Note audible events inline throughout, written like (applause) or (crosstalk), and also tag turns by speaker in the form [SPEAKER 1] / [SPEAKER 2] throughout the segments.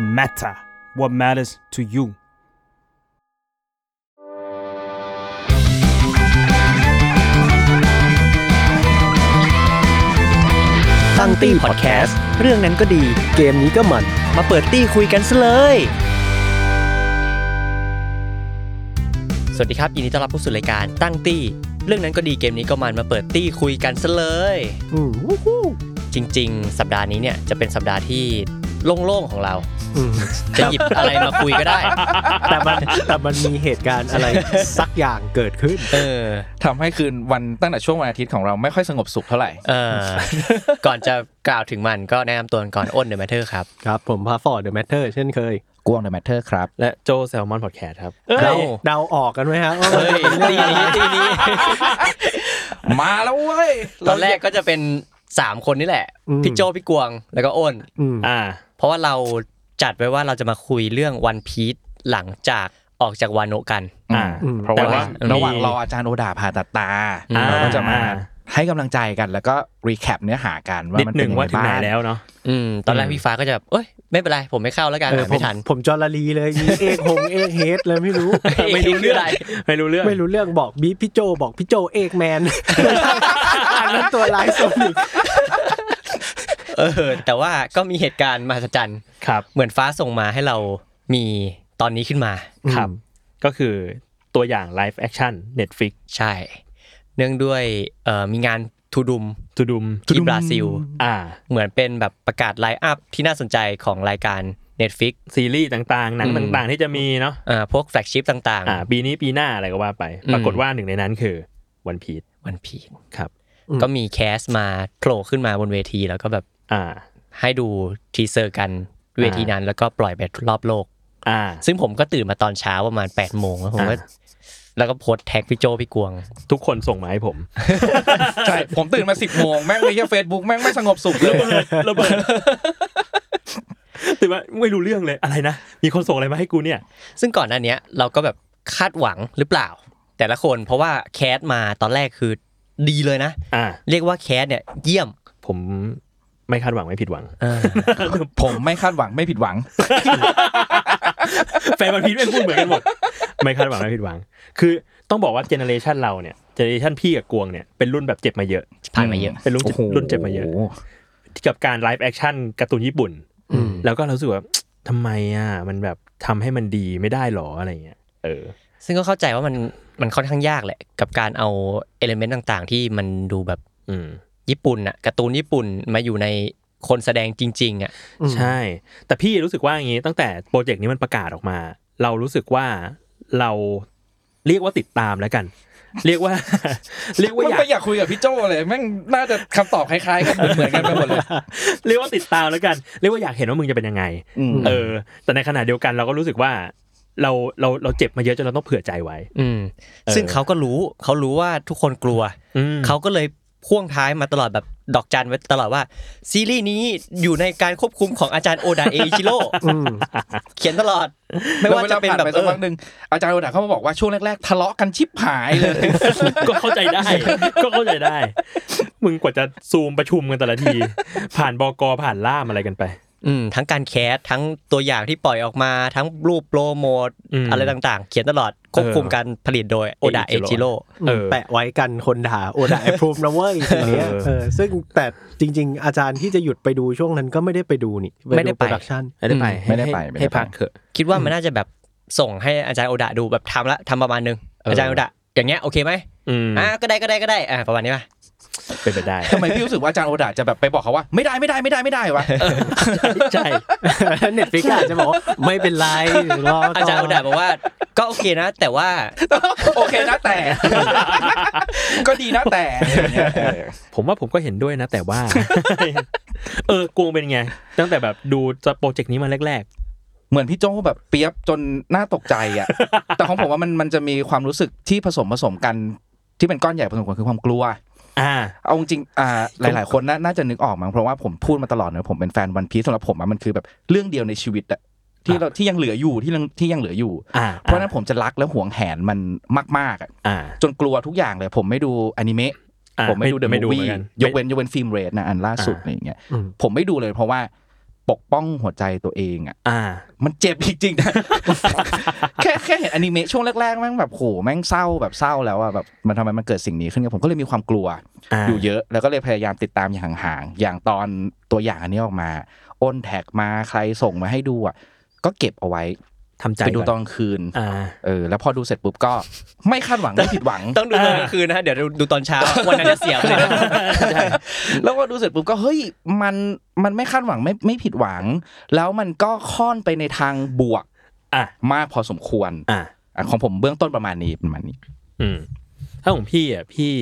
[SPEAKER 1] matter what matters to you
[SPEAKER 2] ตั้งตี้พอดแคสต์เรื่องนั้นก็ดี เกมนี้ก็มัน มาเปิดตี้คุยกันซะเลย สวัสดีครับยินดีต้อนรับเข้าสู่รายการตั้งตี้ เรื่องนั้นก็ดีเกมนี้ก็มันมาเปิดตี้คุยกันซะเลย
[SPEAKER 3] อืมวู้ฮู้
[SPEAKER 2] จริง ๆ สัปดาห์นี้เนี่ยจะเป็นสัปดาห์ที่โล่งๆของเรา
[SPEAKER 3] อืม
[SPEAKER 2] จะหยิบอะไรมาคุยก็ได้
[SPEAKER 3] (laughs) แต่มันแต่มันมีเหตุการณ์อะไร สักอย่างเกิดขึ้น
[SPEAKER 2] เออ
[SPEAKER 4] ทำให้คืนวันตั้งแต่ช่วงวันอาทิตย์ของเราไม่ค่อยสงบสุขเท่าไหร่
[SPEAKER 2] เออ ก่อนจะกล่าวถึงมันก็แนะนำตัวก่อนอ้นเดอะแมทเทอร์ครับ
[SPEAKER 3] ครับ ผมพาฟอร์ดเดอะแมทเทอร์เช่นเคย
[SPEAKER 4] กวงเดอะแมทเทอร์ครับ
[SPEAKER 5] และโจแซลมอนพอดแคสต์ครับ
[SPEAKER 3] เดาเดาออกกันไหมฮะว่ามัน
[SPEAKER 2] เฮ้ย
[SPEAKER 3] จะเป็นเรื่องอะไร
[SPEAKER 2] ตีนี้ตีนี้
[SPEAKER 4] มาแล้วเว้ย
[SPEAKER 2] ตอนแรกก็จะเป็นสามคนนี่แหละ พี่โจพี่กวางแล้วก็อ้น
[SPEAKER 3] อืม
[SPEAKER 5] อ่า
[SPEAKER 2] เพราะว่าเราจัดไว้ว่าเราจะมาคุยเรื่องวันพีชหลังจากออกจากวาโนะกัน
[SPEAKER 4] อ่า
[SPEAKER 3] อืม
[SPEAKER 4] เพราะ
[SPEAKER 2] แต่
[SPEAKER 4] ว่า
[SPEAKER 2] ว่า
[SPEAKER 4] ระหว่างรออาจารย์โอดาผ่าตัดตา
[SPEAKER 2] อ่า
[SPEAKER 4] เราก็จะมาให้กำลังใจกันแล้วก็รีแคปเนื้อหากันว่า
[SPEAKER 5] นิด
[SPEAKER 4] มัน
[SPEAKER 5] ห
[SPEAKER 4] เป็
[SPEAKER 5] นึ่
[SPEAKER 4] น
[SPEAKER 5] ง
[SPEAKER 4] ยังไง
[SPEAKER 5] ว่าถึงไหน
[SPEAKER 4] บ้าง
[SPEAKER 5] แล้วเนาะ
[SPEAKER 2] อืมตอนแรกพี่ฟ้าก็จะแบบเอ้ยไม่เป็นไรผมไม่เข้าแล้วกัน
[SPEAKER 3] เออ
[SPEAKER 2] ไม่ทัน
[SPEAKER 3] ผมผมจอรลีเลยมีเอกหงเอกเฮดเลยไม่รู้
[SPEAKER 2] ไม่รู้เรื่องอะไร
[SPEAKER 5] ไม่รู้เรื่อง
[SPEAKER 3] ไม่รู้เรื่องบอกบีพี่โจบอกพี่โจเอกแม
[SPEAKER 2] (laughs)
[SPEAKER 3] นอันนั้นตัวร้ายสุดอีก
[SPEAKER 2] เออ แต่ว่าก็มีเหตุการณ์มหัศจรรย์
[SPEAKER 5] ครับ
[SPEAKER 2] เหมือนฟ้าส่งมาให้เรามีตอนนี้ขึ้นมา
[SPEAKER 5] ครับ ก็คือตัวอย่างไลฟ์แอคชั่น Netflix
[SPEAKER 2] ใช่ เนื่องด้วยเอ่อมีงานทูดุม
[SPEAKER 5] ทูดุม
[SPEAKER 2] ที่บราซิล
[SPEAKER 5] อ่า
[SPEAKER 2] เหมือนเป็นแบบประกาศไลน์อัพที่น่าสนใจของรายการ Netflix
[SPEAKER 5] ซีรีส์ต่างๆ หนัง
[SPEAKER 2] อืม
[SPEAKER 5] ต่างๆ ที่จะมีเนาะ
[SPEAKER 2] อ่าพวกแฟลกชิพต่าง
[SPEAKER 5] อ่า ปีนี้ปีหน้าอะไรก็ว่าไป
[SPEAKER 2] อืม
[SPEAKER 5] ปรากฏว่าหนึ่งในนั้นคือวันพี e
[SPEAKER 2] ๆวันพีช
[SPEAKER 5] ครับ
[SPEAKER 2] ก็มีแคสมาโผล่ขึ้นมาบนเวทีแล้วก็แบบ
[SPEAKER 5] อ่า
[SPEAKER 2] ให้ดูทีเซอร์กันเวทีนั้นแล้วก็ปล่อยไปรอบโลก
[SPEAKER 5] อ่า
[SPEAKER 2] ซึ่งผมก็ตื่นมาตอนเช้าประมาณ8ปดโมงแล้วผมก็
[SPEAKER 5] อ่า
[SPEAKER 2] แล้วก็โพสต์แท็กพี่โจพี่กวง
[SPEAKER 5] ทุกคนส่งมาให้
[SPEAKER 4] (laughs)
[SPEAKER 5] ผม
[SPEAKER 4] ใช่ ผมตื่นมาสิบโมงแม่งเลยแค่เฟซบุ๊กแม่งไม่สงบสุขเลย
[SPEAKER 5] ระเบิดแต่ว่าไม่รู้เรื่องเลยอะไรนะ มีคนส่งอะไรมาให้กูเนี่ย
[SPEAKER 2] ซึ่งก่อนหน้าเนี้ยเราก็แบบคาดหวังหรือเปล่า แต่ละคนเพราะว่าแคสมาตอนแรกคือดีเลยนะ
[SPEAKER 5] อ่า
[SPEAKER 2] เรียกว่าแคสเนี่ยเยี่ยม
[SPEAKER 5] ผมไม่คาดหวังไม่ผิดหวัง
[SPEAKER 2] (laughs)
[SPEAKER 4] ผมไม่คาดหวังไม่ผิดหวัง
[SPEAKER 5] แฟนวันพีชแม่งพูดเหมือนกันหมด ไม่คาดหวังไม่ผิดหวัง คือต้องบอกว่าเจเนอเรชันเราเนี่ยเจเนอเรชันพี่กับกวงเนี่ยเป็นรุ่นแบบเจ็บมาเยอะ
[SPEAKER 2] ผ่านมาเยอะ
[SPEAKER 5] เป็นรุ่นเจ็บ
[SPEAKER 4] โอ้โห
[SPEAKER 5] รุ่นเจ็บมาเยอะกับการไลฟ์แอคชั่นการ์ตูนญี่ปุ่น แล้วก็เรารู้สึกว่า ทำไมอ่ะมันแบบทำให้มันดีไม่ได้หรออะไรเงี้ยเออ
[SPEAKER 2] ซึ่งก็เข้าใจว่ามันมันค่อนข้างยากแหละ กับการเอาเอลเมนต์ต่างๆ ที่มันดูแบบ
[SPEAKER 5] อืม
[SPEAKER 2] ญี่ปุ่นอะการ์ตูนญี่ปุ่นมาอยู่ในคนแสดงจริง ๆอะ
[SPEAKER 5] ใช่ แต่พี่รู้สึกว่าอย่างนี้ตั้งแต่โปรเจกต์นี้มันประกาศออกมา เรารู้สึกว่าเราเรียกว่าติดตามแล้วกัน เรียกว่า (laughs) เรียกว่าอ
[SPEAKER 4] มัน
[SPEAKER 5] ยาก
[SPEAKER 4] ไม่อยากคุยกับพี่โจเลยแม่งน่าจะคำตอบคล้ายๆกันเหมือนกันไปหมดเลย
[SPEAKER 5] เรียกว่าติดตามแล้วกัน เรียกว่าอยากเห็นว่ามึงจะเป็นยังไง เออ แต่ในขณะเดียวกันเราก็รู้สึกว่า เราเราเราเจ็บมาเยอะจนเราต้องเผื่อใจไว้
[SPEAKER 2] อืม
[SPEAKER 5] เออ
[SPEAKER 2] ซึ่งเขาก็รู้เขารู้ว่าทุกคนกลัว
[SPEAKER 5] อืม
[SPEAKER 2] เขาก็เลยพ่วงท้ายมาตลอดแบบดอกจันไว้ตลอดว่า ซีรีส์นี้อยู่ในการควบคุมของอาจารย์โอดาเออิชิโร่ (laughs)
[SPEAKER 3] อืม
[SPEAKER 2] เขียนตลอด ไม่ว่าจะเป็นแบบ
[SPEAKER 4] แล้ววลผ่าไสักพักหนึ่งอาจารย์โอดาเขามาบอกว่าช่วงแรกๆ ทะเลาะกันชิบหายเลย
[SPEAKER 5] (laughs)
[SPEAKER 4] (laughs)
[SPEAKER 5] ก็เข้าใจได้ (laughs) ก็เข้าใจได้ มึงกว่าจะซูมประชุมกันแต่ละ
[SPEAKER 4] (laughs)
[SPEAKER 5] ที ผ่านบกผ่านล่ามอะไรกันไป
[SPEAKER 2] อืมทั้งการแคสทั้งตัวอย่างที่ปล่อยออกมาทั้งรูปโปรโมท
[SPEAKER 5] อืม
[SPEAKER 2] อะไรต่างๆ เขียนตลอดควบคุมการผลิตโดยโอดาเอ
[SPEAKER 5] Eiichiro
[SPEAKER 2] จิโร่
[SPEAKER 5] เออ
[SPEAKER 3] แปะไว้กันคนด่าโอดาแอปรูมนะเว้ยสิ่งเนี้ย
[SPEAKER 5] เออ
[SPEAKER 3] เออซึ่งแต่จริง ๆ อาจารย์ที่จะหยุดไปดูช่วงนั้นก็ไม่ได้ไปดูนี่
[SPEAKER 2] ไม่ได้ไป
[SPEAKER 3] โปรดักชัน (laughs)
[SPEAKER 5] ไม่ได้ไป
[SPEAKER 4] ไม่ได้ไปไม่ได้ไป
[SPEAKER 5] ให้พักเถอะ
[SPEAKER 2] คิดว่ามันน่าจะแบบส่งให้อาจารย์โอดะดูแบบทำละทำประมาณนึง
[SPEAKER 5] เอออ
[SPEAKER 2] อาจารย์โอดะอย่างเงี้ยโอเคไหม
[SPEAKER 5] อืม
[SPEAKER 2] อ่าก็ได้ก็ได้ก็ได้อ่าประมาณนี้ป่ะ
[SPEAKER 5] เป็นไปได้
[SPEAKER 4] ทำไมพี่รู้สึกว่าอาจารย์โอดาจะแบบไปบอกเขาว่า ไม่ได้ไม่ได้ไม่ได้ไม่ได้วะ (laughs)
[SPEAKER 5] ใช่
[SPEAKER 3] เน็ตฟิกอาจจะบอกว่าไม่เป็นไรรอก่น
[SPEAKER 2] อาจารย์โอดะบอกว่า ก็โอเคนะ แต่ว่า
[SPEAKER 4] โอเคนะแต่ (laughs) ก็ดีนะ
[SPEAKER 2] (laughs)
[SPEAKER 4] แต่อะไรอย่างเงี้ยเออ
[SPEAKER 5] ผมว่าผมก็เห็นด้วยนะ แต่
[SPEAKER 4] (laughs)
[SPEAKER 5] ว่า เออกวงเป็นไง ตั้งแต่แบบดูจะโปรเจกต์นี้มาแรก
[SPEAKER 4] เหมือนพี่โจ้แบบเปียบจนน่าตกใจอ่ะ แต่ของผมว่ามันมันจะมีความรู้สึกที่ผสมผสมกันที่เป็นก้อนใหญ่ผสมกันคือความกลัว
[SPEAKER 5] ๆ อ่า
[SPEAKER 4] เอาจริงๆอ่าหลาย ๆ คนน่าน่าจะนึกออกมั้งเพราะว่าผมพูดมาตลอดเนอะผมเป็นแฟนวันพีซสำหรับผมอะมันคือแบบเรื่องเดียวในชีวิตอะที่เราที่ยังเหลืออยู่ที่ยังที่ยังเหลืออยู่
[SPEAKER 5] อ่า
[SPEAKER 4] เพราะฉะนั้นผมจะรักและหวงแหนมันมากๆอะ
[SPEAKER 5] อ่า
[SPEAKER 4] จนกลัวทุกอย่างเลย ผมไม่ดูอนิเมะ
[SPEAKER 5] อ่ะ
[SPEAKER 4] ผมไม่ดูเดอะ
[SPEAKER 5] ไม่
[SPEAKER 4] มู
[SPEAKER 5] ดู
[SPEAKER 4] ฟวี่
[SPEAKER 5] เหมือนกัน
[SPEAKER 4] ยกเว้นยกเว้นฟิล์มเรทนะอันล่าสุด
[SPEAKER 5] อ่ะ
[SPEAKER 4] อะไรอย่างเงี้ย
[SPEAKER 3] อืม
[SPEAKER 4] ผมไม่ดูเลยเพราะว่า ปกป้องหัวใจตัวเองอ่ะ
[SPEAKER 5] อ่า
[SPEAKER 4] มันเจ็บจริงๆนะ (laughs) แค่แค่เห็นอนิเมะช่วงแรกๆแม่งแบบโหแม่งเศร้าแบบเศร้าแล้วอ่ะแบบมันทำไมมันเกิดสิ่งนี้ขึ้นกับผมก็เลยมีความกลัว
[SPEAKER 5] อ่า
[SPEAKER 4] อยู่เยอะแล้วก็เลยพยายามติดตามอย่างห่างๆอย่างตอนตัวอย่างอันนี้ออกมาอ้นแท็กมาใครส่งมาให้ดูอ่ะก็เก็บเอาไว้
[SPEAKER 5] ทำใจ
[SPEAKER 4] ไปดูตอ
[SPEAKER 5] ก่
[SPEAKER 4] นกลางคืน
[SPEAKER 5] อ่า
[SPEAKER 4] เออแล้วพอดูเสร็จปุ๊บก็ (laughs) ไม่คาดหวังไม่ผิดหวัง
[SPEAKER 2] ต้องดูตอนกลางคืนนะฮะเดี๋ยวดูตอนเช้าวันนั้นจะเสียเลยนะ
[SPEAKER 4] แล้วพอดูเสร็จปุ๊บก็เฮ้ยมันมันไม่คาดหวังไม่ไม่ผิดหวัง แล้วมันก็ค่อนไปในทางบวก
[SPEAKER 5] อ่ะ
[SPEAKER 4] มากพอสมควร
[SPEAKER 5] อ่า
[SPEAKER 4] อ่ะของผมเบื้องต้นประมาณนี้ประมาณนี้
[SPEAKER 5] อืมถ้าของพี่อ่ะพี่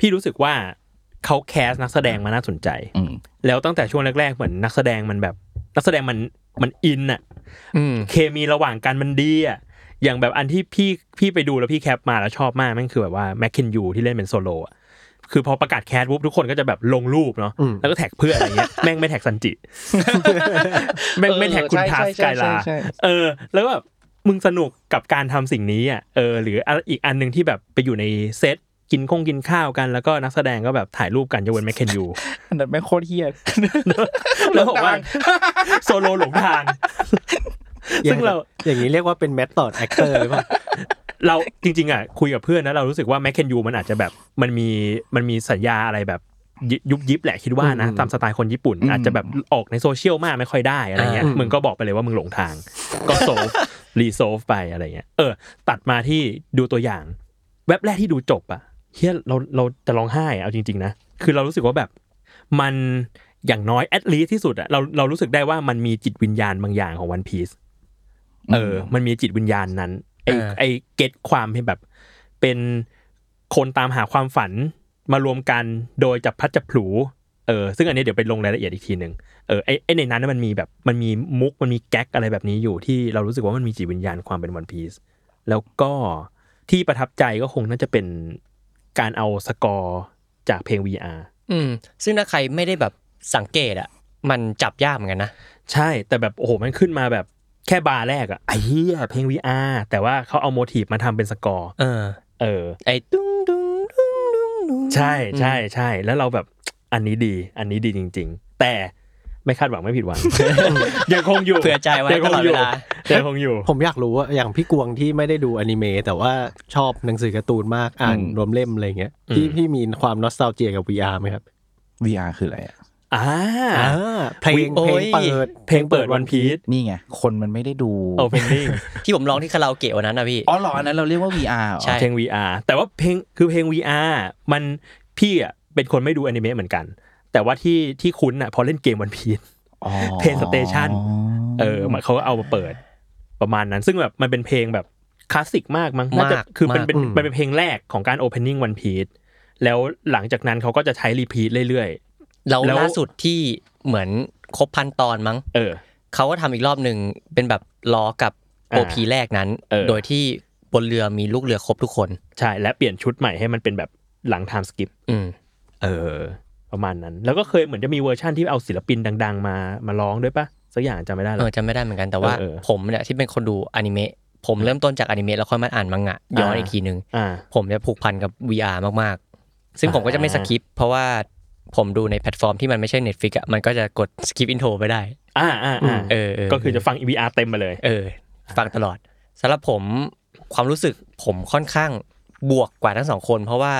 [SPEAKER 5] พี่รู้สึกว่าเขาแคสนักแสดงมาน่าสนใจ
[SPEAKER 4] อืม
[SPEAKER 5] แล้วตั้งแต่ช่วงแรก ๆ เหมือนนักแสดงมันแบบ นักแสดงมันมันอินอ่ะ
[SPEAKER 6] อืม
[SPEAKER 5] เคมีระหว่างกันมันดีอ่ะ อย่างแบบอันที่พี่พี่ไปดูแล้วพี่แคปมาแล้วชอบมากแม่งคือแบบว่าแมคเคนยูที่เล่นเป็นโซโลอ่ะ คือพอประกาศแคสปุ๊บทุกคนก็จะแบบลงรูปเนาะ
[SPEAKER 3] อืม
[SPEAKER 5] แล้วก็แท็กเพื่อนอะไรเงี้ย แม่งไม่แท็กซันจิ (laughs) แม่งไม่แท็กคุณทาสกายลา เออ แล้วแบบมึงสนุกกับการทำสิ่งนี้อ่ะ เออ หรืออ่ะอีกอันหนึ่งที่แบบไปอยู่ในเซตกินคงกินข้าวกัน แล้วก็นักแสดงก็แบบถ่ายรูปกันยกเว้นแมคเคนยู
[SPEAKER 4] อันนั้นไม่งโคตรเฮี้ย
[SPEAKER 5] แล้วบอกว่าโซโลหลงทาง ซึ่งเรา
[SPEAKER 3] อย่างนี้เรียกว่าเป็นแมทตอดแอคเตอร์หรือเปล่า
[SPEAKER 5] เราจริงๆอ่ะคุยกับเพื่อนนะเรารู้สึกว่าแมคเคนยูมันอาจจะแบบมันมีมันมีสัญญาอะไรแบบยิยุบยิบแหละคิดว่านะ
[SPEAKER 3] อืม
[SPEAKER 5] ตามสไตล์คนญี่ปุ่น
[SPEAKER 4] อืม
[SPEAKER 5] อาจจะแบบออกในโซเชียลมากไม่ค่อยได้อะไรเงี้ย
[SPEAKER 3] อ่ามึ
[SPEAKER 5] มึงก็บอกไปเลยว่ามึงหลงทาง ก็โซ
[SPEAKER 3] (laughs)
[SPEAKER 5] ฟรีโซฟไปอะไรเงี้ยเออ ตัดมาที่ดูตัวอย่าง แว็บแรกที่ดูจบอะเฮียเราเราจะร้องไห้อะเอาจริง ๆ นะ คือเรารู้สึกว่าแบบมันอย่างน้อยแอดลีที่สุดอะเราเรารู้สึกได้ว่ามันมีจิตวิญญาณบางอย่างของวันพีซ เออ มันมีจิตวิญญาณนั้น ไอ
[SPEAKER 6] อ่า
[SPEAKER 5] ไอเก็ตความเป็นแบบ เป็นคนตามหาความฝันมารวมกันโดยจับพลัดจับผลู เออ ซึ่งอันนี้เดี๋ยวไปลงรายละเอียดอีกทีหนึ่งเออ ไอไอในนั้นนะมันมีแบบ มันมีมุก มันมีแก๊กอะไรแบบนี้อยู่ที่เรารู้สึกว่ามันมีจิตวิญญาณความเป็นวันพีซ แล้วก็ที่ประทับใจก็คงน่าจะเป็นการเอาสกอร์จากเพลง VR
[SPEAKER 2] อืมซึ่งถ้าใครไม่ได้แบบสังเกตอ่ะ มันจับยากเหมือนกันนะ
[SPEAKER 5] ใช่ แต่แบบ โอ้โห มันขึ้นมาแบบแค่บาร์แรกอะไอ้เหี้ยเพลง VR แต่ว่าเขาเอาโมทีฟมาทำเป็นสกอร์
[SPEAKER 2] เออ
[SPEAKER 5] เออ
[SPEAKER 2] ไอ้ตุ้งตุ้งตุ้งตุ้งตุ้ง
[SPEAKER 5] ใช่ใช่ใช่แล้วเราแบบ อันนี้ดี อันนี้ดีจริง ๆ แต่ไม่คาดหวังไม่ผิดหวั
[SPEAKER 2] (laughs)
[SPEAKER 5] ง ยังคงอยู่
[SPEAKER 2] เผื่อใจไว้
[SPEAKER 5] ยัง
[SPEAKER 2] ต
[SPEAKER 5] ค
[SPEAKER 2] ล
[SPEAKER 5] ง
[SPEAKER 2] อด
[SPEAKER 5] อ
[SPEAKER 2] เว
[SPEAKER 5] ยู่
[SPEAKER 2] ลา
[SPEAKER 5] ยังคงอยู่
[SPEAKER 3] ผมอยากรู้ว่าอย่างพี่กวงที่ไม่ได้ดูอนิเมะแต่ว่าชอบหนังสือการ์ตูนมากอ่าน
[SPEAKER 4] อืม
[SPEAKER 3] รวมเล่มอะไรเงี้ย
[SPEAKER 5] อืม
[SPEAKER 3] พี่พี่มีความนอสตาเจียกับ VR ไหมครับ
[SPEAKER 4] VR คืออะไรอ่ะ
[SPEAKER 5] อ่า
[SPEAKER 3] อ่าเพลง
[SPEAKER 2] โอ้
[SPEAKER 3] เพลง
[SPEAKER 2] ย
[SPEAKER 3] เปิด
[SPEAKER 5] เพลงเปิดวันพีซ
[SPEAKER 4] นี่ไง คนมันไม่ได้ดู
[SPEAKER 5] โอเพนนิ่ง
[SPEAKER 2] ที่ผมร้องที่คาราโอเกะวันนั้นนะพี่
[SPEAKER 4] อ๋อเหรออันนั้นเราเรียกว่า VR เหรอ
[SPEAKER 2] ใช่
[SPEAKER 5] เพลง VR แต่ว่าเพลงคือเพลง VR มันพี่อ่ะเป็นคนไม่ดูอนิเมะเหมือนกัน แต่ว่าที่ที่คุ้นอ่ะพอเล่นเกมวันพีซ
[SPEAKER 4] อ๋อ
[SPEAKER 5] PlayStation เออเหมือนเขาก็เอามาเปิดประมาณนั้น ซึ่งแบบมันเป็นเพลงแบบคลาสสิกมากมั้งน่าจะ
[SPEAKER 2] มาก
[SPEAKER 5] คือเป็น
[SPEAKER 2] มาก
[SPEAKER 5] เป็นมันเป็นเพลงแรกของการ opening one piece แล้วหลังจากนั้นเขาก็จะใช้รีพีทเรื่อย
[SPEAKER 2] แล้ว
[SPEAKER 5] แล้ว
[SPEAKER 2] ล่าสุดที่เหมือนครบพันตอนมั้ง
[SPEAKER 5] ๆ เออ
[SPEAKER 2] เขาก็ทำอีกรอบหนึ่งเป็นแบบล้อกับ
[SPEAKER 5] อ่า
[SPEAKER 2] โอพีแรกนั้น
[SPEAKER 5] เออ
[SPEAKER 2] โดยที่บนเรือมีลูกเรือครบทุกคน
[SPEAKER 5] ใช่ และเปลี่ยนชุดใหม่ให้มันเป็นแบบหลัง time skip
[SPEAKER 2] อืม
[SPEAKER 5] เออ ประมาณนั้น แล้วก็เคยเหมือนจะมีเวอร์ชั่นที่เอาศิลปินดัง ๆ มามาร้องด้วยปะสักอย่างจำไม่ได้
[SPEAKER 2] เอ
[SPEAKER 5] แล้
[SPEAKER 2] อ
[SPEAKER 5] ว
[SPEAKER 2] จำไม่ได้เหมือนกันแต่ว่า
[SPEAKER 5] เออเออ
[SPEAKER 2] ผมเนี่ยที่เป็นคนดูอนิเมะผมเริ่มต้นจากอนิเมะแล้วค่อยมาอ่านมังงะย้อน
[SPEAKER 5] อ่า
[SPEAKER 2] อีกทีหนึ่ง
[SPEAKER 5] อ่า
[SPEAKER 2] ผมจะผูกพันกับ VR มากๆ ซึ่งผมก็จะไม่
[SPEAKER 5] อ่า
[SPEAKER 2] สกิปเพราะว่าผมดูในแพลตฟอร์มที่มันไม่ใช่ Netflix อ่ะมันก็จะกดสกิปอินโทรไปได้
[SPEAKER 5] อ่าอ่าอ่า
[SPEAKER 2] เออเ
[SPEAKER 5] ก็คือจะฟัง EVR เต็มไปเลย
[SPEAKER 2] เออ ฟังตลอดสำหรับผมความรู้สึกผมค่อนข้างบวกกว่าทั้งสองคน เพราะว่า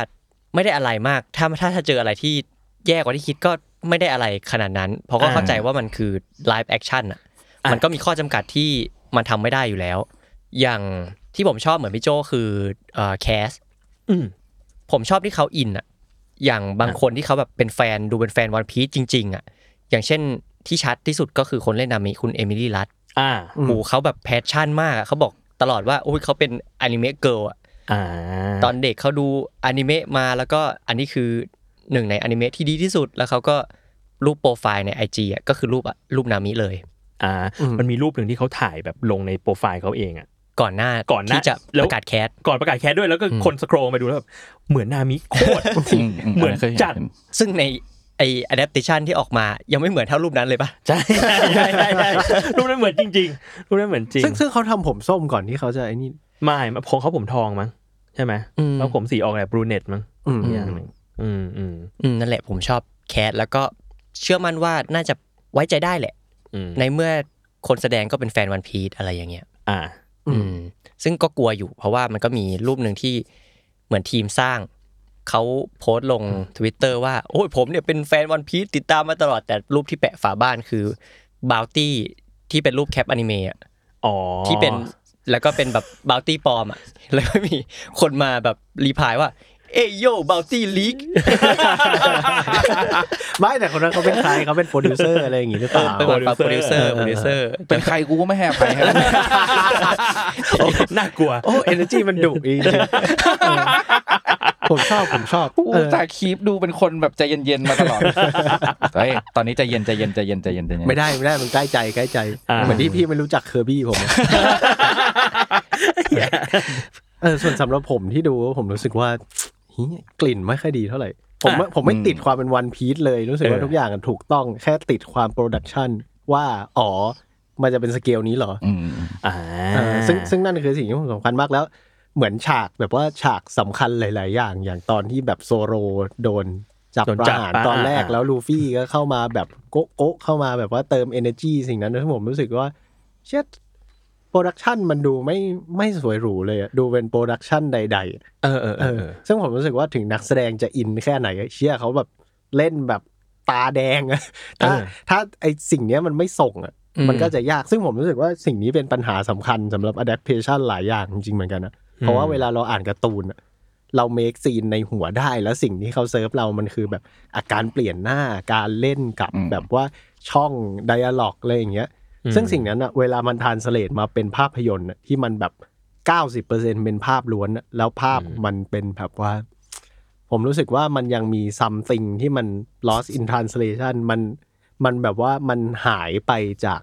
[SPEAKER 2] ไม่ได้อะไรมาก ถ้าถ้าเจออะไรที่แย่กว่าที่คิดก็ไม่ได้อะไรขนาดนั้น เพราะก็
[SPEAKER 5] อ่า
[SPEAKER 2] เข้าใจว่ามันคือไลฟ์แอคชั่นอ่ะ
[SPEAKER 5] อ่ามั
[SPEAKER 2] มันก็มีข้อจำกัดที่มันทำไม่ได้อยู่แล้ว อย่างที่ผมชอบเหมือนพี่โจคือเอ่อแคส
[SPEAKER 5] อืม
[SPEAKER 2] ผมชอบที่เขาอินอะอย่างบางคนที่เขาแบบเป็นแฟนดูเป็นแฟนวันพี e จริง ๆอะอย่างเช่นที่ชัดที่สุดก็คือคนเล่นนามิคุณเอมิลี่รัต
[SPEAKER 5] อ่า
[SPEAKER 3] อืม
[SPEAKER 2] โหูเขาแบบแพชชั่นมากอะเขาบอกตลอดว่าโอ้ยเขาเป็นอนิเมะเกิร์ลอะ
[SPEAKER 5] อ่า
[SPEAKER 2] ตอนเด็กเขาดูอนิเมะมาแล้วก็อันนี้คือหนึ่งในอนิเมะที่ดีที่สุด แล้วเขาก็รูปโปรไฟล์ใน IG อ่ะก็คือรูปอะรูปนามิเลย
[SPEAKER 5] อ่า
[SPEAKER 3] อืม
[SPEAKER 5] มันมีรูปหนึ่งที่เขาถ่ายแบบลงในโปรไฟล์เขาเองอะ
[SPEAKER 2] ก่อนหน้า
[SPEAKER 5] ก่อนหน้า
[SPEAKER 2] ที่จะ
[SPEAKER 5] แล้ว
[SPEAKER 2] ประกาศแคส
[SPEAKER 5] ก่อนประกาศแคสด้วยแล้วก็
[SPEAKER 2] อืม
[SPEAKER 5] คนสครอลไปดูแล้วแบบเหมือนนามิโคตร เหมือนจัด
[SPEAKER 2] ซึ่งในไออะดัปเ t ชันที่ออกมายังไม่เหมือนเท่ารูปนั้นเลยปะ
[SPEAKER 5] ใช่ใช่ใช่ใช่ใช่รูปนั้นเหมือนจริง ๆ รูปนั้นเหมือนจริง
[SPEAKER 3] ซึ่งซึ่งเขาทำผมส้มก่อนที่เขาจะไอ้นี่
[SPEAKER 5] ไม่ของเขาผมทองมั้งใช่ไหม
[SPEAKER 2] อืม
[SPEAKER 5] แล้วผมสีออกแบบบรูเนตมั้ง
[SPEAKER 3] อืม
[SPEAKER 5] อย่างหนึ่งอืมอืม
[SPEAKER 2] อืมนั่นแหละผมชอบแคสแล้วก็เชื่อมั่นว่าน่าจะไว้ใจได้แหละ
[SPEAKER 5] อืม
[SPEAKER 2] ในเมื่อคนแสดงก็เป็นแฟนวันพีชอะไรอย่างเงี้ย
[SPEAKER 5] อ่า
[SPEAKER 3] อืม
[SPEAKER 2] อืมซึ่งก็กลัวอยู่ เพราะว่ามันก็มีรูปหนึ่งที่เหมือนทีมสร้าง เขาโพสต์ลง Twitter ว่า โอ้ยผมเนี่ยเป็นแฟนวันพีซติดตามมาตลอดแต่รูปที่แปะฝาบ้านคือบาวตี้ที่เป็นรูปแคปอนิเมะอะ
[SPEAKER 5] อ๋อ
[SPEAKER 2] ที่เป็นแล้วก็เป็นแบบบาวตี้ปลอมอ่ะ (laughs) แล้วก็มีคนมาแบบรีพลายว่า เอยโยบาวตี้ลีก
[SPEAKER 3] ไม่แต่คนนั้นเขาเป็นใครเขาเป็นโปรดิวเซอร์อะไรอย่างงี้หรือเปล่า
[SPEAKER 2] เป็นแบบโปรดิวเซอร์โปรดิวเซอร์
[SPEAKER 4] เป็นใครกูก็ไม่แห่ไปให้
[SPEAKER 5] (laughs) น่ากลัว
[SPEAKER 3] โอ้เอเนอร์จีมันดุอีกจริงเออผมชอบผมชอบ
[SPEAKER 4] กู
[SPEAKER 3] เออ
[SPEAKER 4] จากคีปดูเป็นคนแบบใจเย็นๆมาตลอด เฮ้ยตอนนี้ใจเย็นใจเย็นใจเย็นใจเย็นใจเย็น
[SPEAKER 3] ไม่ได้ไม่ได้มันใกล้ใจใกล้ใจ
[SPEAKER 5] อ่า
[SPEAKER 3] เหมือนที่พี่ไม่รู้จักเคอร์บี้ผม (laughs) อะเออส่วนสำหรับผมที่ดูผมรู้สึกว่าเหี้ยกลิ่นไม่ค่อยดีเท่าไหร่ ผมว่าผมไม่ติดความเป็นวันพี e เลยรู้สึกว่า
[SPEAKER 5] เออ
[SPEAKER 3] ทุกอย่างถูกต้องแค่ติดความโปรดักชันว่า อ๋อ มันจะเป็นสเกลนี้เหรอ
[SPEAKER 4] อืม
[SPEAKER 5] อ่า
[SPEAKER 3] เออซึ่งซึ่งนั่นคือสิ่งที่ผมสำคัญมากแล้ว เหมือนฉากแบบว่าฉากสำคัญหลาย ๆ อย่าง อย่างตอนที่แบบโซโรโดนจับ
[SPEAKER 5] โดน
[SPEAKER 3] ประ
[SPEAKER 5] จับ
[SPEAKER 3] หาร
[SPEAKER 5] ปะ
[SPEAKER 3] ตอนแรก
[SPEAKER 5] อ่า
[SPEAKER 3] แล้วลูฟี่ก็เข้ามาแบบโก๊ะโก๊ะเข้ามาแบบว่าเติม energy สิ่งนั้นแล้วผมรู้สึกว่า เช็ดโปรดักชันมันดูไม่ไม่สวยหรูเลยอะดูเป็นโปรดักชันใด ๆ
[SPEAKER 5] เออเออเอ
[SPEAKER 3] เอ
[SPEAKER 5] อ
[SPEAKER 3] อ
[SPEAKER 5] เออ
[SPEAKER 3] ซึ่งผมรู้สึกว่าถึงนักแสดงจะอินแค่ไหนเชื่อเขาแบบเล่นแบบตาแดงอะ
[SPEAKER 5] เอ
[SPEAKER 3] ถ้า
[SPEAKER 5] อ
[SPEAKER 3] ถ้าไอสิ่งเนี้ยมันไม่ส่งอะ
[SPEAKER 2] อืม
[SPEAKER 3] มันก็จะยากซึ่งผมรู้สึกว่าสิ่งนี้เป็นปัญหาสำคัญสำหรับ adaptation หลายอย่างจริงๆเหมือนกันนะเพราะว่าเวลาเราอ่านการ์ตูนอะเราเมคซีนในหัวได้แล้วสิ่งที่เขาเซิร์ฟเรามันคือแบบอาการเปลี่ยนหน้าการเล่นกับ
[SPEAKER 4] อืม
[SPEAKER 3] แบบว่าช่องไดอะล็อกอะไรอย่างเงี้ย
[SPEAKER 5] อืม
[SPEAKER 3] ซึ่งสิ่งนั้นอะเวลามันทานสเลตมาเป็นภาพยนตร์อะที่มันแบบ 90%เป็นภาพล้วนอะแล้วภาพมันเป็นแบบว่า ผมรู้สึกว่ามันยังมีซัม i ิงที่มัน lost in translation มันมันแบบว่ามันหายไปจาก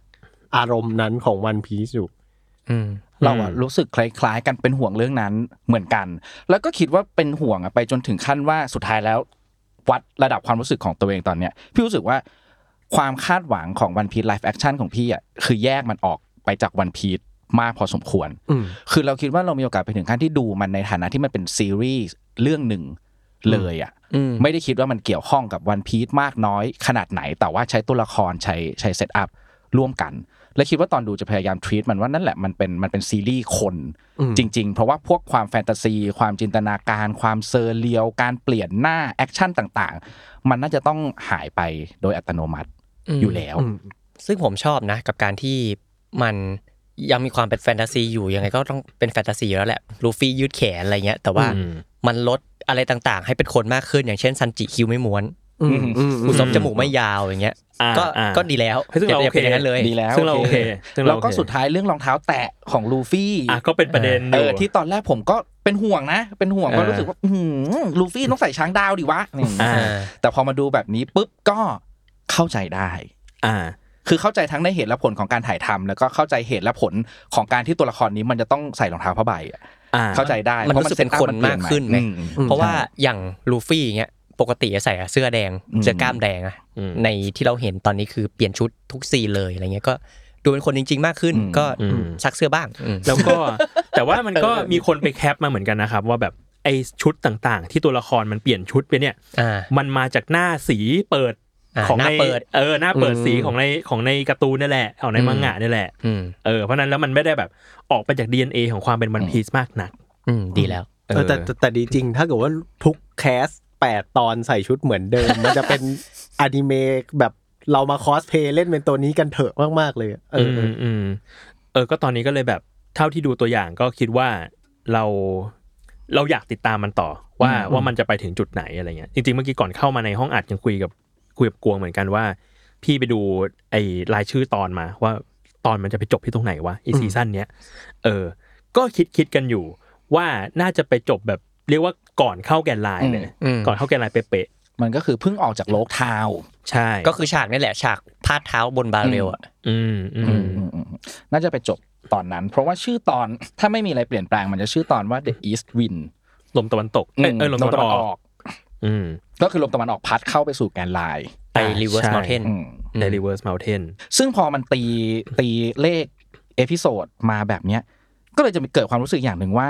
[SPEAKER 3] อารมณ์นั้นของวันพี e อยู่
[SPEAKER 2] อืม
[SPEAKER 4] เราอะรู้สึกคล้ายๆ กันเป็นห่วงเรื่องนั้นเหมือนกัน แล้วก็คิดว่าเป็นห่วงอะไปจนถึงขั้นว่าสุดท้ายแล้ว วัดระดับความรู้สึกของตัวเองตอนเนี้ยพี่รู้สึกว่าความคาดหวังของวันพี e ไลฟ์แอคชั่นของพี่อะคือแยกมันออกไปจากวันพี e มากพอสมควร
[SPEAKER 3] อืม
[SPEAKER 4] คือเราคิดว่าเรามีโอกาสไปถึงขั้นที่ดูมันในฐานะที่มันเป็นซีรีส์เรื่องหนึ่งเลยอะ
[SPEAKER 2] อืม
[SPEAKER 4] ไม่ได้คิดว่ามันเกี่ยวข้องกับวันพี e มากน้อยขนาดไหน แต่ว่าใช้ตัวละครใช้ใช้เซตอัพร่วมกัน และคิดว่าตอนดูจะพยายามท e ี t มันว่านั่นแหละมันเป็นมันเป็นซีรีส์คน
[SPEAKER 3] อืม
[SPEAKER 4] จริง ๆ เพราะว่าพวกความแฟนตาซี ความจินตนาการ ความเซอร์เรียลการเปลี่ยนหน้า แอคชั่นต่างๆ มันน่าจะต้องหายไปโดยอัตโนมัติ
[SPEAKER 2] อืม
[SPEAKER 4] อยู่แล้ว
[SPEAKER 3] อืม
[SPEAKER 2] ซึ่งผมชอบนะกับการที่มันยังมีความเป็นแฟนตาซีอยู่ยังไงก็ต้องเป็นแฟนตาซีอยู่แล้วแหละลูฟี่ยืดแขนอะไรเงี้ย แต่ว่า
[SPEAKER 5] อืม
[SPEAKER 2] มันลดอะไรต่างๆ ให้เป็นคนมากขึ้นอย่างเช่นซันจิคิ้วไม่ม้วน
[SPEAKER 3] อืมอืม
[SPEAKER 2] อุซบจมูกไม่ยาวอย่างเงี้ย
[SPEAKER 5] อ่า
[SPEAKER 2] ก็
[SPEAKER 5] อ่า
[SPEAKER 2] ก็ดีแล้ว
[SPEAKER 5] เฮ้ยซึ่งเรา
[SPEAKER 2] อย่าเป็น
[SPEAKER 5] โอเค
[SPEAKER 2] อย่างนั้นเลย
[SPEAKER 4] ดีแล้ว
[SPEAKER 5] ซึ่งเราโอเคซึ่งเรา
[SPEAKER 4] แล้วก็
[SPEAKER 5] โอเค
[SPEAKER 4] สุดท้ายเรื่องรองเท้าแตะของลูฟี่
[SPEAKER 5] อ่ะก็เป็นประเด็นอ
[SPEAKER 4] เอยู่ อที่ตอนแรกผมก็เป็นห่วงนะ เป็นห่วง
[SPEAKER 5] เออ
[SPEAKER 4] ว่ารู้สึกว่าอื้อหือลูฟี่ต้องใส่ช้างดาวดิวะอะไรอย่างเงี้ย
[SPEAKER 5] อ่า
[SPEAKER 4] แต่พอมาดูแบบนี้ปุ๊บก็เข้าใจได้
[SPEAKER 5] อ่า
[SPEAKER 4] คือเข้าใจทั้งในเหตุและผลของการถ่ายทำแล้วก็เข้าใจเหตุและผลของการที่ตัวละครนี้มันจะต้องใส่รองเท้าผ้าใบอะ
[SPEAKER 5] อ่า
[SPEAKER 4] เข้าใจได้
[SPEAKER 2] มัน
[SPEAKER 4] พาะ
[SPEAKER 2] รู้สึกเป็นคนมากขึ้น
[SPEAKER 4] เป
[SPEAKER 2] ไง
[SPEAKER 4] ลี่ยใหม่อืม
[SPEAKER 2] เพราะว่าอย่างลูฟี่อย่างเงี้ยปกติจะใส่เสื้อแดง
[SPEAKER 4] อืม
[SPEAKER 2] เสื้อกล้ามแดงอะ
[SPEAKER 5] อืม
[SPEAKER 2] ในที่เราเห็นตอนนี้คือเปลี่ยนชุดทุกซีนเลยอะไรเงี้ยก็ดูเป็นคนจริง ๆ มากขึ้น ก็
[SPEAKER 5] อืม
[SPEAKER 2] ซักเสื้อบ้างอืม
[SPEAKER 5] แล้วก็ แต่ว่ามันก็มีคนไปแคปมาเหมือนกันนะครับ ว่าแบบไอชุดต่างๆ ที่ตัวละครมันเปลี่ยนชุดไปเนี่ย
[SPEAKER 2] อ่า
[SPEAKER 5] มันมาจากหน้าสีเปิด
[SPEAKER 2] อ่า
[SPEAKER 5] ของ
[SPEAKER 2] หน้า
[SPEAKER 5] ใน
[SPEAKER 2] เปิด
[SPEAKER 5] เออหน้าเปิด
[SPEAKER 3] อืม
[SPEAKER 5] สีของในของในการ์ตูนนี่แหละของใน
[SPEAKER 2] อืม
[SPEAKER 5] มังงะนี่แหละ
[SPEAKER 2] อืม
[SPEAKER 5] เออเพราะฉะนั้นแล้วมันไม่ได้แบบออกไปจาก DNA ของความเป็นวันพีซมากนัก
[SPEAKER 2] อืมดีแล้ว
[SPEAKER 5] เออ
[SPEAKER 3] เออแต่แต่แต่ดีจริง ถ้าเกิดว่าทุกแคสแปดตอนใส่ชุดเหมือนเดิม มันจะเป็นอนิเมะแบบเรามาคอสเพลย์เล่นเป็นตัวนี้กันเถอะมาก ๆ เลยอะเอออ
[SPEAKER 5] มอืมเออ ก็ตอนนี้ก็เลยแบบเท่าที่ดูตัวอย่างก็คิดว่าเราเราอยากติดตามมันต่อว่า
[SPEAKER 4] อืม
[SPEAKER 5] ว่ามันจะไปถึงจุดไหนอะไรเงี้ยจริงๆเมื่อกี้ก่อนเข้ามาในห้องอัดยังคุยกับคุยกับกวงเหมือนกันว่า พี่ไปดูไอ้รายชื่อตอนมาว่าตอนมันจะไปจบที่ตรงไหนวะอีซีซั่นเนี้ยเออ ก็คิดคิดกันอยู่ ว่าน่าจะไปจบแบบเรียกว่าก่อนเข้าแกนไลน์เลย
[SPEAKER 2] อืม
[SPEAKER 5] ก่อนเข้าแกนไลน์เป๊ะ
[SPEAKER 4] มันก็คือเพิ่งออกจากโลกทาวน์
[SPEAKER 5] ๆใช่
[SPEAKER 2] ก็คือฉากนี่แหละฉากพาดเท้าบนบาเรลอ่ะ
[SPEAKER 5] อืมอืม
[SPEAKER 4] อืมอืมน่าจะไปจบตอนนั้น เพราะว่าชื่อตอนถ้าไม่มีอะไรเปลี่ยนแปลงมันจะชื่อตอนว่า The East Wind
[SPEAKER 5] ลมตะวันตกเอ้ยเออลมตะวันออก อืม
[SPEAKER 4] ก็คือลมตะวันออกพัดเข้าไปสู่แกนไลน์
[SPEAKER 2] ไป
[SPEAKER 5] อ่า
[SPEAKER 2] reverse
[SPEAKER 5] ใช่
[SPEAKER 2] mountain
[SPEAKER 4] อืม
[SPEAKER 5] ใน reverse mountain
[SPEAKER 4] ซึ่งพอมันตีตีเลขเอพิโซดมาแบบเนี้ย ก็เลยจะมีเกิดความรู้สึกอย่างหนึ่งว่า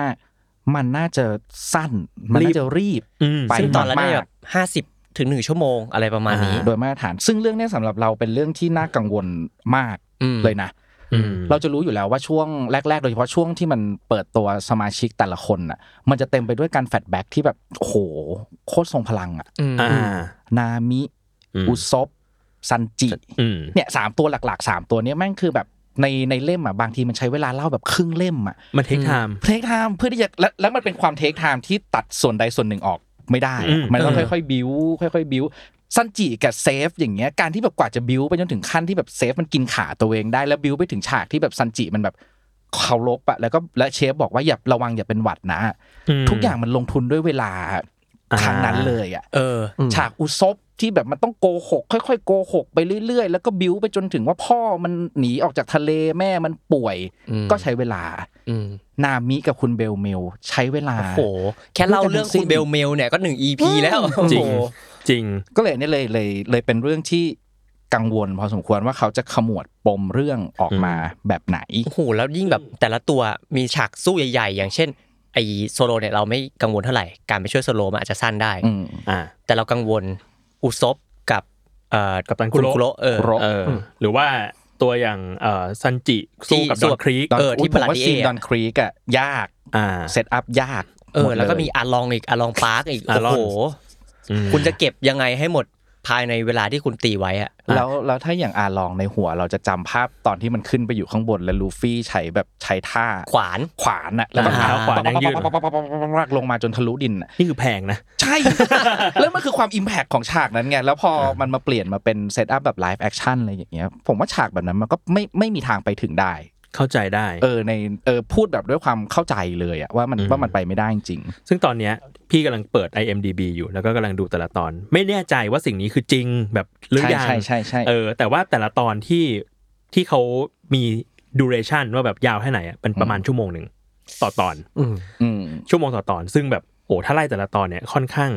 [SPEAKER 4] มันน่าจะสั้น มันน่าจะรีบ
[SPEAKER 5] อืม
[SPEAKER 4] ไป
[SPEAKER 2] ซึ่งตอนนั้น
[SPEAKER 4] มากๆ
[SPEAKER 2] ได้แบบห้าสิบ ถึงหนึ่งชั่วโมงอะไรประมาณนี้
[SPEAKER 5] อ่า
[SPEAKER 4] โดยมาตรฐาน ซึ่งเรื่องเนี้ยสำหรับเราเป็นเรื่องที่น่ากังวลมาก
[SPEAKER 2] อืม
[SPEAKER 4] เลยนะ
[SPEAKER 5] อืม
[SPEAKER 4] เราจะรู้อยู่แล้วว่าช่วงแรก ๆ โดยเฉพาะช่วงที่มันเปิดตัวสมาชิกแต่ละคนน่ะ มันจะเต็มไปด้วยการแฟดแบ็กที่แบบโอ้โหโคตรทรงพลังอ่ะ
[SPEAKER 2] อืม
[SPEAKER 5] อ่า
[SPEAKER 4] นามิ
[SPEAKER 5] อืม
[SPEAKER 4] อุซบซันจิ
[SPEAKER 5] อืม
[SPEAKER 4] เนี่ยสามตัวหลักๆสามตัวเนี้ยแม่งคือแบบในในเล่มอ่ะบางทีมันใช้เวลาเล่าแบบครึ่งเล่มอ่ะ
[SPEAKER 5] มันเทคไทม์
[SPEAKER 4] เทคไทม์เพื่อที่จะและแล้วมันเป็นความเทคไทม์ที่ตัดส่วนใดส่วนหนึ่งออกไม่ได้
[SPEAKER 5] อื
[SPEAKER 4] อะ
[SPEAKER 5] ม
[SPEAKER 4] มันต้อง
[SPEAKER 2] เออ
[SPEAKER 4] ค่อยๆบิวค่อยๆบิวซันจิกับเซฟอย่างเงี้ยการที่แบบกว่าจะบิวไปจนถึงขั้นที่แบบเซฟมันกินขาตัวเองได้แล้วบิวไปถึงฉากที่แบบซันจิมันแบบเคารพอะแล้วก็และเชฟบอกว่าอย่าระวังอย่าเป็นหวัดนะ ทุกอย่างมันลงทุนด้วยเวลาทางนั้นเลยอ่ะ
[SPEAKER 2] เออ
[SPEAKER 3] อืม
[SPEAKER 4] ฉากอุซบที่แบบมันต้องโกหก ค่อยๆ โกหกไปเรื่อยๆ แล้วก็บิ้วไปจนถึงว่าพ่อมันหนีออกจากทะเลแม่มันป่วย
[SPEAKER 2] อืม
[SPEAKER 4] ก็ใช้เวลา
[SPEAKER 2] อืม
[SPEAKER 4] นามิกับคุณเบลเมล ใช้เวลา
[SPEAKER 2] โอ้โห แค่เล่าเรื่องคุณเบลเมลเนี่ยก็หนึ่ง EP แล้วโอ้
[SPEAKER 5] จริ
[SPEAKER 2] โห
[SPEAKER 5] ง จริง
[SPEAKER 4] ก็เลยเนี่ยเลยเลยเลยเป็นเรื่องที่กังวลพอสมควรว่าเขาจะขมวดปมเรื่องออกมาแบบไหน
[SPEAKER 2] โอ้โหแล้วยิ่งแบบแต่ละตัวมีฉากสู้ใหญ่ๆ อย่างเช่นไอโซโลเนี่ยเราไม่กังวลเท่าไหร่การไปช่วยโซโลมันอาจจะสั้นได้
[SPEAKER 4] อืม
[SPEAKER 5] อ่า
[SPEAKER 2] แต่เรากังวลอุซบกับเอ่อ
[SPEAKER 5] กับตัน
[SPEAKER 2] คุ
[SPEAKER 5] คุ
[SPEAKER 2] ณ
[SPEAKER 5] โร
[SPEAKER 2] คุโระเออ
[SPEAKER 4] คุโระ
[SPEAKER 5] เออ หรือว่าตัวอย่างเอ่อซันจิสู้กับด
[SPEAKER 2] ที่สู้
[SPEAKER 5] อน
[SPEAKER 2] กับ
[SPEAKER 5] ครีก
[SPEAKER 2] เออที่
[SPEAKER 4] ยผมว่า
[SPEAKER 2] Bloody
[SPEAKER 4] ซีน
[SPEAKER 2] Air
[SPEAKER 4] ดอนครีกอะยาก
[SPEAKER 5] อ่า
[SPEAKER 4] เซตอัพยาก
[SPEAKER 2] เอ
[SPEAKER 4] หม
[SPEAKER 2] อ
[SPEAKER 4] ด
[SPEAKER 2] แล้วก็มี
[SPEAKER 4] เย
[SPEAKER 2] อาลองอีกอาลองปาร์กอีก
[SPEAKER 5] อา
[SPEAKER 2] โอ้
[SPEAKER 5] ลอง
[SPEAKER 2] โห
[SPEAKER 5] อืม
[SPEAKER 2] คุณจะเก็บยังไงให้หมดภายในเวลาที่คุณตีไว้อะ
[SPEAKER 4] แล้วแล้วถ้าอย่างอาลองในหัวเราจะจำภาพตอนที่มันขึ้นไปอยู่ข้างบนแล้วลูฟี่ใช้แบบใช้ท่า
[SPEAKER 2] ขวาน
[SPEAKER 4] ขวานอะแล้วก็
[SPEAKER 5] อ่า
[SPEAKER 4] เท้าขวาน
[SPEAKER 5] เท้าขวานยื่น
[SPEAKER 4] กลงมาจนทะลุดินอะ
[SPEAKER 5] นี่คือแพงนะ
[SPEAKER 4] ใช่ (laughs) แล้วมันคือความอิมแพคของฉากนั้นไง แล้วพอมันมาเปลี่ยนมาเป็นเซตอัพแบบไลฟ์แอคชั่นอะไรอย่างเงี้ย ผมว่าฉากแบบนั้นมันก็ไม่ไม่มีทางไปถึงได้
[SPEAKER 5] เข้าใจได้
[SPEAKER 4] เออในเออพูดแบบด้วยความเข้าใจเลยอะว่ามันว่ามันไปไม่ได้จริง
[SPEAKER 5] ซึ่งตอนเนี้ยพี่กำลังเปิด IMDB อยู่แล้วก็กำลังดูแต่ละตอน ไม่แน่ใจว่าสิ่งนี้คือจริงแบบหรือ
[SPEAKER 4] ใช่
[SPEAKER 5] ยัง
[SPEAKER 4] ใช่ใช่ใช่
[SPEAKER 5] เออ แต่ว่าแต่ละตอนที่ที่เขามีดูเรชันว่าแบบยาวแค่ไหนอะมันประมาณชั่วโมงหนึ่งต่อตอน
[SPEAKER 3] อืม
[SPEAKER 4] อืม
[SPEAKER 5] ชั่วโมงต่อตอน ซึ่งแบบโอ้ถ้าไล่แต่ละตอนเนี่ยค่อนข้าง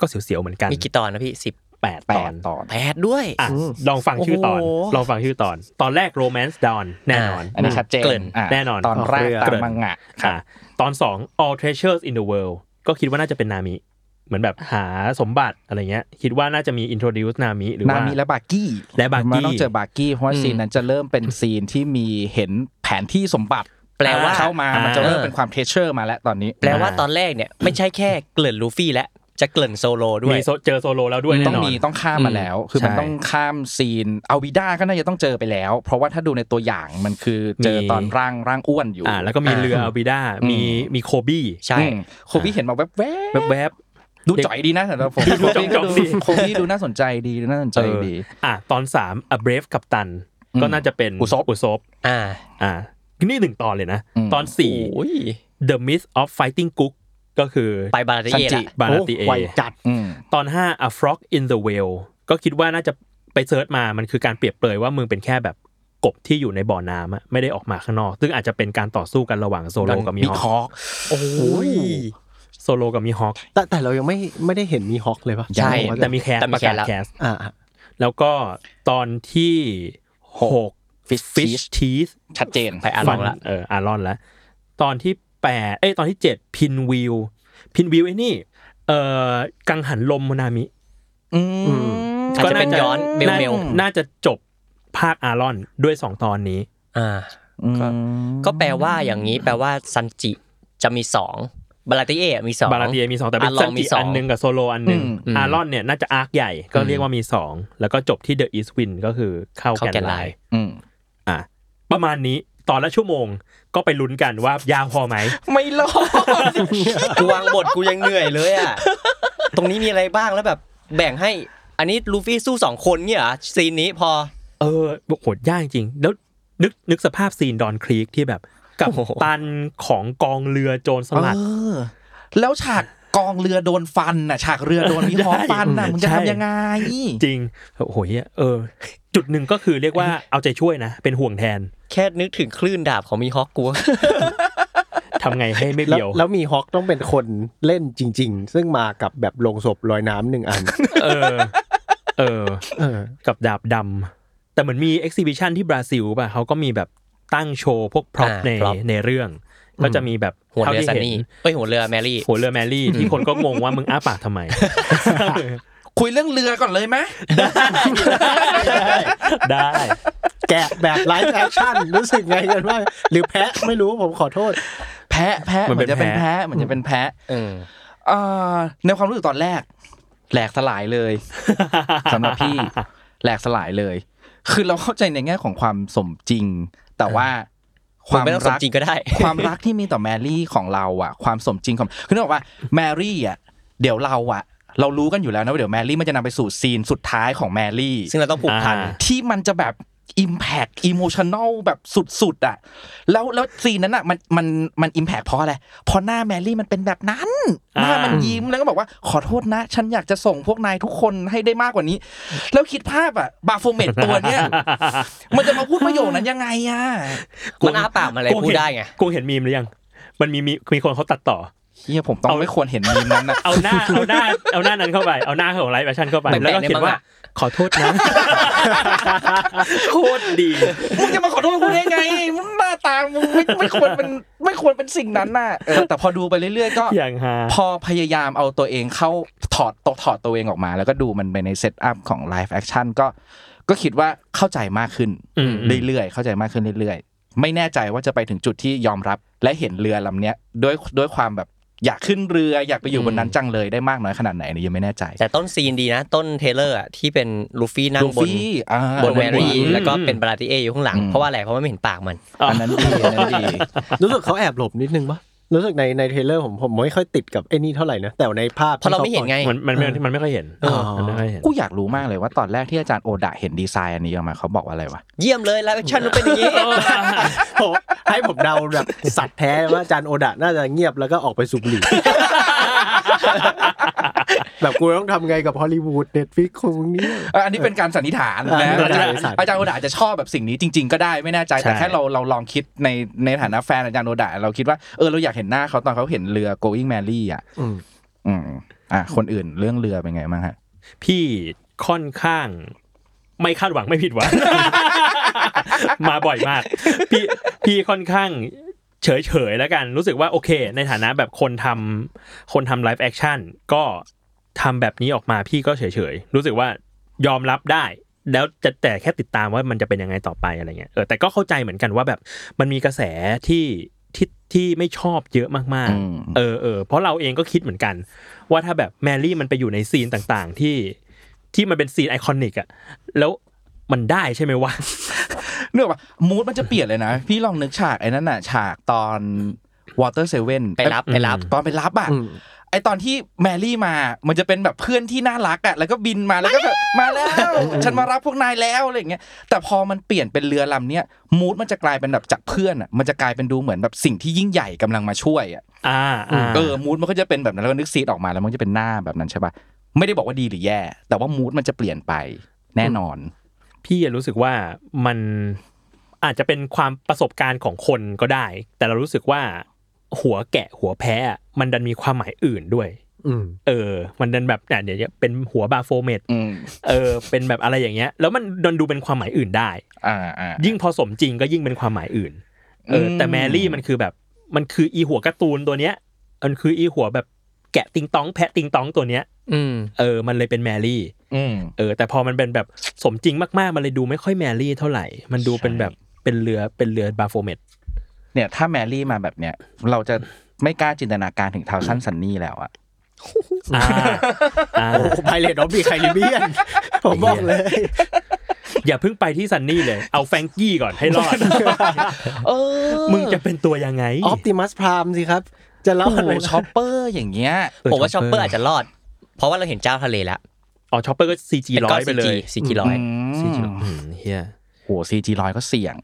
[SPEAKER 5] ก็เสียวๆเหมือนกัน
[SPEAKER 2] มีกี่ตอนนะพี่สิบ
[SPEAKER 5] แปด
[SPEAKER 4] แป
[SPEAKER 5] ตอน
[SPEAKER 4] ดตอน
[SPEAKER 2] แปดด้วย
[SPEAKER 5] อ่ะลองฟังชื่อตอน
[SPEAKER 2] โอ้โ
[SPEAKER 5] ล
[SPEAKER 2] ห
[SPEAKER 5] องฟังชื่อตอน ตอนแรก romance dawn แน่นอน
[SPEAKER 4] อันนี้ชัดเจน
[SPEAKER 2] เกริ่น
[SPEAKER 4] ะ
[SPEAKER 5] แน่นอน
[SPEAKER 4] ตอนแรก
[SPEAKER 3] เรือ
[SPEAKER 4] ตา
[SPEAKER 5] เก
[SPEAKER 4] ม
[SPEAKER 5] ริ่น
[SPEAKER 4] มังงะ
[SPEAKER 5] ค่ะตอน 2 all treasures in the world ก็คิดว่าน่าจะเป็นนามิ เหมือนแบบหาสมบัติอะไรเงี้ย คิดว่าน่าจะมี introduce นามิ หรือ
[SPEAKER 4] นา
[SPEAKER 5] ว่า
[SPEAKER 4] มิและบาร์กี้
[SPEAKER 5] และบาร์กี้
[SPEAKER 4] มันต้องเจอบาร์กี้เพราะว่า
[SPEAKER 2] อืม
[SPEAKER 4] ซีนนั้นจะเริ่มเป็นซีนที่มีเห็นแผนที่สมบัติ
[SPEAKER 2] แปลว่า
[SPEAKER 5] อ่
[SPEAKER 4] เข้ามา
[SPEAKER 5] อ่ามั
[SPEAKER 4] มันจะเริ่มเป็นความเทเชอร์มาแล้วตอนนี้
[SPEAKER 2] แปลว่าตอนแรกเนี่ยไม่ใช่แค่เกลิ่นลูฟี่และจะเกลิ่นโซโลด้ว
[SPEAKER 5] มี
[SPEAKER 2] ย
[SPEAKER 5] โซเจอโซโลแล้วด้วยแน่
[SPEAKER 4] ต้อง
[SPEAKER 5] นอน
[SPEAKER 4] มีต้องข้ามมาแล้ว คือมัน
[SPEAKER 2] ใช่
[SPEAKER 4] ต้องข้ามซีนเอาวิด้าก็น่าจะต้องเจอไปแล้ว เพราะว่าถ้าดูในตัวอย่างมันคือเจอ
[SPEAKER 5] มี
[SPEAKER 4] ตอนร่างร่างอ้วนอยู่
[SPEAKER 5] อ่าแล้วก็มีเรือ
[SPEAKER 4] อ่า
[SPEAKER 5] อาบิด้า
[SPEAKER 4] อืม
[SPEAKER 5] มีมีโคบี้
[SPEAKER 2] ใช่
[SPEAKER 4] อืมโคบี้เห็นมาแวบแวบ
[SPEAKER 5] แวบ
[SPEAKER 4] ๆดูจ่อยดีนะสำหรับผม
[SPEAKER 5] ดูจ่อย
[SPEAKER 4] โคบี้ก็
[SPEAKER 5] ดี
[SPEAKER 4] โคบี้ดูน่าสนใจดีดูน่าสนใจดี
[SPEAKER 5] ๆอ่ะตอน 3 a brave กับตัน ก็น่าจะเป็น
[SPEAKER 4] อุซบ
[SPEAKER 5] อุซบ
[SPEAKER 2] อ่า
[SPEAKER 5] อ่านี่หนึ่งตอนเลยนะ
[SPEAKER 4] อืม
[SPEAKER 5] ตอน
[SPEAKER 2] โอ้ย
[SPEAKER 5] 4 the myth of fighting cook ก็คือ
[SPEAKER 2] ไปบาราเตเย่
[SPEAKER 4] ซันจิ
[SPEAKER 2] ละ
[SPEAKER 5] บาราติเอ
[SPEAKER 3] โไวจัด
[SPEAKER 4] อืม
[SPEAKER 5] ตอน 5 A Frog in the Well ก็คิดว่าน่าจะไปเซิร์ชมา มันคือการเปรียบเปรยว่ามึงเป็นแค่แบบกบที่อยู่ในบ่อน้ำอะไม่ได้ออกมาข้างนอก ซึ่งอาจจะเป็นการต่อสู้กันระหว่างโซโลกับมี
[SPEAKER 4] มี
[SPEAKER 5] ฮ
[SPEAKER 4] ค
[SPEAKER 5] อค
[SPEAKER 4] อก
[SPEAKER 2] โอ้ย
[SPEAKER 5] โซโลกับมีฮอค
[SPEAKER 3] แต่แต่เรายังไม่ไม่ได้เห็นมีฮอกเลยปะ
[SPEAKER 2] ใช่
[SPEAKER 3] ผมว่าจะ
[SPEAKER 5] แต่มีแคส
[SPEAKER 2] แต่มี
[SPEAKER 5] ประ
[SPEAKER 2] แค
[SPEAKER 5] กาศ
[SPEAKER 2] สแล้ว
[SPEAKER 5] แคส
[SPEAKER 3] อ่า
[SPEAKER 5] แล้วก็ตอนที่
[SPEAKER 4] หก
[SPEAKER 5] 6
[SPEAKER 4] Fish
[SPEAKER 5] Fish Teeth
[SPEAKER 4] ชัดเจน
[SPEAKER 2] ไปอารอนละ
[SPEAKER 5] เอออารอนละตอนที่แปดเอ้ยตอนที่7 Pin Wheel Pin Wheel ไอ้นี่เอ่อกังหันลมโมนามิ
[SPEAKER 4] อื
[SPEAKER 3] อื
[SPEAKER 4] ม
[SPEAKER 2] อาจจะเป็นย้อนเบลเมล
[SPEAKER 5] น่าน่าจะจบภาคอารอนด้วย 2 ตอนนี้
[SPEAKER 2] อ่า ก็ ก็แปลว่าอย่างนี้แปลว่าซันจิจะมีสองบาลาติเอะมีสอง
[SPEAKER 5] บาราเตียมีสองแต่เป็น
[SPEAKER 2] อ่ะล
[SPEAKER 5] ซั
[SPEAKER 2] อน งมี
[SPEAKER 5] จิ
[SPEAKER 2] สอง
[SPEAKER 5] อันหนึ่งกับโซโลอันหนึ่ง
[SPEAKER 4] อืม
[SPEAKER 2] อืม
[SPEAKER 5] อารอนเนี่ยน่าจะอาร์คใหญ่ก็เรียกว่ามีสองแล้วก็จบที่เดอะอีส i วินก็คือเข้า
[SPEAKER 2] เข้า
[SPEAKER 5] แกน
[SPEAKER 2] แกน
[SPEAKER 5] ไล
[SPEAKER 2] ไลน์
[SPEAKER 5] น์
[SPEAKER 4] อืม
[SPEAKER 5] อ่ะประมาณนี้ตอนละชั่วโมงก็ไปลุ้นกันว่ายาวพอไหม
[SPEAKER 4] ไม่รอด
[SPEAKER 2] กูวางบทกูยังเหนื่อยเลยอ่ะ ตรงนี้มีอะไรบ้างแล้วแบบแบ่งให้ อันนี้ลูฟี่สู้สองคนเนี่ยเหรอซีนนี้พอ
[SPEAKER 5] เออโหดยากจริง แล้วนึกนึกสภาพซีนดอนครีกที่แบบกับ
[SPEAKER 2] โอ้โห
[SPEAKER 5] ตันของกองเรือโจรสลัด
[SPEAKER 4] เออแล้วฉากกองเรือโดนฟันน่ะฉากเรือโดนมีฮอ
[SPEAKER 5] ใช่
[SPEAKER 4] ฟันน่ะมึงจะ
[SPEAKER 5] ใช่
[SPEAKER 4] ทำยังไง
[SPEAKER 5] จริงโอ้โหเหี้ยเออ จุดหนึ่งก็คือเรียก
[SPEAKER 2] (laughs)
[SPEAKER 5] ว่าเอาใจช่วยนะ เป็นห่วงแทน
[SPEAKER 2] แค่นึกถึงคลื่นดาบของมีฮอกกู
[SPEAKER 5] ทำไงให้ไม่
[SPEAKER 3] แล้ว
[SPEAKER 5] เบี้ยว
[SPEAKER 3] แล้วมีฮอกต้องเป็นคนเล่นจริง ๆ ซึ่งมากับแบบลงศพลอยน้ำหนึ่ง
[SPEAKER 2] (laughs)
[SPEAKER 3] อัน
[SPEAKER 5] เออเออ
[SPEAKER 3] เออ
[SPEAKER 5] กับดาบดำแต่เหมือนมีเอ็กซิบิชันที่บราซิลป่ะเขาก็มีแบบตั้งโชว์พวกพร็อพ
[SPEAKER 2] อ่า
[SPEAKER 5] ใน
[SPEAKER 2] prop
[SPEAKER 5] ในเรื่อง ก็จะมีแบบ
[SPEAKER 2] หัวเรือ
[SPEAKER 5] ที่
[SPEAKER 2] ซัน
[SPEAKER 5] เห็น
[SPEAKER 2] นี่เอ้ยหัวเรือแมรี่ (laughs)
[SPEAKER 5] หัวเรือแมรี่ที่คนก็งงว่ามึงอ้าปากทำไม
[SPEAKER 4] คุยเรื่องเรือก่อนเลยไหม
[SPEAKER 5] ได้
[SPEAKER 3] แกะแบบไลฟ์แอคชั่น (laughs) รู้สึกไงกันบ้างหรือแพะไม่รู้ผมขอโทษ
[SPEAKER 4] แพะแพะ
[SPEAKER 5] มั
[SPEAKER 4] เหมื
[SPEAKER 5] นเป็
[SPEAKER 4] อ
[SPEAKER 5] น น
[SPEAKER 4] จะเป็น
[SPEAKER 5] แพะ
[SPEAKER 4] แพะเหมือนจะเป็นแพะ
[SPEAKER 2] เออ
[SPEAKER 4] เอ่อในความรู้สึกตอนแรก แหลกสลายเลย สำหรับพี่ แหลกสลายเลย คือเราเข้าใจในแง่ของความสมจริง แต่ว่า
[SPEAKER 2] ควาว
[SPEAKER 4] คาม ม
[SPEAKER 2] ไม่ต้องสม
[SPEAKER 4] รัก
[SPEAKER 2] จริงก็ได้
[SPEAKER 4] ความรักที่มีต่อแมรี่ของเราอ่ะ ความสมจริงของคือนึกออกว่าแมรี่อ่ะเดี๋ยวเราอ่ะ เรารู้กันอยู่แล้วนะว่าเดี๋ยวแมรี่มันจะนำไปสู่ซีนสุดท้ายของแมรี่
[SPEAKER 2] ซึ่งเราต้องผูกพัน
[SPEAKER 5] อ่า
[SPEAKER 4] ที่มันจะแบบ Impact Emotional แบบสุดๆอ่ะแล้วแล้วซีนนั้นอ่ะมันมันมันอิมแพกเพราะอะไรเพราะหน้าแมรี่มันเป็นแบบนั้น ห
[SPEAKER 5] อ่า
[SPEAKER 4] น้ามันยิ้มแล้วก็บอกว่าขอโทษนะ ฉันอยากจะส่งพวกนายทุกคนให้ได้มากกว่านี้ แล้วคิดภาพอ่ะบาโฟเมตตัวเนี้ยมันจะมาพูดประโยคนั้นยังไงอ่ะ
[SPEAKER 2] มันอ้าปากมันอะไร
[SPEAKER 5] กู
[SPEAKER 2] พูด
[SPEAKER 5] เห็น
[SPEAKER 2] ได้ไง
[SPEAKER 5] กูเห็นมีมหรือยัง มันมีมีมีคนเขาตัดต่อ
[SPEAKER 4] เฮียผมต้อง
[SPEAKER 5] เอา
[SPEAKER 4] ไม่ควรเห็นมีมนั้นนะ
[SPEAKER 5] เอาหน้าเอาหน้าเอาหน้านั้นเข้าไป เอาหน้าของไลฟ์แอคชั่นเข้าไป
[SPEAKER 2] แปะๆ
[SPEAKER 5] แล้วก็เขียนว่า
[SPEAKER 2] ในบ้าง
[SPEAKER 5] ขอโทษนะ โคตรดี
[SPEAKER 4] มึงจะมาขอโทษกูได้ไงมึงหน้าตามึงไม่ไม่ควรเป็นไม่ควรเป็นสิ่งนั้นน่ะเออแต่พอดูไปเรื่อยๆก็
[SPEAKER 5] อย่างฮา
[SPEAKER 4] พอพยายามเอาตัวเองเข้าถอดตวถอดตัวเองออกมา แล้วก็ดูมันไปในเซตอัพของไลฟ์แอคชั่นก็ก็คิดว่าเข้าใจมากขึ้น
[SPEAKER 5] อืม
[SPEAKER 4] เรื่อยๆเข้าใจมากขึ้นเรื่อยๆ ไม่แน่ใจว่าจะไปถึงจุดที่ยอมรับ และเห็นเรือลำเนี้ยด้วยด้วยความแบบอยากขึ้นเรืออยากไปอยู่บนนั้นจังเลยได้มากน้อยขนาดไหนเนี่ยยังไม่แน่ใจ
[SPEAKER 2] แต่ต้นซีนดีนะ ต้นเทเลอร์อะที่เป็นลูฟี่นั่ง
[SPEAKER 4] ลู
[SPEAKER 2] บน
[SPEAKER 4] ฟี่อ่า
[SPEAKER 2] บนแมรี่
[SPEAKER 5] อืม
[SPEAKER 2] แล้วก็เป็นบราติเออยู่ข้างหลัง
[SPEAKER 4] อืม
[SPEAKER 2] เพราะว่าอะไรเพราะว่าไม่เห็นปากมัน
[SPEAKER 4] อันนั้นดีอันนั้นดี (laughs)
[SPEAKER 3] รู้สึกเขาแอบหลบนิดนึงปะรู้สึกในในเทรลเลอร์ผมผมไม่ค่อยติดกับไอ้นี่เท่าไหร่นะแต่ในภาพ
[SPEAKER 2] เพราะเราไม่
[SPEAKER 3] ที่
[SPEAKER 2] เห็นไง
[SPEAKER 5] มันมันไม่มันไม่ค่อยเห็น
[SPEAKER 2] เออ
[SPEAKER 5] มันไม่ค่อยเห็น
[SPEAKER 4] กูอยากรู้มากเลยว่าตอนแรกที่อาจารย์โอดะเห็นดีไซน์อันนี้ออกมาเขาบอกว่าอะไรวะ
[SPEAKER 2] เยี่ยมเลยไลฟ์แอคชั่นมันเป็นอย่างนี้
[SPEAKER 3] ผมให้ผมเดาแบบสัตว์แท้ว่าอาจารย์โอดะน่าจะเงียบแล้วก็ออกไปสูบ
[SPEAKER 2] (laughs)
[SPEAKER 3] บุหรี่ แบบกูต้องทำไงกับฮอลลีวูดเน็ตฟิกคงเนี่ย
[SPEAKER 4] อ่ะอันนี้เป็นการสันนิษฐาน
[SPEAKER 3] อ่า
[SPEAKER 4] นะอาจารย์
[SPEAKER 3] สันนิษฐาน
[SPEAKER 4] อาจารย์โอดาอาจจะชอบแบบสิ่งนี้จริง ๆ ก็ได้ไม่แน่ใจแต่
[SPEAKER 5] ใช่
[SPEAKER 4] แค่เราเราลองคิดในในฐานะแฟนอาจารย์โอดาเราคิดว่าเออเราอยากเห็นหน้าเขาตอนเขาเห็นเรือ going merry อ่ะ
[SPEAKER 3] อืม
[SPEAKER 4] อืมอ่ะคนอื่นเรื่องเรือเป็นไงบ้างฮะ
[SPEAKER 5] พี่ค่อนข้าง ไม่คาดหวังไม่ผิดหวัง (laughs) มาบ่อยมาก พี่พี่ค่อนข้างเฉยเฉยๆแล้วกันรู้สึกว่าโอเค ในฐานะแบบคนทำคนทำไลฟ์แอคชั่นก็ทำแบบนี้ออกมาพี่ก็เฉยเฉยๆรู้สึกว่ายอมรับได้ แล้วจะแต่แค่ติดตามว่ามันจะเป็นยังไงต่อไปอะไรเงี้ยเออแต่ก็เข้าใจเหมือนกันว่าแบบมันมีกระแสที่ที่ที่ไม่ชอบเยอะมาก
[SPEAKER 4] อื
[SPEAKER 5] ๆ
[SPEAKER 4] ม
[SPEAKER 5] เออเออเพราะเราเองก็คิดเหมือนกัน ว่าถ้าแบบแมรี่มันไปอยู่ในซีนต่างๆ ที่ที่มันเป็นซีนไอคอนิกอะแล้วมันได้ใช่ไหมวะ
[SPEAKER 4] เรื่องว่ามูดมันจะเปลี่ยนเลยนะ พี่ลองนึกฉากไอ้นั่นน่ะฉากตอน water seven
[SPEAKER 2] ไปรับไปรับ
[SPEAKER 4] ตอนไปรับอ่ะ
[SPEAKER 3] อืม
[SPEAKER 4] ไอตอนที่แมรี่มา มันจะเป็นแบบเพื่อนที่น่ารักอ่ะแล้วก็บินมาแล้วก็แบบมาแล้ว ฉันมารับพวกนายแล้วอะไรอย่างเงี้ยแต่พอมันเปลี่ยนเป็นเรือลำเนี้ยมูดมันจะกลายเป็นแบบจากเพื่อนอ่ะมันจะกลายเป็นดูเหมือนแบบสิ่งที่ยิ่งใหญ่กำลังมาช่วยอ่ะ
[SPEAKER 5] อ่าอ่า
[SPEAKER 4] เออมูดมันก็จะเป็นแบบนั้นแล้วก็นึกซีดออกมาแล้วมันก็จะเป็นหน้าแบบนั้นใช่ปะไม่ได้บอกว่าดีหรือแย่ แต่ว่ามูดมันจะเปลี่ยนไปแน่นอน
[SPEAKER 5] พี่อะรู้สึกว่ามันอาจจะเป็นความประสบการณ์ของคนก็ได้ แต่เรารู้สึกว่าหัวแกะหัวแพ้อะมันดันมีความหมายอื่นด้วย
[SPEAKER 3] อืม
[SPEAKER 5] เออ มันดันแบบเนี่ยเดี๋ยวเป็นหัวบาโฟเมต
[SPEAKER 4] อืม
[SPEAKER 5] เออเป็นแบบอะไรอย่างเงี้ย แล้วมันดันดูเป็นความหมายอื่นได้
[SPEAKER 4] อ่าอ่า
[SPEAKER 5] ยิ่งพอสมจริงก็ยิ่งเป็นความหมายอื่น เออ แต่
[SPEAKER 4] อืม
[SPEAKER 5] แมรี่มันคือแบบ มันคืออีหัวการ์ตูนตัวเนี้ย มันคืออีหัวแบบแกะติงตองแพะติงตองตัวเนี้ย
[SPEAKER 2] อืม
[SPEAKER 5] เออ มันเลยเป็นแมรี่
[SPEAKER 4] อืม
[SPEAKER 5] เออ แต่พอมันเป็นแบบสมจริงมากๆ มันเลยดูไม่ค่อยแมรี่เท่าไหร่ มันดูเป็นแบบเป็นเรือเป็นเรือบาโฟเมต
[SPEAKER 4] เนี่ยถ้าแมรี่มาแบบเนี้ยเราจะไม่กล้าจินตนาการถึงทาวชันซันนี่แล้วอะ
[SPEAKER 5] อ่าอ่า
[SPEAKER 3] โอ้ไพเรตออฟดีไคลิเบียน ผมบอกเลย
[SPEAKER 5] อย่าเพิ่งไปที่ซันนี่เลย เอาแฟรงกี้ก่อนให้รอด มึงจะเป็นตัวยังไง
[SPEAKER 3] ออปติมัสพรามสิครับ จะเล่า
[SPEAKER 4] โอ้โห
[SPEAKER 3] อะไร
[SPEAKER 4] ช็อปเปอร์อย่างเงี้ย
[SPEAKER 5] เออ
[SPEAKER 2] ผมว่าช็อป
[SPEAKER 5] Chopper
[SPEAKER 2] เปอร์อาจจะรอด เพราะว่าเราเห็นเจ้าทะเลแล้ว
[SPEAKER 5] อ๋อช็อปเปอร์ก็ซีจีร้อยไปเลย
[SPEAKER 2] ซีจีร้อย
[SPEAKER 5] ซีจีเฮีย
[SPEAKER 4] โหซีจีร้อยก็เสี่ยง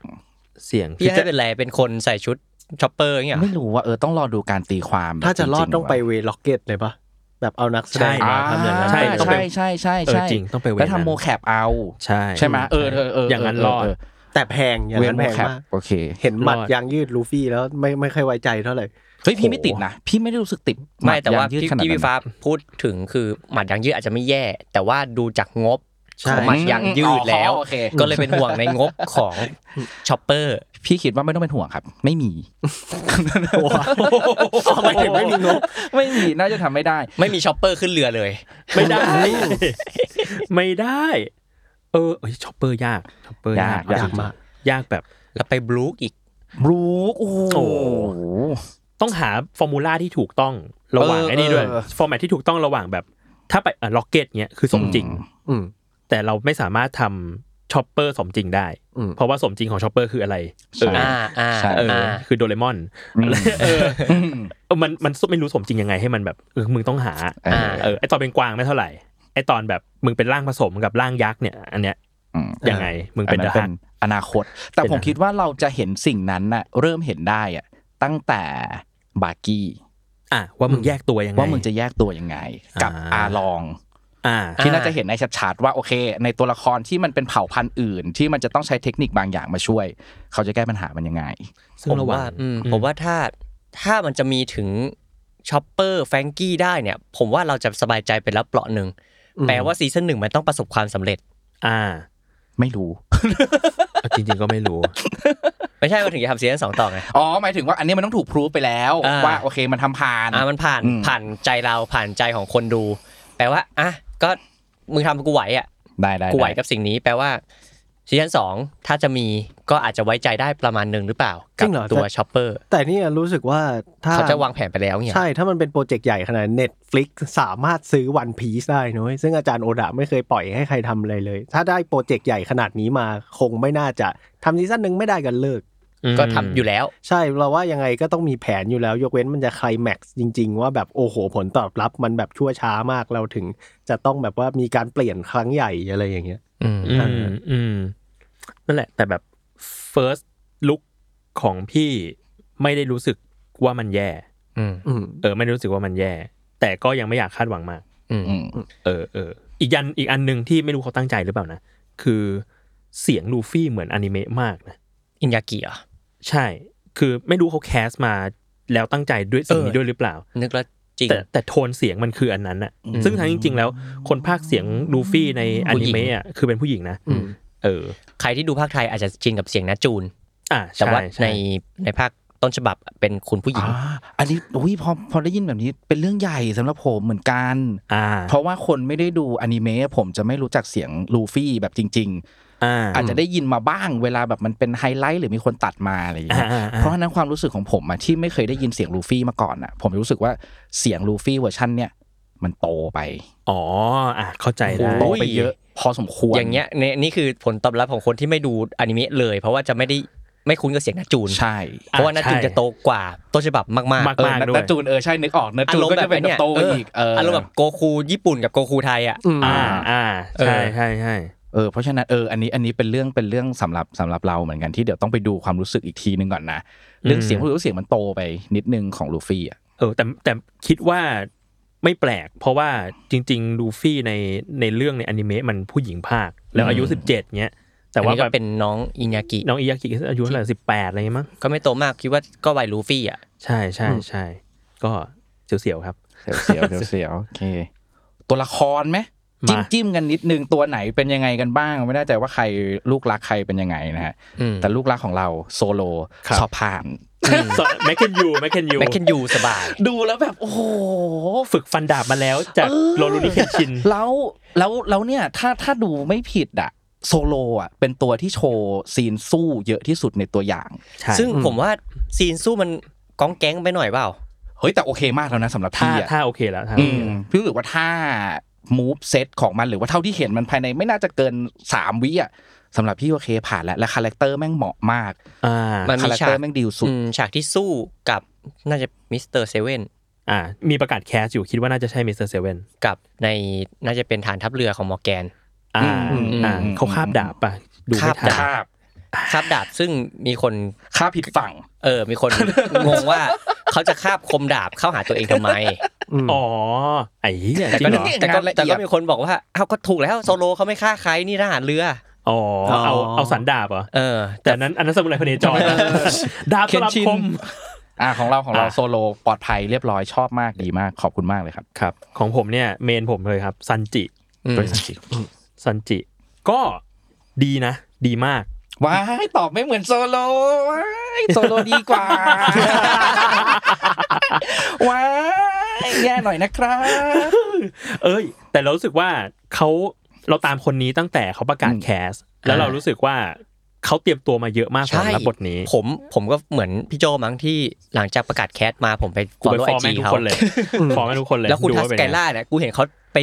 [SPEAKER 5] เสียง
[SPEAKER 2] พี่ให้เป็นไรเป็นคนใส่ชุดช็อปเปอร์เงี้ยเหรอ
[SPEAKER 4] ไม่รู้ว่าเออต้องรอดูการตีความแบบ
[SPEAKER 3] ถ้าจะรอด
[SPEAKER 4] ริๆ
[SPEAKER 3] ต้องไป
[SPEAKER 4] ว่ะ
[SPEAKER 3] เวล็อกเก็ตเลยปะแบบเอานักแสด
[SPEAKER 5] ใช่
[SPEAKER 3] ง
[SPEAKER 5] มา
[SPEAKER 3] มา
[SPEAKER 5] ทำ
[SPEAKER 3] ทำอ
[SPEAKER 5] อา
[SPEAKER 3] ย่ย่าง ง
[SPEAKER 5] นั้
[SPEAKER 3] นั้นน
[SPEAKER 4] ใช่
[SPEAKER 5] ต้องไป
[SPEAKER 4] ใช่ใช่ใช่
[SPEAKER 5] เออ
[SPEAKER 4] ใช่
[SPEAKER 5] จริงต้องไปเว
[SPEAKER 4] แล้ว
[SPEAKER 5] นั้น
[SPEAKER 4] ทำโมแคปเอา
[SPEAKER 5] ใช่
[SPEAKER 4] ใช่ไหมเออเออเออ
[SPEAKER 5] อย่างนั้นรอด
[SPEAKER 4] เเ
[SPEAKER 3] แต่แพงอย่าง
[SPEAKER 4] เว
[SPEAKER 3] นั้น
[SPEAKER 4] โม
[SPEAKER 3] แพง
[SPEAKER 4] แคป
[SPEAKER 3] มาก
[SPEAKER 4] โอเค
[SPEAKER 3] เห็นหมัด
[SPEAKER 5] รอด
[SPEAKER 3] ยางยืดลูฟี่แล้วไม่ไม่ค่อยไว้ใจเท่าไหร่
[SPEAKER 4] เฮ้ยพี่ไม่ติดนะ พี่ไม่ได้รู้สึกติด
[SPEAKER 2] ไม่แต่ว่า
[SPEAKER 4] หยงยืด
[SPEAKER 2] พี่
[SPEAKER 4] ขนด
[SPEAKER 2] พี่
[SPEAKER 4] นั้น
[SPEAKER 2] วิฟ้าพูดถึงคือหมัดยางยืดอาจจะไม่แย่ แต่ว่าดูจากงบ ข
[SPEAKER 3] ใช่
[SPEAKER 2] องมันยังยืดแล้ว
[SPEAKER 4] อ๋อโอเค
[SPEAKER 2] ก็เลยเป็นห่วงในงบของชอปเปอร์
[SPEAKER 4] พี่คิดว่าไม่ต้องเป็นห่วงครับ ไม่มี
[SPEAKER 3] หมายถึงไม่มีงบ
[SPEAKER 4] ไม่มีน่าจะทำไม่ได้
[SPEAKER 2] ไม่มีชอปเปอร์ขึ้นเรือเลย
[SPEAKER 5] ไม่ได้ ไม่ได้ เออเอ้ยชอปเปอร์ยากชอปเปอร์ยาก
[SPEAKER 4] ยาก
[SPEAKER 3] ยากมาก
[SPEAKER 5] ยากแบบ
[SPEAKER 2] แล้วไปบลูคอีก
[SPEAKER 4] รูกโอ้โห
[SPEAKER 5] ต้องหาฟอร์มูลาที่ถูกต้องระหว่าง
[SPEAKER 4] เออ
[SPEAKER 5] ไอ้นี่ด้วย
[SPEAKER 4] เออ
[SPEAKER 5] ฟอร์แมตที่ถูกต้องระหว่างแบบ ถ้าไปล็อกเก็ตเนี้ยคือสมจริง
[SPEAKER 3] อืม
[SPEAKER 5] แต่เราไม่สามารถทำชอปเปอร์สมจริงได้
[SPEAKER 3] อืม
[SPEAKER 5] เพราะว่าสมจริงของชอปเปอร์คืออะไร
[SPEAKER 4] ใช่
[SPEAKER 5] เออ
[SPEAKER 2] อ่าอ่า
[SPEAKER 4] ใช่
[SPEAKER 5] เออ
[SPEAKER 2] อ่า
[SPEAKER 5] คือโดเร (laughs) มอน
[SPEAKER 4] อืม
[SPEAKER 5] เออ
[SPEAKER 4] อืม
[SPEAKER 5] เออมันมันไม่รู้สมจริงยังไงให้มันแบบเออมึงต้องหา
[SPEAKER 4] เออ
[SPEAKER 5] เออไอตอนเป็นกวางไม่เท่าไหร่ไอตอนแบบมึงเป็นร่างผสมกับร่างยักษ์เนี่ยอันเนี้ย
[SPEAKER 4] อืม
[SPEAKER 5] ยังไงมึงเป็น
[SPEAKER 4] อั
[SPEAKER 5] เดอะฮัก
[SPEAKER 4] อนาคต แต่
[SPEAKER 5] เป็น
[SPEAKER 4] ผม
[SPEAKER 5] นะ
[SPEAKER 4] คิดว่าเราจะเห็นสิ่งนั้นน่ะเริ่มเห็นได้อะตั้งแต่บาร์กี้
[SPEAKER 5] อ่ะว่ามึงแยกตัวยังไง
[SPEAKER 4] ว่ามึงจะแยกตัวยังไง กับ
[SPEAKER 5] อ่า
[SPEAKER 4] อาลอง
[SPEAKER 5] อ่า
[SPEAKER 4] ที่น่าจะเห็นในชัดๆว่าโอเค ในตัวละครที่มันเป็นเผ่าพันธุ์อื่น ที่มันจะต้องใช้เทคนิคบางอย่างมาช่วย เขาจะแก้ปัญหามันยังไง
[SPEAKER 5] ซึ่ง
[SPEAKER 2] ผม
[SPEAKER 5] ระหว่า
[SPEAKER 2] ว่าง อืมผมว่าถ้าถ้ามันจะมีถึงชอปเปอร์แฟรงกี้ได้เนี่ย ผมว่าเราจะสบายใจไปแล้วเปราะหนึ่งแปลว่าซีซั่นหนึ่งมันต้องประสบความสำเร็จ
[SPEAKER 5] อ่า
[SPEAKER 4] ไม่รู้
[SPEAKER 5] เอาจริงๆก็ไม่รู้
[SPEAKER 2] ไม่ใช่มาถึงจะทำซีซั่นสองต่อไง
[SPEAKER 4] อ๋อ หมายถึงว่าอันนี้มันต้องถูกพรูฟไปแล้ว
[SPEAKER 2] อ่า
[SPEAKER 4] ว่าโอเคมันทำผ่าน
[SPEAKER 2] อ่ามันผ่าน
[SPEAKER 4] อืม
[SPEAKER 2] ผ่านใจเราผ่านใจของคนดู แปลว่าอ่ะก็มึงทำกูไหวอ่ะ
[SPEAKER 4] ได้ได้
[SPEAKER 2] กูไหว
[SPEAKER 4] ด้
[SPEAKER 2] กับสิ่งนี้ แปลว่าซีซั่นสองถ้าจะมีก็อาจจะไว้ใจได้ประมาณหนึ่งหรือเปล่า
[SPEAKER 3] จริ
[SPEAKER 2] กับ
[SPEAKER 3] งเหรอ
[SPEAKER 2] ตัวชอปเปอร์
[SPEAKER 3] แต่เนี่ยรู้สึกว่าถ้า
[SPEAKER 2] เขาจะวางแผนไปแล้วเนี่ย
[SPEAKER 3] ใช่ถ้ามันเป็นโปรเจกต์ใหญ่ขนาด Netflix สามารถซื้อวันพีซได้นุ้ยซึ่งอาจารย์โอดะไม่เคยปล่อยให้ใครทำอะไรเลย ถ้าได้โปรเจกต์ใหญ่ขนาดนี้มาคงไม่น่าจะทำซีซั่นหนึ่งไม่ได้กันเลิก
[SPEAKER 2] ก็ทำอยู่แล้ว
[SPEAKER 3] ใช่เราว่ายังไงก็ต้องมีแผนอยู่แล้ว ยกเว้นมันจะไคลแม็กซ์จริง ๆ ว่าแบบโอ้โห ผลตอบรับมันแบบชั่วช้ามากเราถึง จะต้องแบบว่ามีการเปลี่ยนครั้งใหญ่อะไรอย่างเงี้ย
[SPEAKER 2] อืม
[SPEAKER 5] อืมอืมนั่นแหละ แต่แบบ first look ของพี่ไม่ได้รู้สึกว่ามันแย่
[SPEAKER 2] อืม
[SPEAKER 3] อืม
[SPEAKER 5] เออ ไม่ได้รู้สึกว่ามันแย่ แต่ก็ยังไม่อยากคาดหวังมาก
[SPEAKER 2] อืม
[SPEAKER 4] อืม
[SPEAKER 5] เออเอออีกยันอีกอันหนึ่งที่ไม่รู้เขาตั้งใจหรือเปล่านะ คือเสียงลูฟี่เหมือนอนิเมะมากนะ
[SPEAKER 2] อินยากิเหรอ
[SPEAKER 5] ใช่ คือไม่รู้เขาแคสมาแล้วตั้งใจด้วยสิ่งนี้
[SPEAKER 2] เออ
[SPEAKER 5] ด้วยหรือเปล่า
[SPEAKER 2] นึกแล้วจริง
[SPEAKER 5] แต่แต่โทนเสียงมันคืออันนั้นอะซึ่งทั้งจริง ๆ แล้วคนภาคเสียงลูฟี่ในอนิเมะอะคือเป็นผู้หญิงนะ
[SPEAKER 3] อืม
[SPEAKER 5] เออ
[SPEAKER 2] ใครที่ดูภาคไทยอาจจะชินกับเสียงนาจูน
[SPEAKER 5] อ่า
[SPEAKER 2] แต่
[SPEAKER 5] ช่
[SPEAKER 2] ว่า
[SPEAKER 5] ช่
[SPEAKER 2] ในในภาคต้นฉบับเป็นคุณผู้หญิ
[SPEAKER 4] อ่าง อันนี้อุ้ยพอพอได้ยินแบบนี้เป็นเรื่องใหญ่สำหรับผมเหมือนกัน
[SPEAKER 5] อ่า
[SPEAKER 4] เพราะว่าคนไม่ได้ดูอนิเมะผมจะไม่รู้จักเสียงลูฟี่แบบจริง
[SPEAKER 5] อ่า
[SPEAKER 4] ๆ อาจจะได้ยินมาบ้างเวลาแบบมันเป็นไฮไลท์หรือมีคนตัดมาอะไรอย่างเงี้ย
[SPEAKER 5] อ่าๆๆ
[SPEAKER 4] เพราะฉะนั้นความรู้สึกของผมอะที่ไม่เคยได้ยินเสียงลูฟี่มาก่อนอะผมรู้สึกว่าเสียงลูฟี่เวอร์ชันเนี่ย มันโตไป
[SPEAKER 5] อ๋ออ่ะเข้าใจ
[SPEAKER 2] โอ้
[SPEAKER 5] ได้
[SPEAKER 2] ย
[SPEAKER 4] โตไปเยอะ พอสมควร
[SPEAKER 2] อย่างเงี้ยเนี่ยนี่คือผลตอบรับของคนที่ไม่ดูอนิเมะเลย เพราะว่าจะไม่ได้ไม่คุ้นกับเสียงนาจูน
[SPEAKER 4] ใช่
[SPEAKER 2] เพราะว่านาจูนจะโตกว่าต้นฉบับมาก
[SPEAKER 5] มา
[SPEAKER 4] เออก
[SPEAKER 5] ๆ
[SPEAKER 4] นัท
[SPEAKER 5] ด้วย
[SPEAKER 4] นัทจูนเออใช่นึกออกนัท
[SPEAKER 2] ๆอา
[SPEAKER 4] จูน
[SPEAKER 2] รม
[SPEAKER 4] ก็
[SPEAKER 2] ณ์แบ
[SPEAKER 4] จะ
[SPEAKER 2] บ
[SPEAKER 4] เป็นแบ
[SPEAKER 2] เนี่
[SPEAKER 4] บ
[SPEAKER 2] ย
[SPEAKER 4] โตไป
[SPEAKER 2] เออ
[SPEAKER 4] อีกเออ
[SPEAKER 2] อา
[SPEAKER 4] อาร
[SPEAKER 2] มณ์แบบโกคูญี่ปุ่นกับโกคูไทยอ่ะ
[SPEAKER 5] อ่าอ่าใช่
[SPEAKER 2] เออ
[SPEAKER 5] ใช่ใช่
[SPEAKER 4] เออเพราะฉะนั้นเอออันนี้อันนี้เป็นเรื่องเป็นเรื่องสำหรับสำหรับเราเหมือนกันที่เดี๋ยวต้องไปดูความรู้สึกอีกทีนึงก่อนนะเรื่องเสียงผมรู้สึกเสียงมันโตไปนิดนึงของลูฟี่อะ
[SPEAKER 5] เออแต่แต่คิดว่าไม่แปลก เพราะว่าจริง ๆ ลูฟี่ในในเรื่องในอนิเมะมันผู้หญิงภาค แล้วอายุ 17เนี้ย แต่
[SPEAKER 2] อัน
[SPEAKER 5] ว่า
[SPEAKER 2] นี้ก็
[SPEAKER 5] แบบ
[SPEAKER 2] เป็นน้องอินยากิ
[SPEAKER 5] น้องอิยากิอายุเท่าไหร่สิบแปดอะไรอย่างงี้มั้ง
[SPEAKER 2] ก็ไม่โตมากคิดว่าก็วัยลูฟี่อ่ะ
[SPEAKER 5] ใช่ใช่ใช่ก็เสียวๆครับ
[SPEAKER 4] เสียวเสียวเสียวเสียวโอเค ตัวละครไหม
[SPEAKER 5] มา
[SPEAKER 4] จิ้มจิ้มกันนิดนึงตัวไหนเป็นยังไงกันบ้าง ไม่แน่ใจว่าใครลูกรักใครเป็นยังไงนะฮะ
[SPEAKER 2] อืม
[SPEAKER 4] แต่ลูกรักของเราโซโล
[SPEAKER 5] ครับ
[SPEAKER 4] สอบผ่าน
[SPEAKER 5] แมคเคนยูแมคเคนยู
[SPEAKER 2] แมคเคนยูสบาย
[SPEAKER 4] ดูแล้วแบบ โอ้โห
[SPEAKER 5] ฝึกฟันดาบมาแล้วจากโรลูนิเคนชิน
[SPEAKER 4] แล้วแล้วแล้วเนี่ยถ้าถ้าดูไม่ผิดอะโซโลอะเป็นตัวที่โชว์ซีนสู้เยอะที่สุดในตัวอย่าง
[SPEAKER 2] ซึ่งผมว่าซีนสู้มันก้องแก๊งไปหน่อยเปล่า
[SPEAKER 4] เฮ้ยแต่โอเคมากแล้วนะสำหรับ
[SPEAKER 5] ถ้า
[SPEAKER 4] พี่อะ
[SPEAKER 5] ถ้าโอเคแล้วถ้า
[SPEAKER 4] อื
[SPEAKER 5] โอเค
[SPEAKER 4] ม
[SPEAKER 5] แล้ว
[SPEAKER 4] พี่รู้สึกว่าถ้า move set ของมันหรือว่าเท่าที่เห็นมันภายในไม่น่าจะเกินสามวิอะสำหรับพี่โอเคผ่านแล้วและคาแรคเตอร์แม่งเหมาะมาก
[SPEAKER 5] อ่า
[SPEAKER 2] มันมี
[SPEAKER 4] คาแรค
[SPEAKER 2] ฉา
[SPEAKER 4] เตอก ร์แม่งดีลสุด
[SPEAKER 2] อืมฉากที่สู้กับน่าจะมิสเตอร์เซเว่น
[SPEAKER 5] อ่า มีประกาศแคสอยู่คิดว่าน่าจะใช่มิสเตอร์เซเว่น
[SPEAKER 2] กับในน่าจะเป็นฐานทัพเรือของมอร์แกน
[SPEAKER 5] อ่า
[SPEAKER 4] อืม
[SPEAKER 5] อ่า
[SPEAKER 4] อืม
[SPEAKER 5] เขาคาบดาบป่ะ ดูไม่ทัน
[SPEAKER 2] คาบดาบ คาบดาบซึ่งมีคน
[SPEAKER 4] ค่าผิดฝั่ง
[SPEAKER 2] เออมีคน งงว่าเขาจะคาบคมดาบเข้าหาตัวเองทำไม
[SPEAKER 5] อ๋อ ไอ้เหี้ย
[SPEAKER 2] แต่
[SPEAKER 5] จริ
[SPEAKER 2] ก็
[SPEAKER 5] งเหรอ
[SPEAKER 2] แต่ก็
[SPEAKER 4] งานละเอียด
[SPEAKER 2] แต่ก็มีคนบอกว่าเอ้าก็ถูกแล้วโซโลเขาไม่ฆ่าใครนี่ทหารเรือ
[SPEAKER 5] อ๋อ
[SPEAKER 3] อ๋อ
[SPEAKER 5] เอาเอาสันดาบเหรอ
[SPEAKER 2] เออ
[SPEAKER 5] แต่อันนั้นอันนั้นสมุไรพเนจรดาบสลับคม
[SPEAKER 4] อ่าของเราของเรา
[SPEAKER 5] อ่ะ
[SPEAKER 4] โซโลปลอดภัยเรียบร้อยชอบมากดีมากขอบคุณมากเลยครับ
[SPEAKER 5] ครับ ของผมเนี่ยเมนผมเลยครับซันจิ
[SPEAKER 2] อืม
[SPEAKER 4] โดยสังเกต
[SPEAKER 5] ซันจิ ก็ดีนะ ดีมาก
[SPEAKER 4] ว้ายตอบไม่เหมือนโซโลว้ายโซโลดีกว่า (laughs) ว้ายแย่หน่อยนะครับ
[SPEAKER 5] เอ้ย แต่เรารู้สึกว่าเขาเราตามคนนี้ตั้งแต่เขาประกาศ
[SPEAKER 4] อืม
[SPEAKER 5] แคส แล้วเรารู้สึกว่าเขาเตรียมตัวมาเยอะมากสำห
[SPEAKER 2] ใช่
[SPEAKER 5] รับบทนี้
[SPEAKER 2] ผมผมก็เหมือนพี่โจมั้งที่หลังจากประกาศแคสมาผมไป
[SPEAKER 5] กูไป
[SPEAKER 2] follow
[SPEAKER 5] ฟอร์
[SPEAKER 2] IG
[SPEAKER 5] แม่งทุก
[SPEAKER 2] เขา
[SPEAKER 5] คนเลย (laughs) ฟอร์แม่งทุกคนเลย
[SPEAKER 2] แล้วคุณ
[SPEAKER 5] ดู
[SPEAKER 2] ทัส
[SPEAKER 5] ว่าเป็น
[SPEAKER 2] ไก
[SPEAKER 5] ไง
[SPEAKER 2] ล่าเนี่ยกูเห็นเขาไป